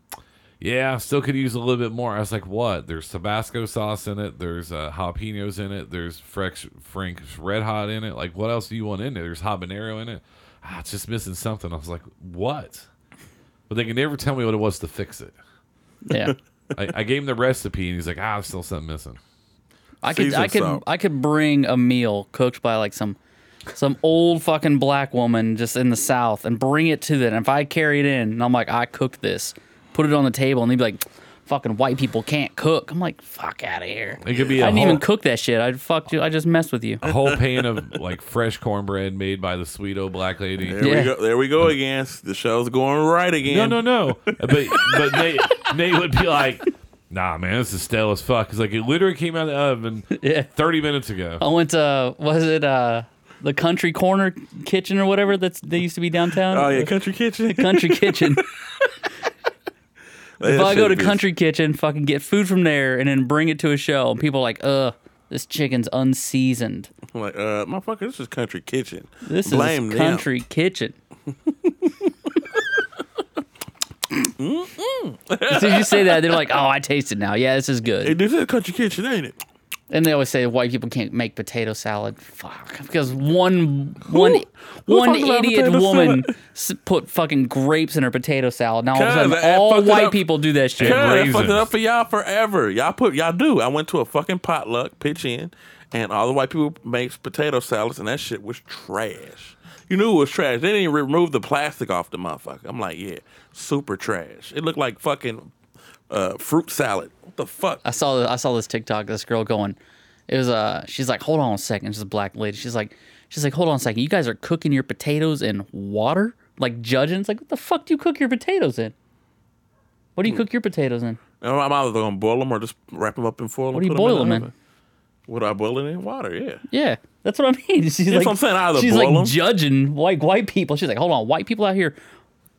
Speaker 3: yeah, I still could use a little bit more. I was like, what? There's Tabasco sauce in it. There's uh, jalapenos in it. There's Frank's, Frank's Red Hot in it. Like, what else do you want in there? There's habanero in it. "Ah, it's just missing something. I was like, what? But they could never tell me what it was to fix it.
Speaker 1: Yeah.
Speaker 3: I, I gave him the recipe, and he's like, ah, there's still something missing.
Speaker 1: I could I
Speaker 2: Seasoned
Speaker 1: could
Speaker 2: salt.
Speaker 1: I could bring a meal cooked by like some some old fucking black woman just in the south and bring it to them. And if I carry it in and I'm like, I cooked this, put it on the table, and they'd be like, fucking white people can't cook. I'm like, fuck out of here.
Speaker 3: It could be a
Speaker 1: I didn't
Speaker 3: whole,
Speaker 1: even cook that shit. I fucked you. I just messed with you.
Speaker 3: a whole pan of like fresh cornbread made by the sweet old black lady.
Speaker 2: There
Speaker 1: Yeah.
Speaker 2: we go. There we go again. The show's going right
Speaker 3: No,
Speaker 2: again.
Speaker 3: no, no. But but Nate, Nate would be like, nah, man, this is stale as fuck. It's like it literally came out of the oven
Speaker 1: [laughs] Yeah.
Speaker 3: 30 minutes ago.
Speaker 1: I went to was it uh the country corner kitchen or whatever that's they used to be downtown.
Speaker 2: Oh yeah, country kitchen. [laughs]
Speaker 1: Country kitchen.
Speaker 3: [laughs]
Speaker 1: if I go to Country Kitchen, fucking get food from there and then bring it to a show, and people are like, ugh, this chicken's unseasoned.
Speaker 2: I'm like, uh, motherfucker, this is country kitchen.
Speaker 1: This
Speaker 2: Blame
Speaker 1: is
Speaker 2: them.
Speaker 1: Country Kitchen. as soon as you say that, they're like, oh, I taste it now. Yeah, this is
Speaker 2: Hey,
Speaker 1: good.
Speaker 2: this is country kitchen, ain't it?
Speaker 1: And they always say white people can't make potato salad. Fuck. Because one one
Speaker 2: who
Speaker 1: one
Speaker 2: talked about
Speaker 1: idiot
Speaker 2: potato
Speaker 1: woman s- put fucking grapes in her potato salad. Now all of a
Speaker 2: Cuz
Speaker 1: sudden,
Speaker 2: I
Speaker 1: all
Speaker 2: fucked it
Speaker 1: white
Speaker 2: up.
Speaker 1: people do that shit.
Speaker 3: Yeah.
Speaker 2: Yeah, I fucked
Speaker 3: raisins.
Speaker 2: it up for y'all forever. Y'all put y'all do. I went to a fucking potluck, pitch in, and all the white people makes potato salads, and that shit was trash. You knew it was trash. They didn't even remove the plastic off the motherfucker. I'm like, yeah, super trash. It looked like fucking uh, fruit salad. What the fuck?
Speaker 1: I saw I saw this TikTok. This girl going, it was uh, she's like, hold on a second. She's a black lady. She's like, she's like, hold on a second. You guys are cooking your potatoes in water, like judging. It's like, what the fuck do you cook your potatoes in? What
Speaker 2: Hmm.
Speaker 1: do you cook your potatoes in?
Speaker 2: And I'm either gonna boil them or just wrap them up in foil.
Speaker 1: What
Speaker 2: and
Speaker 1: do you
Speaker 2: put 'em
Speaker 1: boil
Speaker 2: in? the
Speaker 1: 'em in?
Speaker 2: oven. What do I boil it in? Water. Yeah.
Speaker 1: Yeah, that's what I mean. [laughs] She's like,
Speaker 2: what I'm saying, either
Speaker 1: she's
Speaker 2: boil
Speaker 1: like
Speaker 2: 'em.
Speaker 1: judging white white people. She's like, hold on, white people out here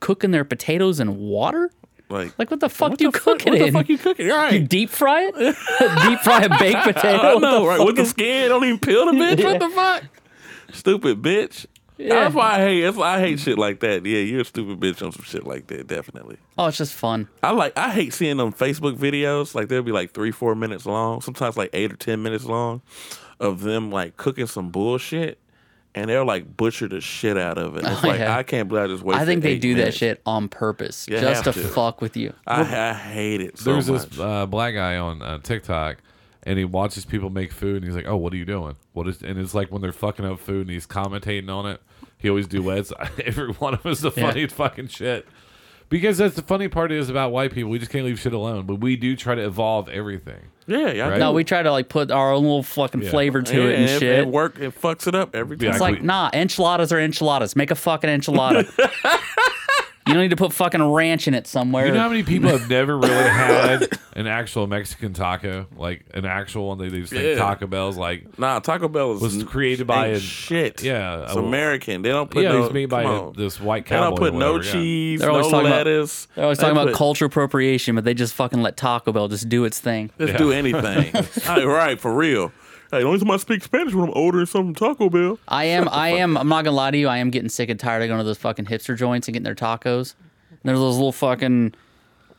Speaker 1: cooking their potatoes in water.
Speaker 2: Like,
Speaker 1: Like, what the fuck
Speaker 2: [laughs] what
Speaker 1: do you
Speaker 2: the
Speaker 1: cook
Speaker 2: fuck,
Speaker 1: it
Speaker 2: what
Speaker 1: in?
Speaker 2: the fuck you cooking? All
Speaker 1: You
Speaker 2: right.
Speaker 1: deep
Speaker 2: [laughs]
Speaker 1: fry it? deep fry a baked potato?
Speaker 2: I
Speaker 1: What the
Speaker 2: know, right?
Speaker 1: fuck
Speaker 2: With the
Speaker 1: is-
Speaker 2: skin, don't even peel the
Speaker 1: [laughs]
Speaker 2: bitch.
Speaker 1: Yeah.
Speaker 2: What the fuck? Stupid bitch.
Speaker 1: Yeah.
Speaker 2: That's why I hate. That's why I hate shit like that. Yeah, you're a stupid bitch on some shit like that. Definitely.
Speaker 1: Oh, it's just fun.
Speaker 2: I like. I hate seeing them Facebook videos. Like they'll be like three, four minutes long. Sometimes like eight or ten minutes long, of them like cooking some bullshit, and they'll like butcher the shit out of it. It's like
Speaker 1: Oh, yeah.
Speaker 2: I can't believe I just wasted.
Speaker 1: I think they
Speaker 2: eight
Speaker 1: do
Speaker 2: minutes.
Speaker 1: that shit on purpose,
Speaker 2: You
Speaker 1: just to,
Speaker 2: have to.
Speaker 1: fuck with you.
Speaker 2: I, I hate it so
Speaker 3: There's
Speaker 2: much.
Speaker 3: this uh, black guy on uh, TikTok, and he watches people make food, and he's like, "Oh, what are you doing? What is?" And it's like when they're fucking up food, and he's commentating on it. He always duets. [laughs] Every one of us the
Speaker 1: Yeah.
Speaker 3: funniest fucking shit. Because that's the funny part is about white people. We just can't leave shit alone, but we do try to evolve everything.
Speaker 2: yeah, yeah. I
Speaker 3: Right?
Speaker 2: do.
Speaker 1: No, Uh, we try to like put our own little fucking
Speaker 3: Yeah.
Speaker 1: flavor to it
Speaker 2: Yeah,
Speaker 1: and
Speaker 2: it,
Speaker 1: shit.
Speaker 2: It work. It fucks it up every
Speaker 3: Yeah,
Speaker 2: time.
Speaker 1: It's
Speaker 3: I
Speaker 1: like,
Speaker 3: agree.
Speaker 1: nah, enchiladas are enchiladas. Make a fucking
Speaker 2: [laughs]
Speaker 1: enchilada. you don't need to put fucking ranch in it somewhere.
Speaker 3: You know how many people have never really had an actual Mexican taco, like an actual one. They, they just
Speaker 2: Yeah.
Speaker 3: think Taco Bell's like
Speaker 2: Nah, Taco Bell is
Speaker 3: Was created by
Speaker 2: ain't
Speaker 3: a-
Speaker 2: shit.
Speaker 3: yeah,
Speaker 2: it's
Speaker 3: a-
Speaker 2: American. They don't put
Speaker 3: yeah,
Speaker 2: no.
Speaker 3: it's made by
Speaker 2: come
Speaker 3: a-
Speaker 2: on.
Speaker 3: this white
Speaker 2: They
Speaker 3: cowboy.
Speaker 2: don't put
Speaker 3: or
Speaker 2: no
Speaker 3: whatever, yeah.
Speaker 2: cheese,
Speaker 1: They're
Speaker 2: no
Speaker 1: always talking about-
Speaker 2: lettuce.
Speaker 1: They're always
Speaker 2: They
Speaker 1: talking about
Speaker 2: put-
Speaker 1: culture appropriation, but they just fucking let Taco Bell just do its thing.
Speaker 2: Let's do anything.
Speaker 3: [laughs]
Speaker 2: All right, for real. Hey, the only time I speak Spanish when I'm ordering something from Taco Bell.
Speaker 1: I am, I am, I'm not gonna lie to you. I am getting sick and tired of going to those fucking hipster joints and getting their tacos. And there's those little fucking,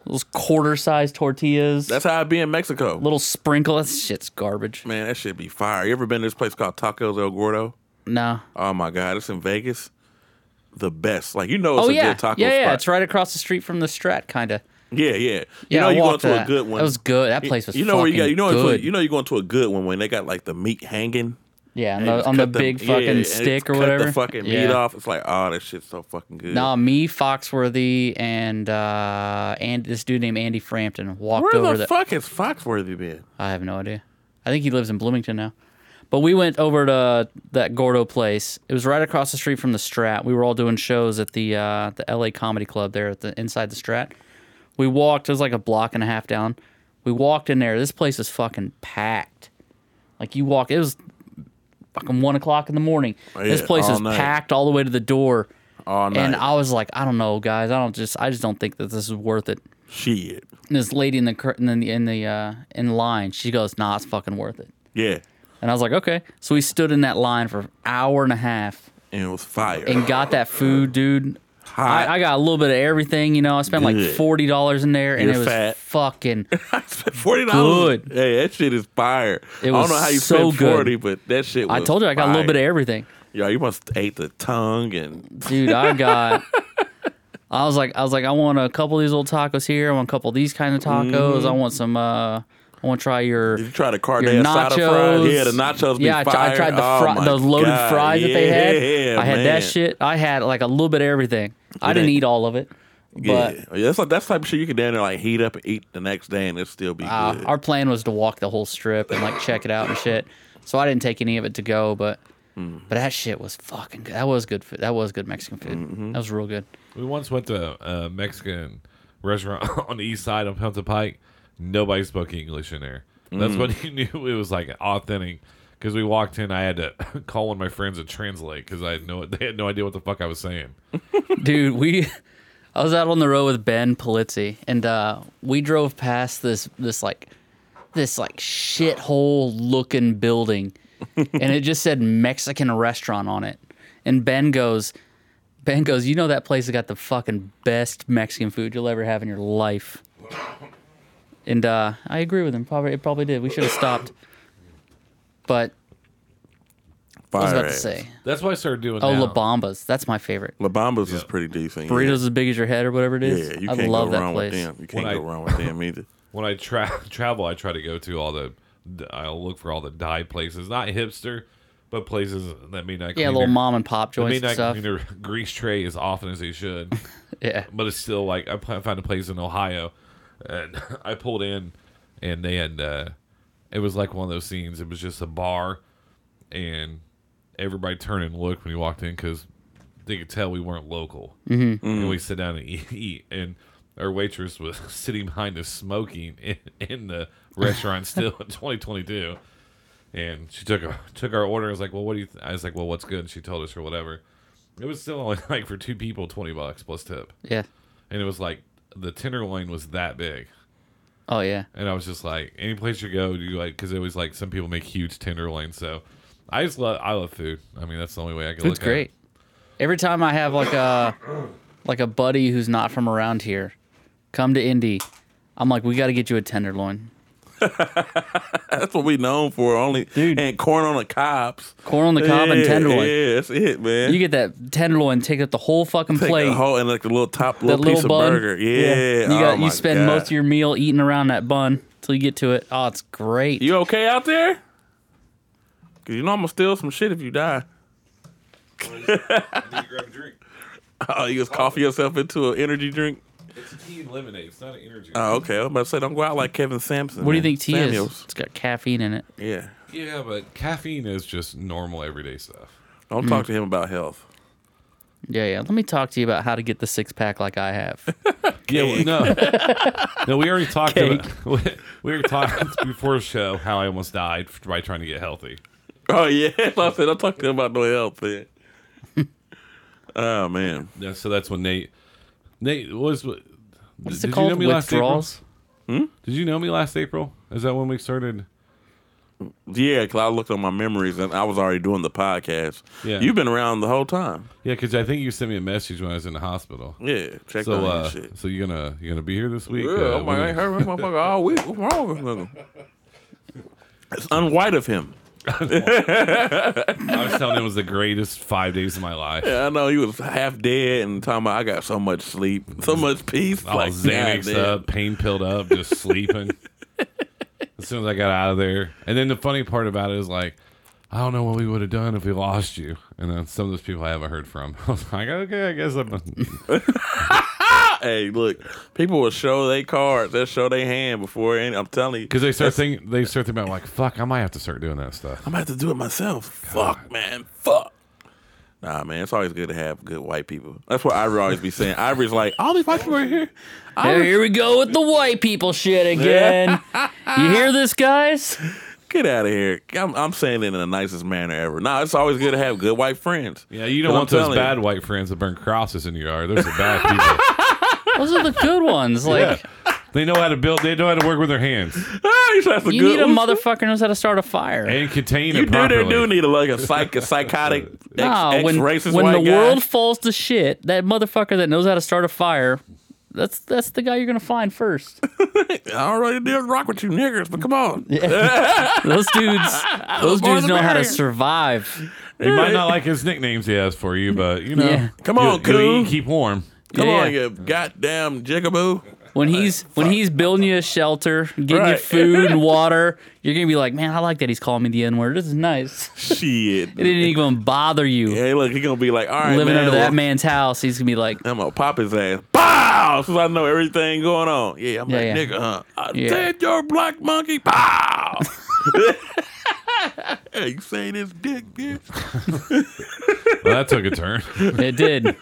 Speaker 1: those quarter sized tortillas,
Speaker 2: That's how I be in Mexico.
Speaker 1: little sprinkle. That shit's garbage.
Speaker 2: Man, that should be fire. You ever been to this place called Tacos El Gordo?
Speaker 1: Nah.
Speaker 2: Oh my god, it's in Vegas. The best. Like you know, it's
Speaker 1: Oh
Speaker 2: a
Speaker 1: yeah,
Speaker 2: good taco
Speaker 1: yeah,
Speaker 2: spot.
Speaker 1: yeah. It's right across the street from the Strat, kind of.
Speaker 2: Yeah, yeah.
Speaker 1: Yeah,
Speaker 2: you know,
Speaker 1: I
Speaker 2: you go
Speaker 1: walked
Speaker 2: to
Speaker 1: that.
Speaker 2: a good one.
Speaker 1: That was good. That place was
Speaker 2: You know where you got.
Speaker 1: fucking
Speaker 2: You know, it's where-
Speaker 1: good.
Speaker 2: you know, you're going to a good one when they got like the meat hanging.
Speaker 1: Yeah, on
Speaker 2: and
Speaker 1: the,
Speaker 2: just
Speaker 1: on the
Speaker 2: cut
Speaker 1: big
Speaker 2: yeah,
Speaker 1: fucking
Speaker 2: and just
Speaker 1: stick or
Speaker 2: cut
Speaker 1: whatever.
Speaker 2: the fucking
Speaker 1: yeah.
Speaker 2: meat off. It's like, oh, that shit's so fucking good.
Speaker 1: Nah, me, Foxworthy, and uh, and this dude named Andy Frampton walked
Speaker 2: Where
Speaker 1: over
Speaker 2: the
Speaker 1: that.
Speaker 2: fuck has Foxworthy been?
Speaker 1: I have no idea. I think he lives in Bloomington now. But we went over to that Gordo place. It was right across the street from the Strat. We were all doing shows at the uh, the LA Comedy Club there at the inside the Strat. We walked. It was like a block and a half down. We walked in there. This place is fucking packed. Like you walk, it was fucking one o'clock in the morning.
Speaker 2: Oh,
Speaker 1: this
Speaker 2: yeah,
Speaker 1: place
Speaker 2: all
Speaker 1: is
Speaker 2: night.
Speaker 1: packed all the way to the door.
Speaker 2: All night.
Speaker 1: And I was like, I don't know, guys. I don't just, I just don't think that this is worth it
Speaker 2: Shit.
Speaker 1: and this lady in the cur- in the in the uh, in line, she goes, "Nah, it's fucking worth it."
Speaker 2: Yeah.
Speaker 1: And I was like, "Okay." So we stood in that line for an hour and a half
Speaker 2: [laughs] And it was fire.
Speaker 1: and got that food, dude.
Speaker 2: hot.
Speaker 1: I, I got a little bit of everything, you know. I spent like
Speaker 2: Good.
Speaker 1: forty dollars in there, and
Speaker 2: You're
Speaker 1: it was
Speaker 2: fat.
Speaker 1: fucking.
Speaker 2: spent forty dollars.
Speaker 1: Good.
Speaker 2: Hey, that shit is fire. I don't
Speaker 1: was
Speaker 2: know how you
Speaker 1: so
Speaker 2: spent
Speaker 1: good.
Speaker 2: forty, but that shit. [laughs] Was
Speaker 1: I told you I got a little bit of everything,
Speaker 2: Yo, you must ate the tongue and
Speaker 1: dude. I got. I was like, I was like, I want a couple of these old tacos here. I want a couple of these kind of tacos.
Speaker 2: Mm-hmm.
Speaker 1: I want some. uh I want to try your.
Speaker 2: did you try the carne
Speaker 1: Your
Speaker 2: asada
Speaker 1: nachos.
Speaker 2: fries? Yeah, the nachos.
Speaker 1: Yeah, I,
Speaker 2: be
Speaker 1: tr- I
Speaker 2: fire.
Speaker 1: tried the
Speaker 2: Oh
Speaker 1: fri-
Speaker 2: my
Speaker 1: the loaded
Speaker 2: God.
Speaker 1: fries that they had.
Speaker 2: Yeah,
Speaker 1: I had
Speaker 2: man.
Speaker 1: that shit. I had like a little bit of everything. I didn't
Speaker 2: ain't-
Speaker 1: eat all of it, but
Speaker 2: yeah, Yeah, that's like that's the type of shit you can down there like heat up and eat the next day and it still be
Speaker 1: uh,
Speaker 2: good.
Speaker 1: our plan was to walk the whole strip and like check it out and shit. So I didn't take any of it to go, but
Speaker 2: Hmm.
Speaker 1: but that shit was fucking good. That was good food. That was good Mexican food.
Speaker 2: Mm-hmm.
Speaker 1: That was real good.
Speaker 3: We once went to a Mexican restaurant [laughs] on the east side of Hunter Pike. Nobody spoke English in there. That's
Speaker 1: Mm.
Speaker 3: when you [laughs] knew it was like authentic. Because we walked in, I had to [laughs] call one of my friends and translate because I had no, they had no idea what the fuck I was saying.
Speaker 1: Dude, we [laughs] I was out on the road with Ben Polizzi and uh we drove past this this like this like shithole looking building and it just said Mexican restaurant on it. And Ben goes Ben goes, you know that place has got the fucking best Mexican food you'll ever have in your life. And uh, I agree with him. Probably it probably did. We should have stopped. But I was about to say,
Speaker 3: That's what I started doing.
Speaker 1: oh,
Speaker 3: now.
Speaker 1: La Bombas. That's my favorite.
Speaker 2: La Bamba's is pretty decent.
Speaker 1: burritos
Speaker 2: yeah.
Speaker 1: as big as your head or whatever it is.
Speaker 2: Yeah, you
Speaker 1: I
Speaker 2: can't
Speaker 1: love
Speaker 2: go
Speaker 1: that
Speaker 2: wrong
Speaker 1: place.
Speaker 2: with them. You can't
Speaker 3: When
Speaker 2: go
Speaker 3: I-
Speaker 2: wrong with
Speaker 1: [laughs]
Speaker 2: them either.
Speaker 3: when I tra- [laughs] travel, I try to go to all the. I'll look for all the dye places, not hipster, but places that may not.
Speaker 1: Yeah,
Speaker 3: clean
Speaker 1: little
Speaker 3: their-
Speaker 1: mom and pop
Speaker 3: that may
Speaker 1: joints and
Speaker 3: not
Speaker 1: stuff.
Speaker 3: clean their [laughs] grease tray as often as they should.
Speaker 1: Yeah,
Speaker 3: but it's still like I pl- found a place in Ohio, and [laughs] I pulled in, and they had uh, it was like one of those scenes. It was just a bar, and everybody turned and looked when we walked in because they could tell we weren't local. Mm-hmm. And we sit down and eat, eat, and our waitress was [laughs] sitting behind us smoking [laughs] in, in the restaurant still in 2022. And she took our, took our order. I was like, "Well, what do you?" Th-? I was like, "Well, what's good?" And she told us or whatever. It was still only [laughs] like for two people, twenty bucks plus tip
Speaker 1: yeah.
Speaker 3: and it was like the tenderloin was that big
Speaker 1: Oh yeah.
Speaker 3: and i was just like any place you go you like because it was like some people make huge tenderloin so i just love i love food i mean that's the only way i can
Speaker 1: Food's
Speaker 3: look
Speaker 1: great. Every time I have like a like a buddy who's not from around here come to Indy, I'm like, we got to get you a tenderloin,
Speaker 2: That's what we known for. Only and corn on the cobs.
Speaker 1: corn on the cob, and
Speaker 2: Yeah,
Speaker 1: tenderloin.
Speaker 2: Yeah, that's it, man.
Speaker 1: You get that tenderloin, take up the whole fucking
Speaker 2: Take
Speaker 1: plate.
Speaker 2: the whole and like the little top
Speaker 1: that
Speaker 2: little
Speaker 1: little
Speaker 2: piece of
Speaker 1: bun.
Speaker 2: burger. Yeah,
Speaker 1: You got
Speaker 2: Oh my
Speaker 1: you spend
Speaker 2: God.
Speaker 1: most of your meal eating around that bun till you get to it. Oh, it's great.
Speaker 2: You okay out there? Cause you know I'm gonna steal some shit if you die. [laughs]
Speaker 3: i need to grab a drink
Speaker 2: Oh, you just coffee yourself into an energy drink.
Speaker 3: it's tea and lemonade it's not an energy
Speaker 2: Oh, okay. I was about to say, don't go out like Kevin Sampson.
Speaker 1: what do you
Speaker 2: man.
Speaker 1: think tea is?
Speaker 2: Samuels.
Speaker 1: It's got caffeine in it.
Speaker 2: Yeah.
Speaker 3: yeah but caffeine is just normal everyday stuff
Speaker 2: Don't talk
Speaker 3: Hmm.
Speaker 2: to him about health. [laughs]
Speaker 1: Yeah, yeah. Let me talk to you about how to get the six pack like I have.
Speaker 3: yeah well, no
Speaker 1: [laughs]
Speaker 3: no we already talked
Speaker 1: Cake.
Speaker 3: about [laughs] we, we were talking before the show how i almost died by trying to get healthy
Speaker 2: Oh yeah, [laughs] That's what I said. Don't talk to him about no health,
Speaker 3: [laughs]
Speaker 2: man. oh man.
Speaker 3: yeah, so that's when nate nate was what
Speaker 1: What's it called? Withdrawals.
Speaker 3: did you know me last april is that when we started
Speaker 2: Yeah, because I looked on my memories and I was already doing the podcast.
Speaker 3: Yeah.
Speaker 2: You've been around the whole time.
Speaker 3: Yeah, because I think you sent me a message when I was in the hospital.
Speaker 2: oh, Yeah, check
Speaker 3: So,
Speaker 2: on that
Speaker 3: uh,
Speaker 2: shit.
Speaker 3: so you gonna you gonna be here this week?
Speaker 2: Yeah,
Speaker 3: Uh,
Speaker 2: I'm like, I
Speaker 3: when-
Speaker 2: ain't heard this motherfucker all week. What's wrong with this nigga? It's unwhite of him.
Speaker 3: I was telling him it was the greatest five days of my life.
Speaker 2: Yeah, I know he was half dead and talking about I got so much sleep, so much peace.
Speaker 3: All
Speaker 2: like
Speaker 3: Xanax
Speaker 2: goddamn.
Speaker 3: up, pain pilled
Speaker 2: [laughs]
Speaker 3: up, just sleeping. As soon as I got out of there, and then the funny part about it is like, I don't know what we would have done if we lost you. And then some of those people I haven't heard from. [laughs] I was like, okay, I guess I'm.
Speaker 2: Hey, look, people will show their cards, they'll show their hand before any. I'm telling you,
Speaker 3: Because they start thinking, they start thinking about like, fuck, I might have to start doing that stuff.
Speaker 2: I'm about to do it myself. Fuck, man. Fuck. Nah, man, it's always good to have good white people. That's what Ivory always be saying. Ivory's like, all these white people are here.
Speaker 1: Here, here we go with the white people shit
Speaker 2: [laughs]
Speaker 1: again. you hear this, guys?
Speaker 2: Get out of here. I'm, I'm saying it in the nicest manner ever. Nah, it's always good to have good white friends.
Speaker 3: Yeah, you don't
Speaker 2: But I'm
Speaker 3: want those
Speaker 2: telling you. [laughs]
Speaker 3: bad white friends that burn crosses in your yard. Those are bad people.
Speaker 1: Those are the good ones. Like
Speaker 3: They know how to build. They know how to work with their hands
Speaker 2: Ah, you that's a
Speaker 1: You
Speaker 2: good
Speaker 1: need a
Speaker 2: one.
Speaker 1: motherfucker who knows how to start a fire.
Speaker 3: and contain
Speaker 2: You
Speaker 3: it
Speaker 2: do,
Speaker 3: properly.
Speaker 2: they do need a, like a psych, a
Speaker 3: [laughs]
Speaker 2: psychotic, ex,
Speaker 1: Nah,
Speaker 2: ex
Speaker 1: when
Speaker 2: racist
Speaker 1: when
Speaker 2: white
Speaker 1: the
Speaker 2: guy.
Speaker 1: world falls to shit, that motherfucker that knows how to start a fire, that's that's the guy you're gonna find first.
Speaker 2: I already did rock with you niggers, but come on.
Speaker 1: Those
Speaker 2: [laughs]
Speaker 1: dudes, those
Speaker 2: more
Speaker 1: dudes
Speaker 2: the
Speaker 1: know how to
Speaker 2: merrier.
Speaker 1: survive.
Speaker 3: You might not like his nicknames he has for you, but you know,
Speaker 1: Yeah.
Speaker 2: Come on,
Speaker 3: you, you
Speaker 2: coon.
Speaker 3: keep warm.
Speaker 2: Come
Speaker 1: Yeah.
Speaker 2: on, you goddamn jigaboo.
Speaker 1: When he's when he's building you a shelter, getting you
Speaker 2: Right. [laughs]
Speaker 1: food and water, you're gonna be like, man, I like that he's calling me the N word. This is nice.
Speaker 2: Shit.
Speaker 1: It ain't even gonna bother you.
Speaker 2: Hey, look, he gonna be like, all right,
Speaker 1: Living
Speaker 2: man,
Speaker 1: under
Speaker 2: well,
Speaker 1: that man's house, he's gonna be like,
Speaker 2: I'm gonna pop his ass. Pow! Since I know everything going on. Yeah, I'm
Speaker 1: Yeah,
Speaker 2: like,
Speaker 1: yeah.
Speaker 2: nigga, huh? I
Speaker 1: Yeah.
Speaker 2: said your black monkey. Pow! [laughs] hey, you say this dick, bitch?
Speaker 3: Well, that took
Speaker 2: [laughs]
Speaker 3: a turn.
Speaker 1: it did.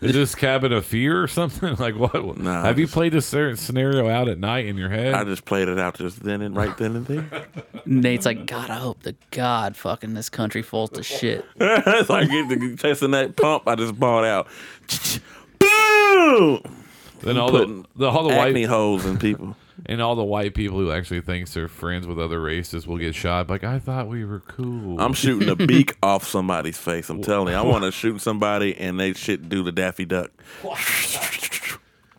Speaker 3: Is this cabin of fear or something? [laughs] Like what?
Speaker 2: Nah,
Speaker 3: Have you
Speaker 2: just-
Speaker 3: played this cer- scenario out at night in your head?
Speaker 2: I just played it out just then and right then and there. [laughs]
Speaker 1: Nate's like, God, I hope to God fucking this country falls to shit.
Speaker 2: It's like get the testing that pump I just bought out. [laughs] Boom!
Speaker 3: then all the,
Speaker 2: putting
Speaker 3: the all the
Speaker 2: Acne
Speaker 3: white
Speaker 2: holes in people.
Speaker 3: and all the white people who actually thinks they're friends with other races will get shot. Like I thought we were cool.
Speaker 2: I'm shooting a beak [laughs] off somebody's face. I'm telling you, I want to shoot somebody and they shit do the Daffy Duck.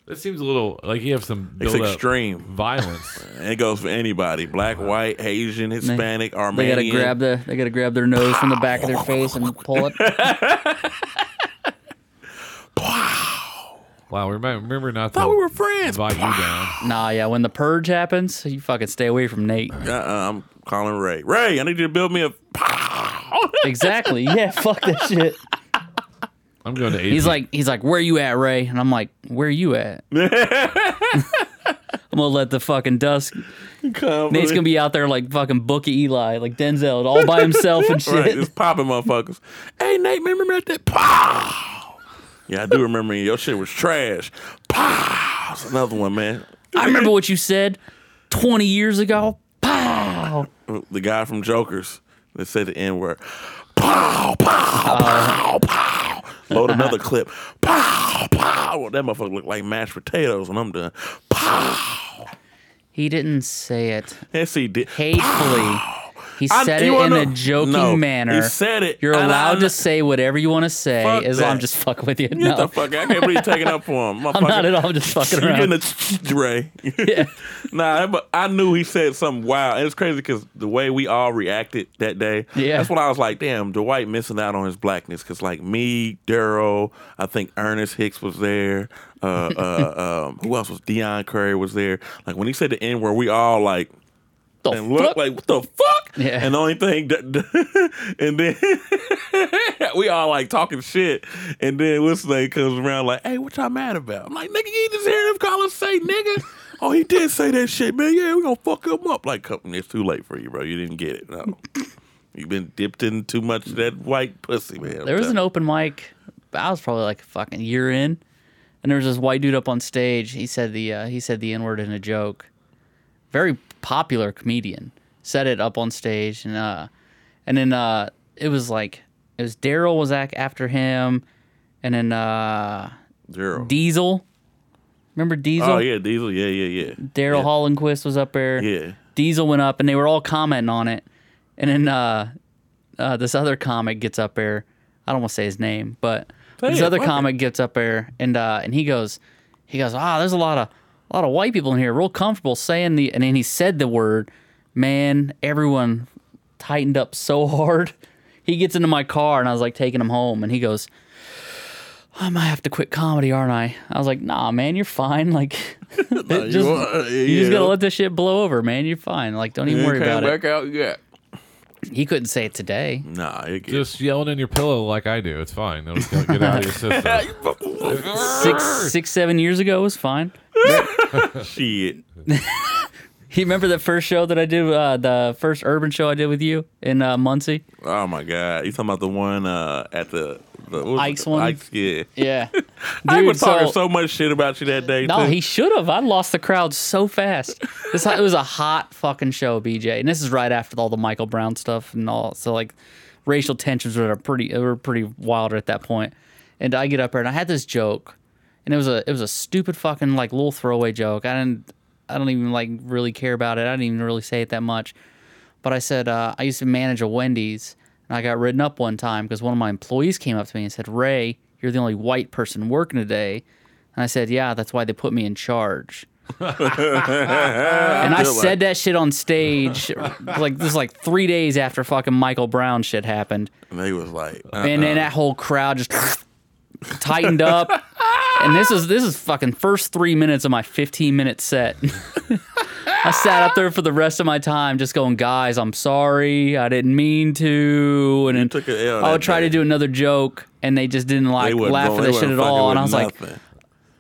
Speaker 3: that seems a little like you have some
Speaker 2: It's
Speaker 3: built-up
Speaker 2: extreme.
Speaker 3: violence.
Speaker 2: And it goes for anybody black, white, Asian, Hispanic,
Speaker 1: They
Speaker 2: Armenian.
Speaker 1: gotta grab the they gotta grab their nose from the back of their face and pull it.
Speaker 3: wow, we might remember not
Speaker 2: thought
Speaker 3: to
Speaker 2: we were friends. Uh
Speaker 3: invite you down.
Speaker 1: Nah, yeah. When the purge happens, you fucking stay away from Nate.
Speaker 2: uh-uh, I'm calling Ray. Ray, I need you to build me a.
Speaker 1: exactly. Yeah. [laughs] Fuck that shit.
Speaker 3: I'm going to.
Speaker 1: He's like, he's like, where you at, Ray? And I'm like, where you
Speaker 2: [laughs]
Speaker 1: at? I'm gonna let the fucking dust. Nate's gonna be out there like fucking Bookie Eli, like Denzel, all by himself and shit.
Speaker 2: [laughs] Right, just popping motherfuckers. Hey, Nate, man, remember that? Pow! Yeah, I do remember you. your shit was trash. Pow! That's another one, man.
Speaker 1: I remember what you said 20 years ago. Pow.
Speaker 2: The guy from Jokers that said the N word. Pow, pow,
Speaker 1: Uh,
Speaker 2: pow, pow. Load another clip. Pow, pow. Well, that motherfucker looked like mashed potatoes when I'm done. Pow.
Speaker 1: He didn't say it
Speaker 2: Yes, he did.
Speaker 1: hatefully. He
Speaker 2: I-
Speaker 1: said
Speaker 2: you
Speaker 1: it in
Speaker 2: wanna-
Speaker 1: a joking
Speaker 2: No,
Speaker 1: manner.
Speaker 2: He said it.
Speaker 1: You're
Speaker 2: And I-
Speaker 1: allowed
Speaker 2: I-
Speaker 1: to say whatever you want to say
Speaker 2: Fuck
Speaker 1: as long
Speaker 2: that.
Speaker 1: I'm just fucking with you.
Speaker 2: Get
Speaker 1: no,
Speaker 2: the fuck out. I can't believe you taking up for
Speaker 1: [laughs]
Speaker 2: him.
Speaker 1: I'm not at all. I'm just fucking
Speaker 2: [laughs] You're
Speaker 1: around.
Speaker 2: getting a Ray. [laughs] nah, but I knew he said something wild. And it's crazy because the way we all reacted that day.
Speaker 1: Yeah.
Speaker 2: That's when I was like, damn, Dwight missing out on his blackness. Because, like, me, Daryl, I think Ernest Hicks was there. Uh,
Speaker 1: [laughs]
Speaker 2: uh, um, who else was? Deion Curry was there. Like, when he said the N word, we all, like,
Speaker 1: The
Speaker 2: and look
Speaker 1: fuck?
Speaker 2: like what the fuck?
Speaker 1: Yeah.
Speaker 2: And the only thing, that, [laughs] and then [laughs] we all like talking shit, and then what's name comes around like, "Hey, what y'all mad about?" I'm like, "Nigga, you just hear him call us
Speaker 1: [laughs]
Speaker 2: say nigga." oh, he did say that shit, man. Yeah, we gonna fuck him up. Like, come- it's too late for you, bro. You didn't get
Speaker 1: [laughs]
Speaker 2: it. No, you've been dipped in too much of that white pussy, man.
Speaker 1: There was an open mic. I was probably like a fucking year in, and there was this white dude up on stage. He said the uh, he said the n word in a joke. Very popular comedian said it up on stage, and uh, and then uh, it was like it was Daryl was ac- after him, and then uh,
Speaker 2: Daryl.
Speaker 1: Diesel. Remember Diesel?
Speaker 2: oh yeah, Diesel. Yeah, yeah, yeah.
Speaker 1: Daryl Hollenquist was up there.
Speaker 2: Yeah.
Speaker 1: Diesel went up and they were all commenting on it. And then uh, uh, this other comic gets up there. I don't want to say his name, but this
Speaker 2: it,
Speaker 1: other
Speaker 2: fuck it.
Speaker 1: comic gets up there and uh, and he goes, he goes, ah, there's a lot of a lot of white people in here, real comfortable saying the. And then he said the word, man. Everyone tightened up so [laughs] hard. He gets into my car and I was like taking him home, and he goes. I might have to quit comedy, aren't I? I was like, nah, man, you're fine. [laughs] Like,
Speaker 2: [laughs] you
Speaker 1: just,
Speaker 2: are,
Speaker 1: you just
Speaker 2: yeah.
Speaker 1: gotta let this shit blow over, man. You're fine. Like, don't even worry
Speaker 2: Came
Speaker 1: about it.
Speaker 2: back out. Yeah.
Speaker 1: He couldn't say it today.
Speaker 2: Nah, it gets.
Speaker 3: just yelling in your pillow like I do. It's fine. It'll get get out of
Speaker 2: [laughs]
Speaker 3: your system.
Speaker 1: Six, six, seven years ago was fine.
Speaker 2: shit.
Speaker 1: You remember that first show that I did, uh, the first urban show I did with you in uh, Muncie?
Speaker 2: Oh my god, you talking about the one uh, at the, the what was
Speaker 1: Ike's
Speaker 2: it?
Speaker 1: one?
Speaker 2: Ike's, yeah.
Speaker 1: Yeah. Dude,
Speaker 2: I was talking
Speaker 1: so-
Speaker 2: so much shit about you that day.
Speaker 1: No,
Speaker 2: too.
Speaker 1: he should have. I lost the crowd so fast. This it was a hot fucking show, BJ, and this is right after all the Michael Brown stuff and all. So like, racial tensions were pretty were pretty wild at that point. And I get up there and I had this joke, and it was a it was a stupid fucking like little throwaway joke. I didn't I don't even like really care about it. I didn't even really say it that much. But I said uh, I used to manage a Wendy's, and I got written up one time because one of my employees came up to me and said, "Ray, you're the only white person working today." And I said, "Yeah, that's why they put me in charge." and I
Speaker 2: Good one.
Speaker 1: said that shit on stage, like this is like three days after fucking Michael Brown shit happened.
Speaker 2: And they was like, uh,
Speaker 1: And then that whole crowd just tightened up. And this is this is fucking first three minutes of my 15 minute set. [laughs] I sat up there for the rest of my time just going, guys, I'm sorry. I didn't mean to. And then
Speaker 2: took an L
Speaker 1: I
Speaker 2: that
Speaker 1: would try
Speaker 2: day.
Speaker 1: to do another joke and they just didn't
Speaker 2: they
Speaker 1: like
Speaker 2: wouldn't
Speaker 1: laugh
Speaker 2: go-
Speaker 1: at
Speaker 2: they
Speaker 1: that shit
Speaker 2: wouldn't
Speaker 1: at
Speaker 2: fucking
Speaker 1: all. And I was
Speaker 2: with
Speaker 1: like,
Speaker 2: nothing.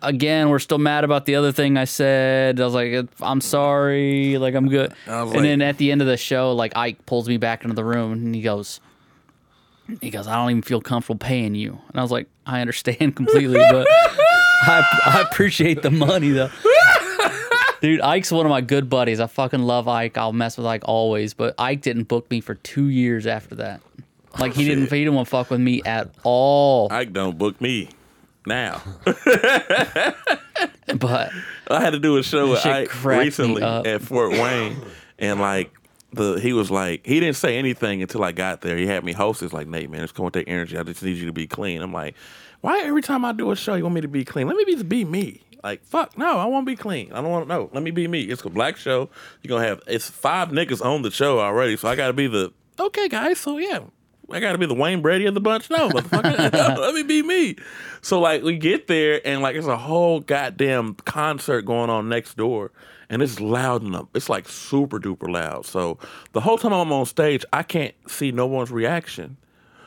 Speaker 1: again, we're still mad about the other thing I said. I was like, I'm sorry, like I'm good.
Speaker 2: I
Speaker 1: And
Speaker 2: was like-
Speaker 1: then at the end of the show, like Ike pulls me back into the room and he goes, he goes, I don't even feel comfortable paying you. And I was like, I understand [laughs] completely, but I, I appreciate the money though. Dude, Ike's one of my good buddies. I fucking love Ike. I'll mess with Ike always, but Ike didn't book me for two years after that. Like
Speaker 2: Oh,
Speaker 1: he didn't, he didn't want to fuck with me at all.
Speaker 2: Ike don't book me now.
Speaker 1: But
Speaker 2: I had to do a show with
Speaker 1: shit
Speaker 2: Ike
Speaker 1: cracked me
Speaker 2: recently
Speaker 1: up.
Speaker 2: at Fort Wayne, and like the he was like he didn't say anything until I got there. He had me host. It's like Nate, man, it's come with that energy. I just need you to be clean. I'm like, why every time I do a show, you want me to be clean? Let me be be me. Like fuck no, I won't be clean. I don't want to know. Let me be me. It's a black show. You're gonna have it's five niggas on the show already, so I got to be the okay guys. So yeah, I gotta be the Wayne Brady of the bunch. No, motherfucker. [laughs] No, let me be me. So like we get there and like it's a whole goddamn concert going on next door. And it's loud enough. It's like super duper loud. So the whole time I'm on stage, I can't see no one's reaction.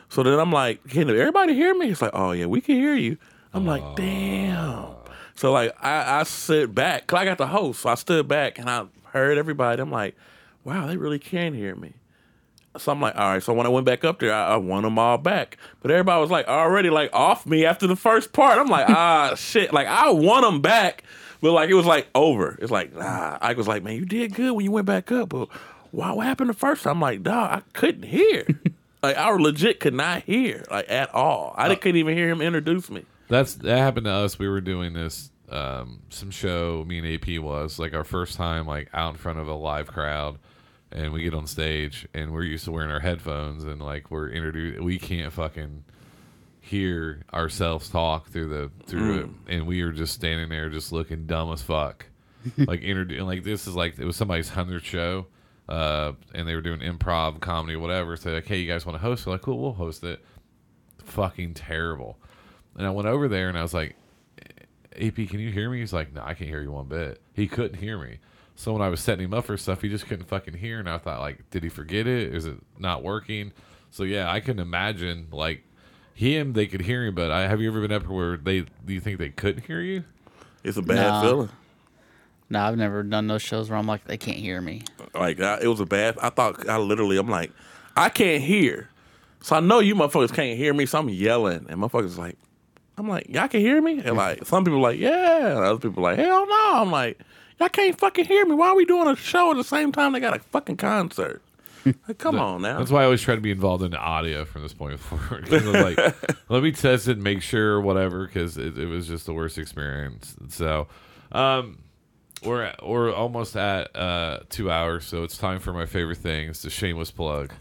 Speaker 2: So then I'm like, can everybody hear me? It's like, oh yeah, we can hear you. I'm like, damn. So like I, I sit back, cause I got the host. So I stood back and I heard everybody. I'm like, wow, they really can hear me. So I'm like, all right. So when I went back up there, I, I won them all back. But everybody was like already like off me after the first part. I'm like, ah, shit. Like I won them back, but like it was like over. It's like, nah. Ike was like, man, you did good when you went back up, but why? What happened the first time? I'm like, dog, I couldn't hear. like I legit could not hear like at all. I didn't, couldn't even hear him introduce me.
Speaker 3: That's that happened to us. We were doing this um, some show. Me and AP was like our first time like out in front of a live crowd, and we get on stage and we're used to wearing our headphones and like we're introduced. We can't fucking hear ourselves talk through the through it, and we were just standing there just looking dumb as fuck. like introdu- and like this is like it was somebody's hundredth show, uh, and they were doing improv comedy whatever. So like, hey, you guys want to host? We're like, cool, we'll host it fucking terrible. And I went over there and I was like, AP, can you hear me? He's like, no, I can't hear you one bit. He couldn't hear me. So when I was setting him up for stuff, he just couldn't fucking hear. And I thought, like, did he forget it? Is it not working? So yeah, I couldn't imagine like him. They could hear him, but I have you ever been up where they do you think they couldn't hear you?
Speaker 2: It's a bad
Speaker 1: Nah.
Speaker 2: feeling.
Speaker 1: no, I've never done those shows where I'm like, they can't hear me.
Speaker 2: Like I, it was a bad. I thought I literally. I'm like, I can't hear. So I know you motherfuckers can't hear me. So I'm yelling, and motherfuckers like, I'm like, y'all can hear me. And like some people like, yeah. And other people like, hell no. I'm like, y'all can't fucking hear me. Why are we doing a show at the same time they got a fucking
Speaker 3: [laughs]
Speaker 2: concert? Like, come on now.
Speaker 3: That's why I always try to be involved in the audio from this point [laughs] forward. 'Cause I was like, let me test it, and make sure, whatever, because it, it was just the worst experience. So, um, we're at, we're almost at uh, two hours, so it's time for my favorite thing. It's the shameless plug.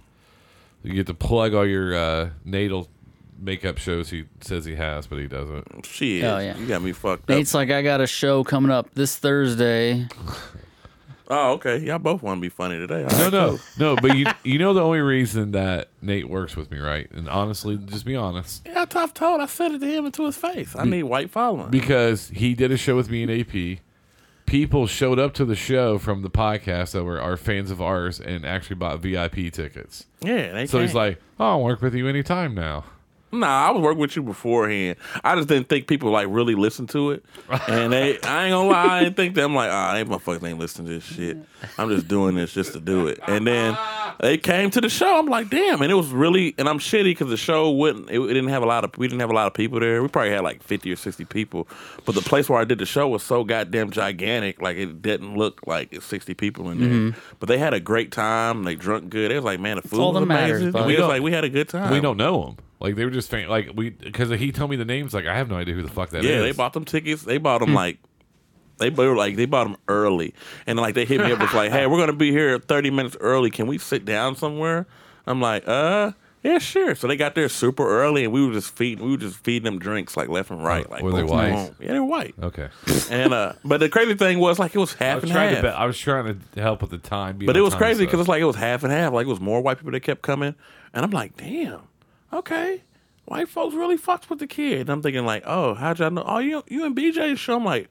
Speaker 3: You get to plug all your uh, natal makeup shows. He says he has, but he doesn't.
Speaker 2: Shit,
Speaker 1: Oh, yeah.
Speaker 2: you got me fucked up.
Speaker 1: Nate's like, I got a show coming up this Thursday.
Speaker 2: Oh okay, y'all both want to be funny today. All
Speaker 3: No,
Speaker 2: right,
Speaker 3: no,
Speaker 2: cool.
Speaker 3: no. But you you know the only reason that Nate works with me, right? And honestly, just be honest.
Speaker 2: Yeah, tough told. I said it to him into his face. I need white following.
Speaker 3: because he did a show with me and AP. People showed up to the show from the podcast that were are fans of ours and actually bought VIP tickets.
Speaker 2: yeah, they
Speaker 3: So he's
Speaker 2: can't.
Speaker 3: like, oh, "I'll work with you anytime now."
Speaker 2: Nah, I was working with you beforehand. I just didn't think people like really listen to it,
Speaker 1: [laughs]
Speaker 2: and they. I ain't gonna lie, I didn't think that. I'm like, ah, they motherfuckers ain't listening to this shit. I'm just doing this just to do it. And then they came to the show. I'm like, damn, and it was really. And I'm shitty because the show wouldn't. It, it didn't have a lot of. We didn't have a lot of people there. We probably had like 50 or 60 people, but the place where I did the show was so goddamn gigantic. Like it didn't look like it's 60 people in there. But they had a great time. They drunk good. They was like, man, the food
Speaker 1: Mm-hmm. all
Speaker 2: was
Speaker 1: that matters,
Speaker 2: amazing.
Speaker 1: bud.
Speaker 2: we
Speaker 3: We
Speaker 2: was
Speaker 3: don't-
Speaker 2: like, we had a good time.
Speaker 3: We don't know him. Like they were just fan- like we because he told me the names. Like I have no idea who the fuck that is.
Speaker 2: yeah, they bought them tickets. They bought
Speaker 3: Hmm.
Speaker 2: them like they bu- like they bought them early, and like they hit me up with like,
Speaker 3: [laughs]
Speaker 2: "Hey, we're gonna be here 30 minutes early. Can we sit down somewhere?" I'm like, "Uh, yeah, sure." So they got there super early, and we were just feeding we were just feeding them drinks like left and right. Like
Speaker 3: Uh, Were they
Speaker 2: going
Speaker 3: white?
Speaker 2: along. Yeah, they were
Speaker 3: [laughs]
Speaker 2: white.
Speaker 3: Okay.
Speaker 2: and uh, but the crazy thing was like it was
Speaker 3: I
Speaker 2: half
Speaker 3: was
Speaker 2: and
Speaker 3: trying
Speaker 2: half.
Speaker 3: to be- I was trying to help with the time. be
Speaker 2: But
Speaker 3: on
Speaker 2: it was
Speaker 3: time
Speaker 2: crazy
Speaker 3: stuff.
Speaker 2: because it's like it was half and half. Like it was more white people that kept coming, and I'm like, damn, okay, white folks really fucks with the kid. And I'm thinking like, oh, how'd y'all know? Oh, you you and BJ show. I'm like,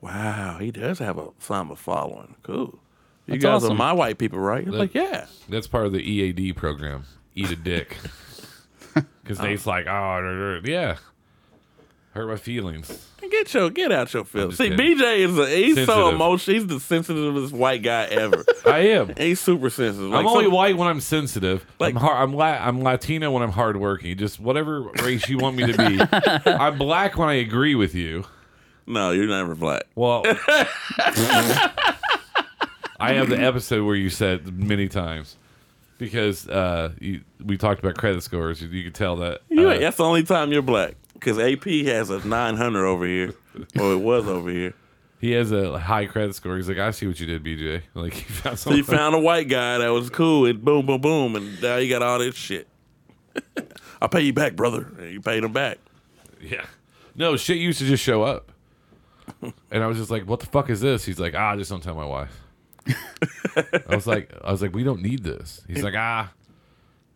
Speaker 2: wow, he does have a some of following. Cool. You
Speaker 1: That's
Speaker 2: guys are
Speaker 1: awesome.
Speaker 2: my white people, right? I'm like, yeah.
Speaker 3: That's part of the EAD program. Eat
Speaker 2: [laughs]
Speaker 3: a dick. Because Nate's like, oh, da- da- da." yeah. Hurt my feelings.
Speaker 2: Get your get out your feelings.
Speaker 3: just
Speaker 2: See,
Speaker 3: kidding.
Speaker 2: BJ is a, he's so
Speaker 3: Sensitive.
Speaker 2: emotional. He's the sensitivest white guy
Speaker 3: [laughs]
Speaker 2: ever.
Speaker 3: I am.
Speaker 2: he's super sensitive. Like,
Speaker 3: I'm only
Speaker 2: some-
Speaker 3: white when I'm sensitive.
Speaker 2: Like-
Speaker 3: I'm hard, I'm, la- I'm Latino when I'm hardworking. Just whatever race you want me to
Speaker 2: [laughs]
Speaker 3: be. I'm black when I agree with you.
Speaker 2: No, you're never black.
Speaker 3: Well, [laughs] I have the episode where you said many times because uh, you, we talked about credit scores. You, you could tell that.
Speaker 2: You
Speaker 3: uh,
Speaker 2: ain't- that's the only time you're black. Because AP has a 900 over here, or it was over here.
Speaker 3: He has a high credit score. He's like, I see what you did, BJ. Like [laughs] he found
Speaker 2: So
Speaker 3: something.
Speaker 2: you found a white guy that was cool, and boom, boom, boom, and now you got all this shit. [laughs] I'll pay you back, brother. And you paid him back.
Speaker 3: yeah. No shit used to just
Speaker 2: [laughs]
Speaker 3: show up, and I was just like, what the fuck is this? He's like, ah, just don't tell my wife. I was like, I was like, we don't need this. He's like, ah.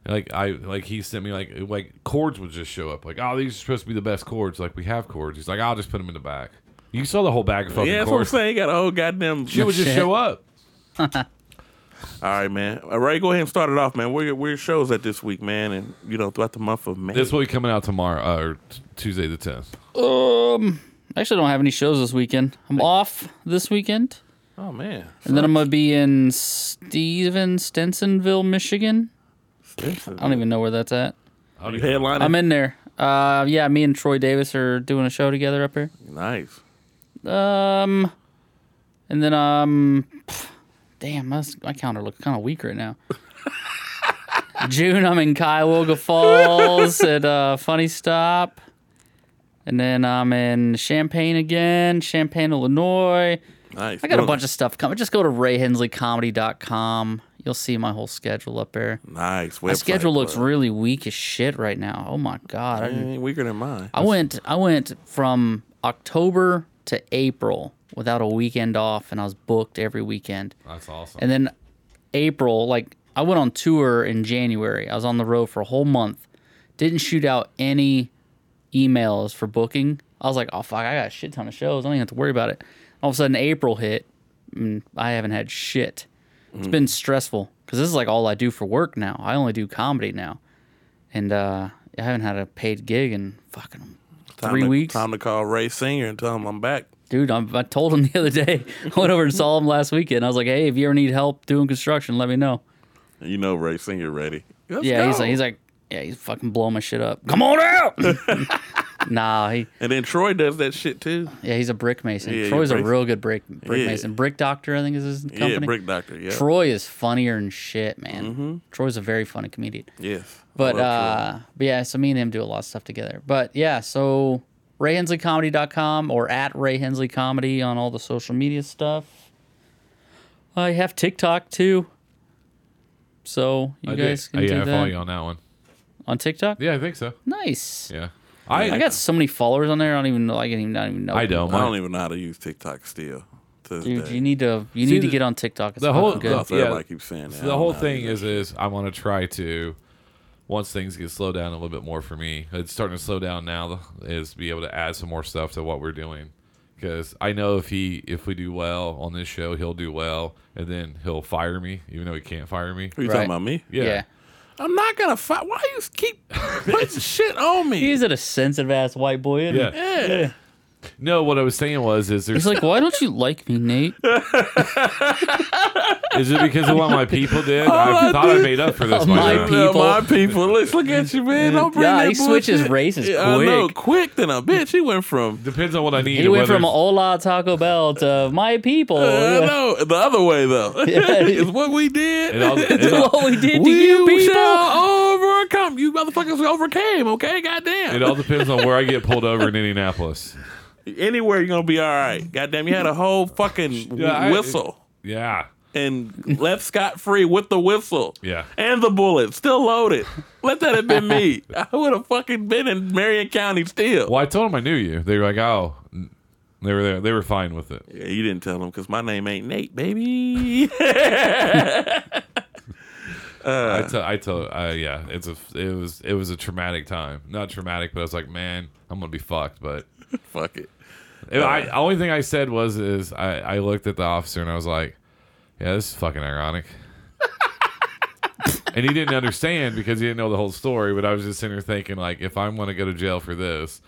Speaker 3: And, Like I like he sent me like like cords would just show up like oh these are supposed to be the best cords like we have cords he's like I'll just put them in the back you saw the whole bag of fucking
Speaker 2: yeah, that's what I'm
Speaker 3: cords
Speaker 2: saying. You got a whole goddamn.
Speaker 3: shit would just
Speaker 1: Shit.
Speaker 3: show up
Speaker 2: All right, man. All right, go ahead and start it off, man. Where your, where your shows at this week, man? And, you know, throughout the month of May.
Speaker 3: this will be coming out tomorrow uh, or t- Tuesday the tenth
Speaker 1: Um, I actually don't have any shows this weekend. I'm off this weekend,
Speaker 2: Oh, man.
Speaker 1: and then I'm gonna be in Steven Stensonville, Michigan. I don't even know where that's at.
Speaker 2: You headlining?
Speaker 1: I'm in there. Uh, yeah, me and Troy Davis are doing a show together up here.
Speaker 2: Nice.
Speaker 1: Um, and then um, pff, damn, my, my calendar looks kind of weak right now. [laughs] June, I'm in Cuyahoga Falls at uh, Funny Stop, and then I'm in Champaign again, Champaign, Illinois.
Speaker 2: Nice.
Speaker 1: I got a bunch of stuff coming. Just go to rayhensleycomedy.com. You'll see my whole schedule up there.
Speaker 2: Nice.
Speaker 1: My
Speaker 2: website,
Speaker 1: schedule looks
Speaker 2: bud.
Speaker 1: really weak as shit right now. Oh my god, I didn't
Speaker 2: Ain't weaker than mine.
Speaker 1: I went I went from October to April without a weekend off and I was booked every weekend.
Speaker 3: that's awesome
Speaker 1: And then April, like I went on tour in January. I was on the road for a whole month. Didn't shoot out any emails for booking. I was like, oh fuck, I got a shit ton of shows. I don't even have to worry about it. All of a sudden April hit and I haven't had shit. It's been stressful because this is like all I do for work now. I only do comedy now. And uh I haven't had a paid gig in fucking
Speaker 2: Time
Speaker 1: three
Speaker 2: to-
Speaker 1: weeks.
Speaker 2: Time to call Ray Senior and tell him I'm back.
Speaker 1: Dude, I'm, I told him [laughs] the other day. I went over and saw him last weekend. I was like, "Hey, if you ever need help doing construction, let me know."
Speaker 2: You know Ray Senior ready. Let's
Speaker 1: yeah, he's
Speaker 2: go.
Speaker 1: like, he's like, yeah, he's fucking blowing my shit up. Come on out.
Speaker 2: [laughs]
Speaker 1: [laughs] nah, he
Speaker 2: And then Troy does that shit too.
Speaker 1: yeah, he's a brick mason.
Speaker 2: Yeah,
Speaker 1: Troy's a
Speaker 2: brick-
Speaker 1: real good brick brick
Speaker 2: Yeah.
Speaker 1: mason. Brick doctor, I think is his company.
Speaker 2: Yeah, Brick Doctor. Yeah. Mm-hmm.
Speaker 1: Troy is funnier than shit, man. Troy's a very funny comedian.
Speaker 2: yes. I
Speaker 3: Oh,
Speaker 1: But
Speaker 2: love
Speaker 1: uh, but yeah, so me and him do a lot of stuff together. But yeah, so rayhensleycomedy.com or at Ray Hensley Comedy on all the social media stuff. I have TikTok too. So you
Speaker 3: I did-
Speaker 1: guys
Speaker 3: oh,
Speaker 1: can
Speaker 3: yeah
Speaker 1: do
Speaker 3: I follow
Speaker 1: that
Speaker 3: you on that one
Speaker 1: on TikTok.
Speaker 3: yeah I think so
Speaker 1: Nice.
Speaker 3: yeah I
Speaker 1: I got so many followers on there. I don't even know. I can even not even know.
Speaker 3: I don't.
Speaker 2: Troy. I don't even know how to use TikTok still. To this
Speaker 1: uh, Dude,
Speaker 2: day.
Speaker 1: you need to you
Speaker 3: See,
Speaker 1: need to
Speaker 3: the-
Speaker 1: get on TikTok. It's
Speaker 3: the whole-
Speaker 1: fucking
Speaker 2: I
Speaker 1: good.
Speaker 2: don't know if
Speaker 3: Yeah.
Speaker 2: everybody keeps saying that. I
Speaker 3: So the
Speaker 2: don't
Speaker 3: whole
Speaker 2: know.
Speaker 3: thing is, is I want to try to, once things get slowed down a little bit more for me, it's starting to slow down now. Is be able to add some more stuff to what we're doing, because I know if he, if we do well on this show, he'll do well, and then he'll fire me, even though he can't fire me.
Speaker 2: Who you
Speaker 1: Right.
Speaker 2: talking about me?
Speaker 3: Yeah.
Speaker 1: yeah.
Speaker 2: I'm not gonna fight. Why [laughs] you keep putting shit on me?
Speaker 1: He's a sensitive ass white boy. Isn't he?
Speaker 3: Yeah.
Speaker 2: yeah.
Speaker 3: No, what I was saying was, is there's
Speaker 1: He's like, why don't you like me,
Speaker 3: [laughs]
Speaker 1: Nate?
Speaker 3: is it because of what
Speaker 1: [laughs]
Speaker 3: my people did? I thought I made up for this.
Speaker 1: Oh, my
Speaker 3: myself.
Speaker 1: people.
Speaker 2: No, my people. Let's look at you, man. Don't bring
Speaker 1: God,
Speaker 2: that
Speaker 1: he switches
Speaker 2: bullshit.
Speaker 1: races
Speaker 2: yeah, I know,
Speaker 1: quick.
Speaker 2: quick than a bitch. He
Speaker 1: [laughs]
Speaker 2: went from.
Speaker 3: Depends on what I need.
Speaker 1: He went
Speaker 3: whether
Speaker 1: from
Speaker 3: it's-
Speaker 1: Hola Taco Bell to my
Speaker 3: [laughs]
Speaker 1: people.
Speaker 2: I know the other
Speaker 1: [laughs]
Speaker 2: way though. [laughs] it's what we did.
Speaker 3: it all- it all-
Speaker 1: what we did to
Speaker 2: we
Speaker 1: you people.
Speaker 2: shall overcome. You motherfuckers overcame. Okay, goddamn.
Speaker 3: It all depends on where I get pulled over in Indianapolis.
Speaker 2: Anywhere you're gonna be all right. Goddamn, you had a whole fucking
Speaker 3: Yeah, I-
Speaker 2: whistle.
Speaker 3: Yeah.
Speaker 2: and left scot free with the whistle.
Speaker 3: Yeah.
Speaker 2: And the bullet, still loaded. Let that have been
Speaker 3: [laughs]
Speaker 2: me. I would have fucking been in Marion County still.
Speaker 3: Well, I told them I knew you. They were like, oh, they were there. They were fine with it.
Speaker 2: Yeah, you didn't tell them because my name ain't Nate, baby. [laughs]
Speaker 3: I tell, I tell, uh, yeah, it's a, it was, it was a traumatic time. Not traumatic, but I was like, man, I'm gonna be fucked. But
Speaker 2: Fuck it.
Speaker 3: And I the only thing I said was, is I, I looked at the officer and I was like, yeah, this is fucking ironic. and he didn't understand because he didn't know the whole story. But I was just sitting there thinking, like, if I'm gonna go to jail for this.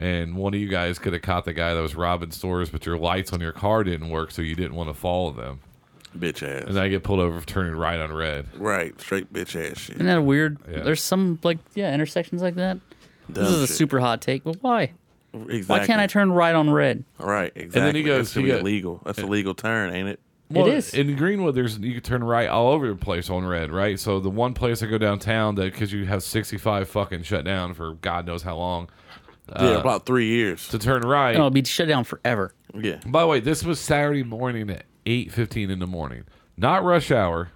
Speaker 3: And one of you guys could have caught the guy that was robbing stores, but your lights on your car didn't work, so you didn't want to follow them.
Speaker 2: Bitch ass.
Speaker 3: And I get pulled over for turning right on red.
Speaker 2: right. Straight bitch ass shit.
Speaker 1: Isn't that weird?
Speaker 3: Yeah.
Speaker 1: There's some like yeah intersections like that. this is a super hot take, but why?
Speaker 2: Exactly.
Speaker 1: Why can't I turn right on red?
Speaker 2: Right. Exactly.
Speaker 3: then he goes,
Speaker 2: That's gonna
Speaker 3: he
Speaker 2: be
Speaker 3: go-
Speaker 2: illegal. That's a legal turn, ain't it?
Speaker 1: It is.
Speaker 3: in Greenwood. There's you can turn right all over the place on red, right? So the one place I go downtown that because you have 65 fucking shut down for God knows how long
Speaker 2: yeah, about three years.
Speaker 3: Uh, to turn right.
Speaker 1: No, it'll be shut down forever.
Speaker 2: yeah.
Speaker 3: By the way, this was Saturday morning at 8:15 in the morning, not rush hour.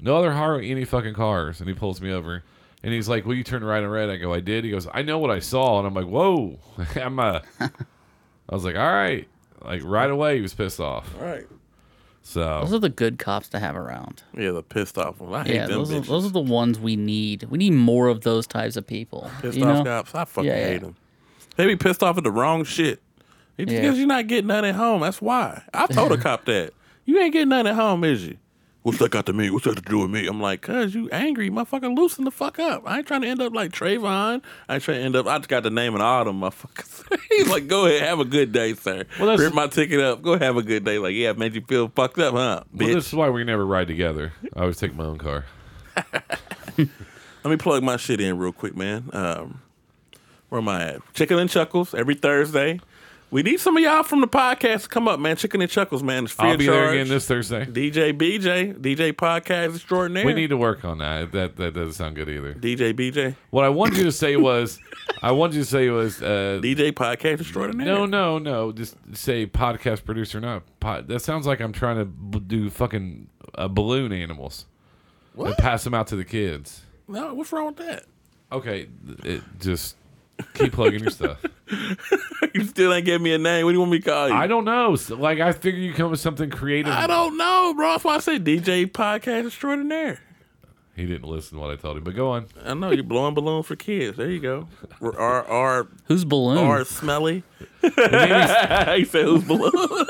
Speaker 3: No other hardly any fucking cars, and he pulls me over. And he's like, "Will you turn right on red?" I go, "I did." He goes, "I know what I saw," and I'm like, "Whoa!" [laughs] I'm uh, I was like, "All right," like right away. He was pissed off.
Speaker 2: Right.
Speaker 3: So
Speaker 1: Those are the good cops to have around.
Speaker 2: Yeah, the pissed off one. I hate
Speaker 1: Yeah,
Speaker 2: them
Speaker 1: those are,
Speaker 2: bitches.
Speaker 1: those are the ones we need. We need more of those types of people.
Speaker 2: pissed
Speaker 1: you know?
Speaker 2: off cops. I fucking
Speaker 1: Yeah, yeah.
Speaker 2: hate them. They be pissed off at the wrong shit. It's
Speaker 1: Yeah.
Speaker 2: because you're not getting none at home. That's why. I told
Speaker 1: [laughs]
Speaker 2: a cop that. You ain't getting none at home, is you? What's that got to me? What's that to do with me? I'm like, cuz you angry, motherfucker, loosen the fuck up. I ain't trying to end up like Trayvon. I ain't trying to end up, I just got the name and all them motherfuckers. [laughs] He's like, go ahead, have a good day, sir. Well,
Speaker 3: Well, that's-
Speaker 2: Rip my ticket up. Go have a good day. Like, yeah, it made you feel fucked up, huh? Bitch.
Speaker 3: Well, this is why we never ride together. I always take my own car.
Speaker 2: Let me plug my shit in real quick, man. Um, where am I at? Chicken and Chuckles every Thursday. We need some of y'all from the podcast to come up, man. Chicken and Chuckles, man. It's free
Speaker 3: I'll
Speaker 2: of
Speaker 3: be
Speaker 2: charge.
Speaker 3: there again this Thursday.
Speaker 2: DJ BJ, DJ Podcast Extraordinaire.
Speaker 3: We need to work on that. That that doesn't sound good either.
Speaker 2: DJ BJ,
Speaker 3: What I wanted you to
Speaker 2: [laughs]
Speaker 3: say was, I wanted you to say was, uh,
Speaker 2: DJ Podcast Extraordinaire.
Speaker 3: no, no, no. Just say podcast producer, not pod. That sounds like I'm trying to b- do fucking uh, balloon animals and
Speaker 2: what?
Speaker 3: pass them out to the kids.
Speaker 2: no, what's wrong with that? [laughs]
Speaker 3: Okay, th- it, just keep plugging your stuff.
Speaker 2: you still ain't give me a name. What do you want me to call you?
Speaker 3: I don't know. So, Like I figure you come with something creative.
Speaker 2: I don't know, bro. That's why I say DJ Podcast Extraordinaire.
Speaker 3: He didn't listen to what I told him, but go on.
Speaker 2: I know you're blowing balloons for kids. There you go. R R
Speaker 1: Who's balloon?
Speaker 2: R Smelly. [laughs] he said
Speaker 1: [laughs]
Speaker 2: who's balloon.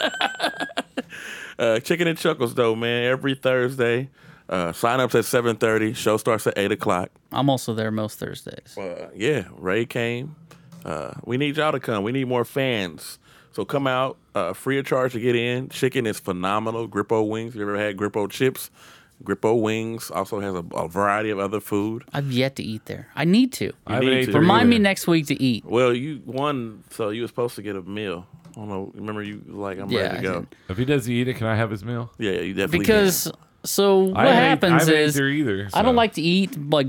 Speaker 2: uh, Chicken and Chuckles though, man. Every Thursday. Uh, sign ups at seven thirty. Show starts at eight o'clock.
Speaker 1: I'm also there most Thursdays.
Speaker 2: Uh, yeah, Ray came. Uh, we need y'all to come. We need more fans. So come out, uh, free of charge to get in. Chicken is phenomenal. Grippo wings. You ever had Grippo chips? Grippo wings also has a, a variety of other food.
Speaker 1: I've yet to eat there. I need to.
Speaker 3: I haven't
Speaker 2: need
Speaker 3: ate
Speaker 2: to.
Speaker 3: there
Speaker 1: Remind me
Speaker 3: either.
Speaker 1: next week to eat.
Speaker 2: Well, you won, so you were supposed to get a meal. I don't know. Remember, you was like I'm
Speaker 1: Yeah,
Speaker 2: ready
Speaker 1: I
Speaker 2: to go.
Speaker 1: did.
Speaker 3: If he doesn't eat it, can I have his meal?
Speaker 2: Yeah, you definitely
Speaker 1: Because so what
Speaker 3: I haven't ate- I
Speaker 1: happens
Speaker 3: haven't ate
Speaker 1: is
Speaker 3: there either,
Speaker 1: I
Speaker 3: so.
Speaker 1: don't like to eat like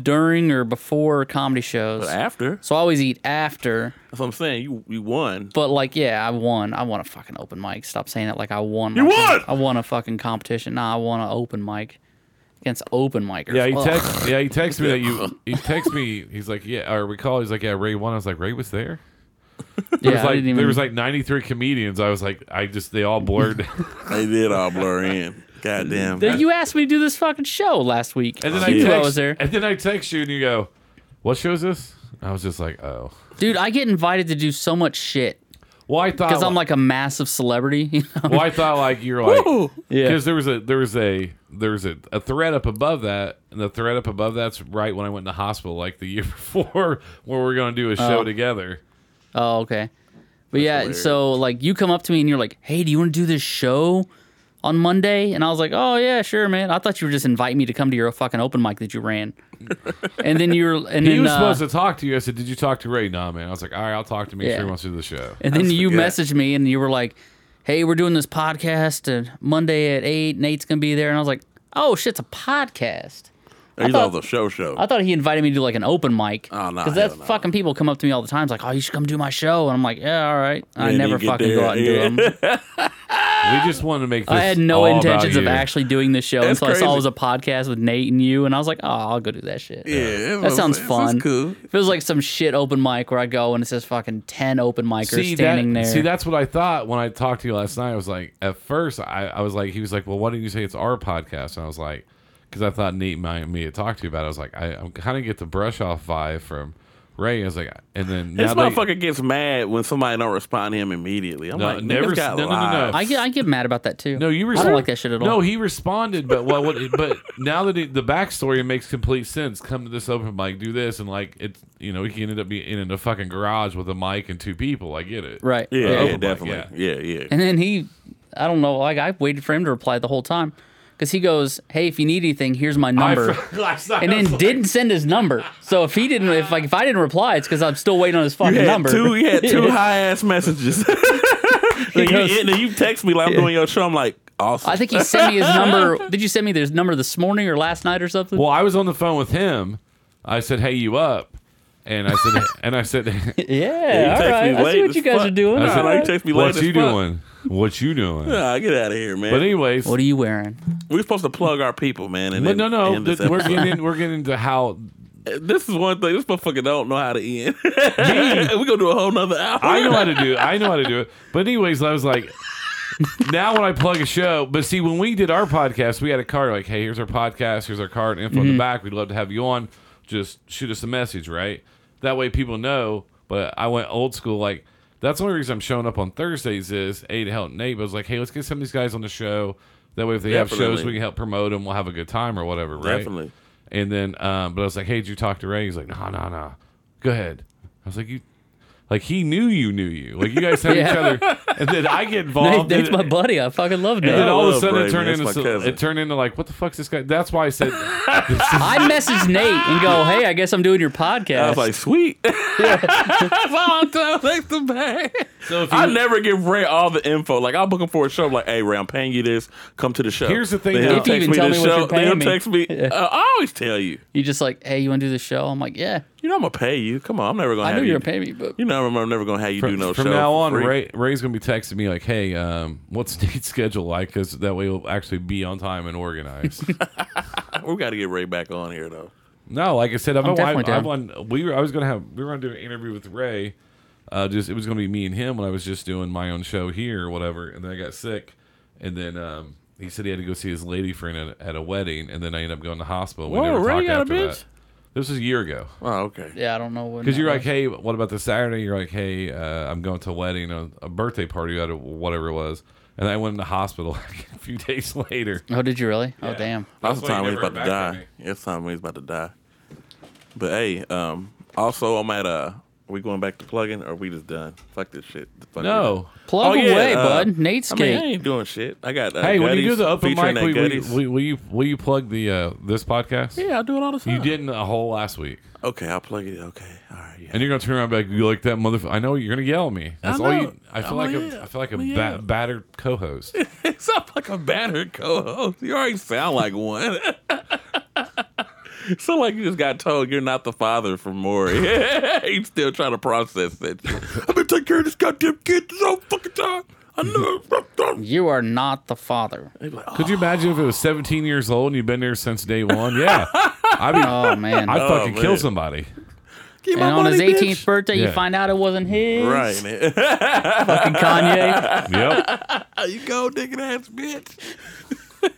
Speaker 1: during or before comedy shows.
Speaker 2: can. But after.
Speaker 1: So I always eat after.
Speaker 2: That's what I'm saying. You you won.
Speaker 1: But like, yeah, I won. I won a fucking open mic. Stop saying it like I won.
Speaker 2: You
Speaker 1: like,
Speaker 2: won!
Speaker 1: I won a fucking competition. Nah, I won an open mic against open micers.
Speaker 3: Yeah, he
Speaker 1: Ugh. [laughs]
Speaker 3: text. Yeah, he texted me that you. He texted me. He's like, yeah, or we call. He's like, yeah, Ray won. I was like, Ray was there.
Speaker 1: Yeah,
Speaker 3: It was
Speaker 1: I
Speaker 3: like
Speaker 1: didn't even,
Speaker 3: there was like 93 comedians. I was like, I just they
Speaker 1: [laughs]
Speaker 3: all blurred. [laughs]
Speaker 2: They did all blur in. Goddamn.
Speaker 1: Then you asked me to do this fucking show last week.
Speaker 3: and then I
Speaker 1: you
Speaker 3: text,
Speaker 1: knew I was there,
Speaker 3: And then I text you and you go, what show is this? I was just like, oh.
Speaker 1: dude. I get invited to do so much shit
Speaker 3: Well, I thought
Speaker 1: because I'm like a massive celebrity. [laughs] You know?
Speaker 3: Well, I thought like you're like
Speaker 1: Yeah.
Speaker 3: because there was a there was a there was a, a thread up above that, and the thread up above that's right when I went in the [laughs] hospital like the year before where we are gonna do a show together.
Speaker 1: Oh, okay. But yeah,
Speaker 2: hilarious.
Speaker 1: so like you come up to me and you're like, "Hey, do you want to do this show on Monday?" And I was like, "Oh yeah, sure, man." I thought you were just inviting me to come to your fucking open mic that you
Speaker 2: [laughs]
Speaker 1: ran. and then you're and
Speaker 3: He
Speaker 1: then
Speaker 3: was
Speaker 1: uh,
Speaker 3: supposed to talk to you. I said, "Did you talk to Ray?" Nah, man. I was like, "All right, I'll talk to him. Make
Speaker 1: Yeah.
Speaker 3: sure he wants to do the show."
Speaker 1: and then you
Speaker 2: forget.
Speaker 1: messaged me and you were like, "Hey, we're doing this podcast uh, Monday at eight. Nate's gonna be there." And I was like, "Oh shit, it's a podcast."
Speaker 2: He's
Speaker 1: thought-
Speaker 2: all the show show.
Speaker 1: I thought he invited me to do like an open mic.
Speaker 2: Oh, no,
Speaker 1: Because that's
Speaker 2: hell no.
Speaker 1: fucking people come up to me all the time. It's like, oh, you should come do my show. And I'm like, yeah, all right. I
Speaker 2: And
Speaker 1: never
Speaker 2: you get
Speaker 1: fucking go
Speaker 2: there,
Speaker 1: out and do
Speaker 2: yeah.
Speaker 1: 'em.
Speaker 2: [laughs]
Speaker 3: We just wanted to make. This
Speaker 1: I had no
Speaker 3: all about
Speaker 1: intentions of
Speaker 3: you.
Speaker 1: actually doing this show. And
Speaker 2: That's
Speaker 1: so I saw
Speaker 2: crazy.
Speaker 1: it was a podcast with Nate and you. And I was like, oh, I'll go do that shit.
Speaker 2: yeah,
Speaker 1: That sounds fun.
Speaker 2: That's cool.
Speaker 1: Feels like some shit open mic where I go and it says fucking 10 open micers standing
Speaker 3: that,
Speaker 1: there.
Speaker 3: See, that's what I thought when I talked to you last night. I was like, at first, I, I was like, he was like, well, why didn't you say it's our podcast? And I was like, because I thought Nate might me to talk to you about. It. I was like, I, I'm kind of get the brush off vibe from Ray. I was like, and then
Speaker 2: This
Speaker 3: now they-
Speaker 2: motherfucker gets mad when somebody don't respond to him immediately. I'm
Speaker 3: No,
Speaker 2: like,
Speaker 3: never
Speaker 2: never
Speaker 3: s-
Speaker 2: got
Speaker 3: no, no, no, no.
Speaker 1: I, get, I get mad about that too.
Speaker 3: No, you. Respond,
Speaker 1: I don't like that shit at all.
Speaker 3: No, he responded, but well, what, but now that it, the backstory makes complete sense, come to this open mic, do this, and like it's you know he can end up being in a fucking garage with a mic and two people. I get it.
Speaker 1: Right.
Speaker 2: Yeah, yeah,
Speaker 3: open mic,
Speaker 2: definitely.
Speaker 3: yeah.
Speaker 2: Yeah, yeah.
Speaker 1: And then he, I don't know, like I waited for him to reply the whole time because he goes, "Hey, if you need anything, here's my
Speaker 3: I
Speaker 1: number,"
Speaker 3: fr- last night
Speaker 1: and
Speaker 3: I
Speaker 1: then
Speaker 3: was [laughs] like-
Speaker 1: didn't send his number. So if he didn't, if like if I didn't reply, it's because I'm still waiting on his fucking
Speaker 2: You had
Speaker 1: number. [laughs]
Speaker 2: two. You had two high ass messages. [laughs] Like, you,
Speaker 1: goes-
Speaker 2: and you text me like I'm doing your show. I'm like, awesome.
Speaker 1: I think he sent me his [laughs] number. Did you send me his number this morning or last night or something?
Speaker 3: Well, I was on the phone with him. I said, "Hey, you up?" And
Speaker 2: [laughs]
Speaker 3: I said, "And I said, [laughs]
Speaker 1: yeah,
Speaker 2: text
Speaker 1: all
Speaker 2: me
Speaker 1: right. I see
Speaker 2: late
Speaker 1: what
Speaker 2: as
Speaker 1: you guys
Speaker 2: fuck.
Speaker 1: are doing.
Speaker 2: I
Speaker 1: All
Speaker 2: said,
Speaker 1: right.
Speaker 2: like, text me late
Speaker 3: what
Speaker 2: as
Speaker 3: you
Speaker 2: fuck.
Speaker 3: doing? What you
Speaker 2: [laughs]
Speaker 3: doing?"
Speaker 2: Nah, get out of here, man.
Speaker 3: But anyways,
Speaker 1: What are you wearing?
Speaker 2: we were supposed to plug our people, man. And
Speaker 3: but
Speaker 2: then
Speaker 3: no, no,
Speaker 2: end this,
Speaker 3: th- we're
Speaker 2: episode.
Speaker 3: getting in, we're getting into how
Speaker 2: this is one thing. This motherfucker don't know how to end. [laughs] we gonna do a whole nother hour.
Speaker 3: I know how to do. it. I know how to do it. But anyways, I was like, now when I plug a show, but see, when we did our podcast, we had a card like, hey, here's our podcast, here's our card, info
Speaker 2: Mm-hmm.
Speaker 3: in the back. We'd love to have you on. Just shoot us a message, right? That way people know. But I went old school, like that's the only reason I'm showing up on Thursdays is a to help Nate. But I was like, hey, let's get some of these guys on the show. That way, if they have shows,
Speaker 2: Definitely.
Speaker 3: we can help promote them. We'll have a good time or whatever, right?
Speaker 2: Definitely.
Speaker 3: And then, um, but I was like, hey, did you talk to Ray? He's like, no, no, no. Go ahead. I was like, you, like he knew you knew you. Like
Speaker 1: [laughs]
Speaker 3: you guys had each
Speaker 1: Yeah.
Speaker 3: other. And then
Speaker 1: [laughs]
Speaker 3: I get
Speaker 1: Nate,
Speaker 3: involved.
Speaker 1: Nate's
Speaker 3: and,
Speaker 1: my buddy. I fucking love
Speaker 3: and then
Speaker 1: Nate.
Speaker 3: all of
Speaker 2: I
Speaker 3: a
Speaker 2: love
Speaker 3: sudden it
Speaker 2: Ray,
Speaker 3: turned
Speaker 2: man.
Speaker 3: into
Speaker 2: That's my
Speaker 3: so-
Speaker 2: cousin.
Speaker 3: it turned into like what the fuck's this guy? That's why I
Speaker 2: [laughs]
Speaker 3: said
Speaker 1: I messaged Nate and go, "Hey, I guess I'm doing your podcast."
Speaker 2: I was like,
Speaker 3: [laughs]
Speaker 2: sweet. That's all I'm telling next to pay.
Speaker 3: so. If you,
Speaker 2: I never give Ray all the info. Like I'll book him for a show. I'm like, hey Ray, I'm paying you this. Come to the show.
Speaker 3: Here's the thing,
Speaker 2: Then
Speaker 3: though.
Speaker 2: he'll
Speaker 3: If you
Speaker 2: text
Speaker 1: even tell
Speaker 2: this
Speaker 1: me what you're
Speaker 2: show. Then he'll
Speaker 1: paying me.
Speaker 2: text me. Uh, I always tell you.
Speaker 1: you just like, "Hey, you want to do this show?" I'm like, "Yeah,
Speaker 2: You know I'm gonna pay you. Come on, I'm never gonna.
Speaker 1: I
Speaker 2: have
Speaker 1: knew
Speaker 2: you.
Speaker 1: you were paying me, but
Speaker 2: You know I'm I'm never gonna have you do
Speaker 3: from,
Speaker 2: no
Speaker 3: from
Speaker 2: show.
Speaker 3: now
Speaker 2: for
Speaker 3: on,
Speaker 2: free.
Speaker 3: Ray, Ray's gonna be texting me like, "Hey, um, what's [laughs] Nate's schedule like?" Because that way we'll actually be on time and organized.
Speaker 2: we gotta get Ray back on here though.
Speaker 3: No, like I said, I've,
Speaker 1: I'm
Speaker 3: I've,
Speaker 1: definitely
Speaker 3: I've on. We were. I was gonna have. We were gonna do an interview with Ray. Uh, just it was gonna be me and him when I was just doing my own show here or whatever, and then I got sick, and then um, he said he had to go see his lady friend at, at a wedding, and then I ended up going to the hospital. We
Speaker 2: Whoa,
Speaker 3: never
Speaker 2: Ray
Speaker 3: talked
Speaker 2: got a
Speaker 3: after
Speaker 2: bitch?
Speaker 3: That. This was a year ago.
Speaker 2: Oh okay.
Speaker 1: yeah, I don't know when."
Speaker 3: Because
Speaker 1: that
Speaker 3: you're like,
Speaker 1: was.
Speaker 3: hey, what about this Saturday? You're like, hey, uh, I'm going to a wedding, a, a birthday party, at a, whatever it was, and I went in the hospital [laughs] a few days later.
Speaker 1: "Oh, did you really? Oh, damn."
Speaker 2: That's the
Speaker 3: That's why
Speaker 2: time
Speaker 3: you
Speaker 2: he's
Speaker 3: never
Speaker 2: about to
Speaker 3: heard back from
Speaker 2: die.
Speaker 3: me.
Speaker 2: That's the time he's about to die. But hey, um, also I'm at uh are we going back to plugging or are we just done? Fuck this shit. Fuck
Speaker 3: No.
Speaker 1: Plug
Speaker 2: Oh, yeah,
Speaker 1: away,
Speaker 2: uh,
Speaker 1: bud. Nate's
Speaker 2: it. I mean, I
Speaker 1: gate.
Speaker 2: ain't doing shit. I got uh,
Speaker 3: Hey, when you do
Speaker 2: Gutties
Speaker 3: the open
Speaker 2: featuring
Speaker 3: mic,
Speaker 2: that
Speaker 3: will, will,
Speaker 2: Gutties.
Speaker 3: will, will you will you plug the uh, this podcast?
Speaker 2: yeah, I do it all the time.
Speaker 3: You didn't a whole last week,
Speaker 2: Okay, I'll plug it. Okay, all right. Yeah.
Speaker 3: and you're gonna turn around and be like, "You like that motherfucker?" I know you're gonna yell at me. That's
Speaker 2: I
Speaker 3: all
Speaker 2: know.
Speaker 3: you. I Oh, feel
Speaker 2: I'm
Speaker 3: like
Speaker 2: gonna
Speaker 3: a,
Speaker 2: yell.
Speaker 3: I feel like a
Speaker 2: I'm gonna
Speaker 3: ba-
Speaker 2: yell.
Speaker 3: battered co-host.
Speaker 2: You sound like a battered co-host. You already sound like one. [laughs] so like you just got told you're not the father from Maury. [laughs] He's still trying to process that. shit. [laughs] I've been taking care of this goddamn kid this whole fucking time. I know. [laughs]
Speaker 1: You are not the father.
Speaker 2: He's like,
Speaker 3: [laughs] Could you imagine if it was 17 years old and you've been there since day one? Yeah, [laughs] I'd be.
Speaker 1: Oh man.
Speaker 3: I'd
Speaker 2: Oh,
Speaker 3: fucking kill
Speaker 2: man.
Speaker 3: somebody.
Speaker 2: Give
Speaker 1: and on his 18th birthday, you
Speaker 3: Yeah.
Speaker 1: find out it wasn't his.
Speaker 2: Right, [laughs] man.
Speaker 1: Fucking
Speaker 2: [laughs]
Speaker 1: Kanye.
Speaker 3: Yep.
Speaker 2: How you go, dick and ass bitch? [laughs]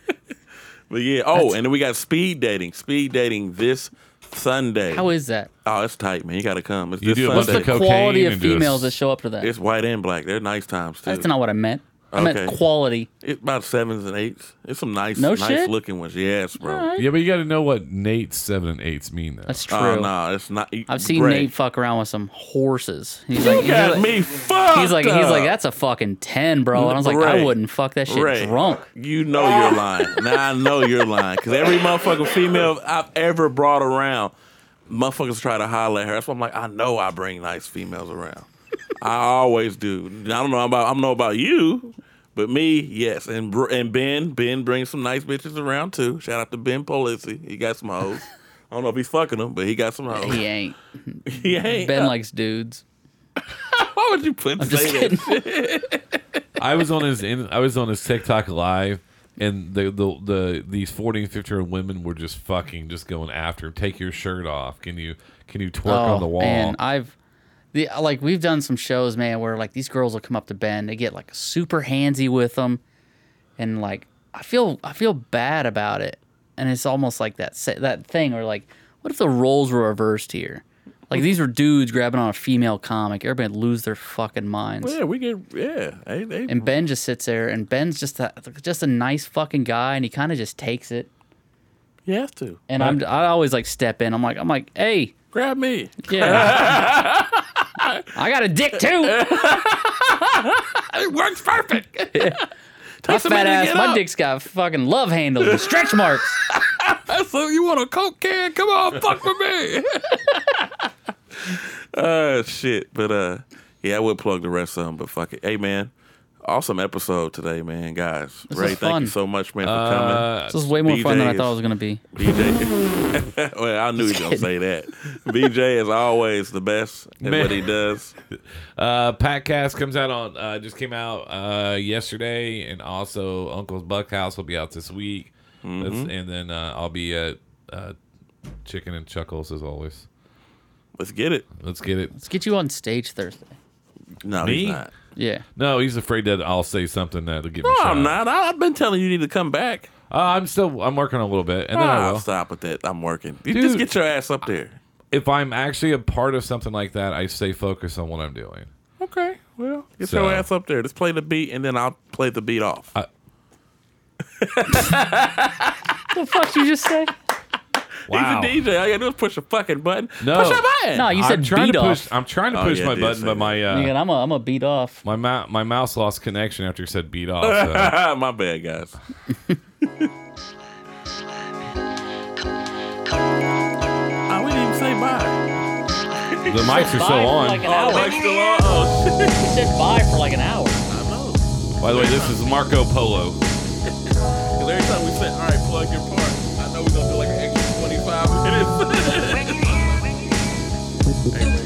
Speaker 2: but yeah. Oh, and then we got speed dating. Speed dating this Sunday.
Speaker 1: How is that?
Speaker 2: oh, it's tight, man. You gotta come. It's
Speaker 3: You
Speaker 2: this
Speaker 3: do a bunch
Speaker 1: What's
Speaker 2: Sunday.
Speaker 1: the
Speaker 3: Cocaine
Speaker 1: quality of
Speaker 3: and just-
Speaker 1: females that show up to that?
Speaker 2: it's white and black. They're nice times too.
Speaker 1: That's not what I meant. I meant
Speaker 2: Okay.
Speaker 1: quality.
Speaker 2: It's about sevens and eights. It's some nice,
Speaker 1: No
Speaker 2: nice
Speaker 1: shit?
Speaker 2: looking ones. Yes, bro.
Speaker 1: All right.
Speaker 3: Yeah, but you got to know what Nate's seven and eights mean though.
Speaker 1: That's true.
Speaker 2: Oh no, it's not.
Speaker 1: I've seen
Speaker 2: Greg,
Speaker 1: Nate fuck around with some horses. He's like,
Speaker 2: You
Speaker 1: he's
Speaker 2: got
Speaker 1: like,
Speaker 2: me fucked.
Speaker 1: he's like, he's
Speaker 2: up.
Speaker 1: like, that's a fucking ten, bro. And I was like,
Speaker 2: Right.
Speaker 1: I wouldn't fuck that shit
Speaker 2: Ray,
Speaker 1: drunk.
Speaker 2: You know you're lying. Now I know you're lying because every motherfucking female I've ever brought around, motherfuckers try to holler at her. That's why I'm like, I know I bring nice females around. I always do. I don't know about I don't know about you, but me, yes. And Br- and Ben, Ben brings some nice bitches around too. Shout out to Ben Polisi. He got some hoes. I don't know if he's fucking them, but he got some hoes.
Speaker 1: He ain't.
Speaker 2: [laughs] He ain't.
Speaker 1: Ben likes dudes.
Speaker 2: why would you put
Speaker 1: Just
Speaker 2: say
Speaker 1: kidding.
Speaker 2: that?
Speaker 3: I was on his in- I was on his TikTok live, and the the, the these forty and fifty year old women were just fucking just going after. him. Take your shirt off. Can you can you twerk on
Speaker 2: Oh,
Speaker 3: the wall?
Speaker 1: Oh, Man, I've the like we've done some shows, man, where like these girls will come up to Ben, they get like super handsy with them, and like I feel I feel bad about it, and it's almost like that sa- that thing where like what if the roles were reversed here? Like these were dudes grabbing on a female comic, everybody would lose their fucking minds.
Speaker 2: Yeah, we get yeah. They, they,
Speaker 1: And Ben just sits there, and Ben's just a, just a nice fucking guy, and he kind of just takes it.
Speaker 2: you have to
Speaker 1: And I'm I always like step in. I'm like I'm like, hey,
Speaker 2: grab me.
Speaker 1: yeah, [laughs] I got a dick
Speaker 2: [laughs]
Speaker 1: too.
Speaker 2: It works perfect. [laughs]
Speaker 1: My
Speaker 2: a minute
Speaker 1: fat
Speaker 2: to
Speaker 1: ass,
Speaker 2: get
Speaker 1: my
Speaker 2: up.
Speaker 1: dick's got fucking love handles and stretch marks.
Speaker 2: So you want a coke can? Come [laughs] on, fuck with me. [laughs] uh shit. But uh yeah, I would plug the rest of them, but fuck it. Hey man. Awesome episode today, man, guys.
Speaker 1: This
Speaker 2: Ray,
Speaker 1: was
Speaker 2: thank
Speaker 1: fun.
Speaker 2: you so much, man, for
Speaker 1: [laughs]
Speaker 3: Uh,
Speaker 1: This is way more fun than I
Speaker 2: BJ's.
Speaker 1: thought it was gonna be.
Speaker 2: coming. BJ. [laughs] well, I knew you were gonna say that. BJ is always the best at
Speaker 3: Man.
Speaker 2: what he does.
Speaker 3: Uh, Patcast comes out on uh, just came out uh, yesterday, and also Uncle's Buckhouse will be out this week.
Speaker 2: Mm-hmm.
Speaker 3: That's- And then uh, I'll be at uh, Chicken and Chuckles as always.
Speaker 2: Let's get it.
Speaker 3: Let's get it.
Speaker 1: Let's get you on stage Thursday.
Speaker 2: No,
Speaker 3: Me?
Speaker 2: he's not.
Speaker 1: Yeah.
Speaker 3: No, he's afraid that I'll say something that'll give me.
Speaker 2: No,
Speaker 3: shit.
Speaker 2: I'm not. I, I've been telling you you need to come back.
Speaker 3: Uh, I'm still. I'm working on it a little bit, and then I
Speaker 2: Ah,
Speaker 3: will.
Speaker 2: stop with that. I'm working. You
Speaker 3: Dude.
Speaker 2: just get your ass up there.
Speaker 3: If I'm actually a part of something like that, I stay focused on what I'm doing.
Speaker 2: Okay, well, get
Speaker 3: So- Uh,
Speaker 2: your ass up there. Just play the beat, and then I'll play the beat off.
Speaker 1: The fuck you just
Speaker 2: [laughs]
Speaker 1: say?
Speaker 3: Wow.
Speaker 2: He's a DJ. All you gotta do is push a fucking button.
Speaker 3: No.
Speaker 2: Push a button.
Speaker 1: No, Ah, you
Speaker 3: I'm
Speaker 1: said
Speaker 3: trying
Speaker 1: beat
Speaker 3: to
Speaker 1: off.
Speaker 3: push. I'm trying to
Speaker 2: Oh,
Speaker 3: push
Speaker 2: yeah,
Speaker 3: my
Speaker 2: it did
Speaker 3: button,
Speaker 2: say
Speaker 3: but my uh,
Speaker 1: Nigga, I'm a I'm a beat off.
Speaker 3: my mou- my mouse lost connection after you said beat [laughs] off.
Speaker 2: [laughs]
Speaker 3: So.
Speaker 2: My bad, guys. Ah, I we didn't even say bye.
Speaker 3: the mics are still on.
Speaker 2: Oh,
Speaker 1: You said bye for like an hour.
Speaker 3: By the way, this is Marco Polo.
Speaker 2: Because every time we said, all right, plug your part, I know we're gonna do like an extra 25 minutes.
Speaker 5: When you hear, when you hear.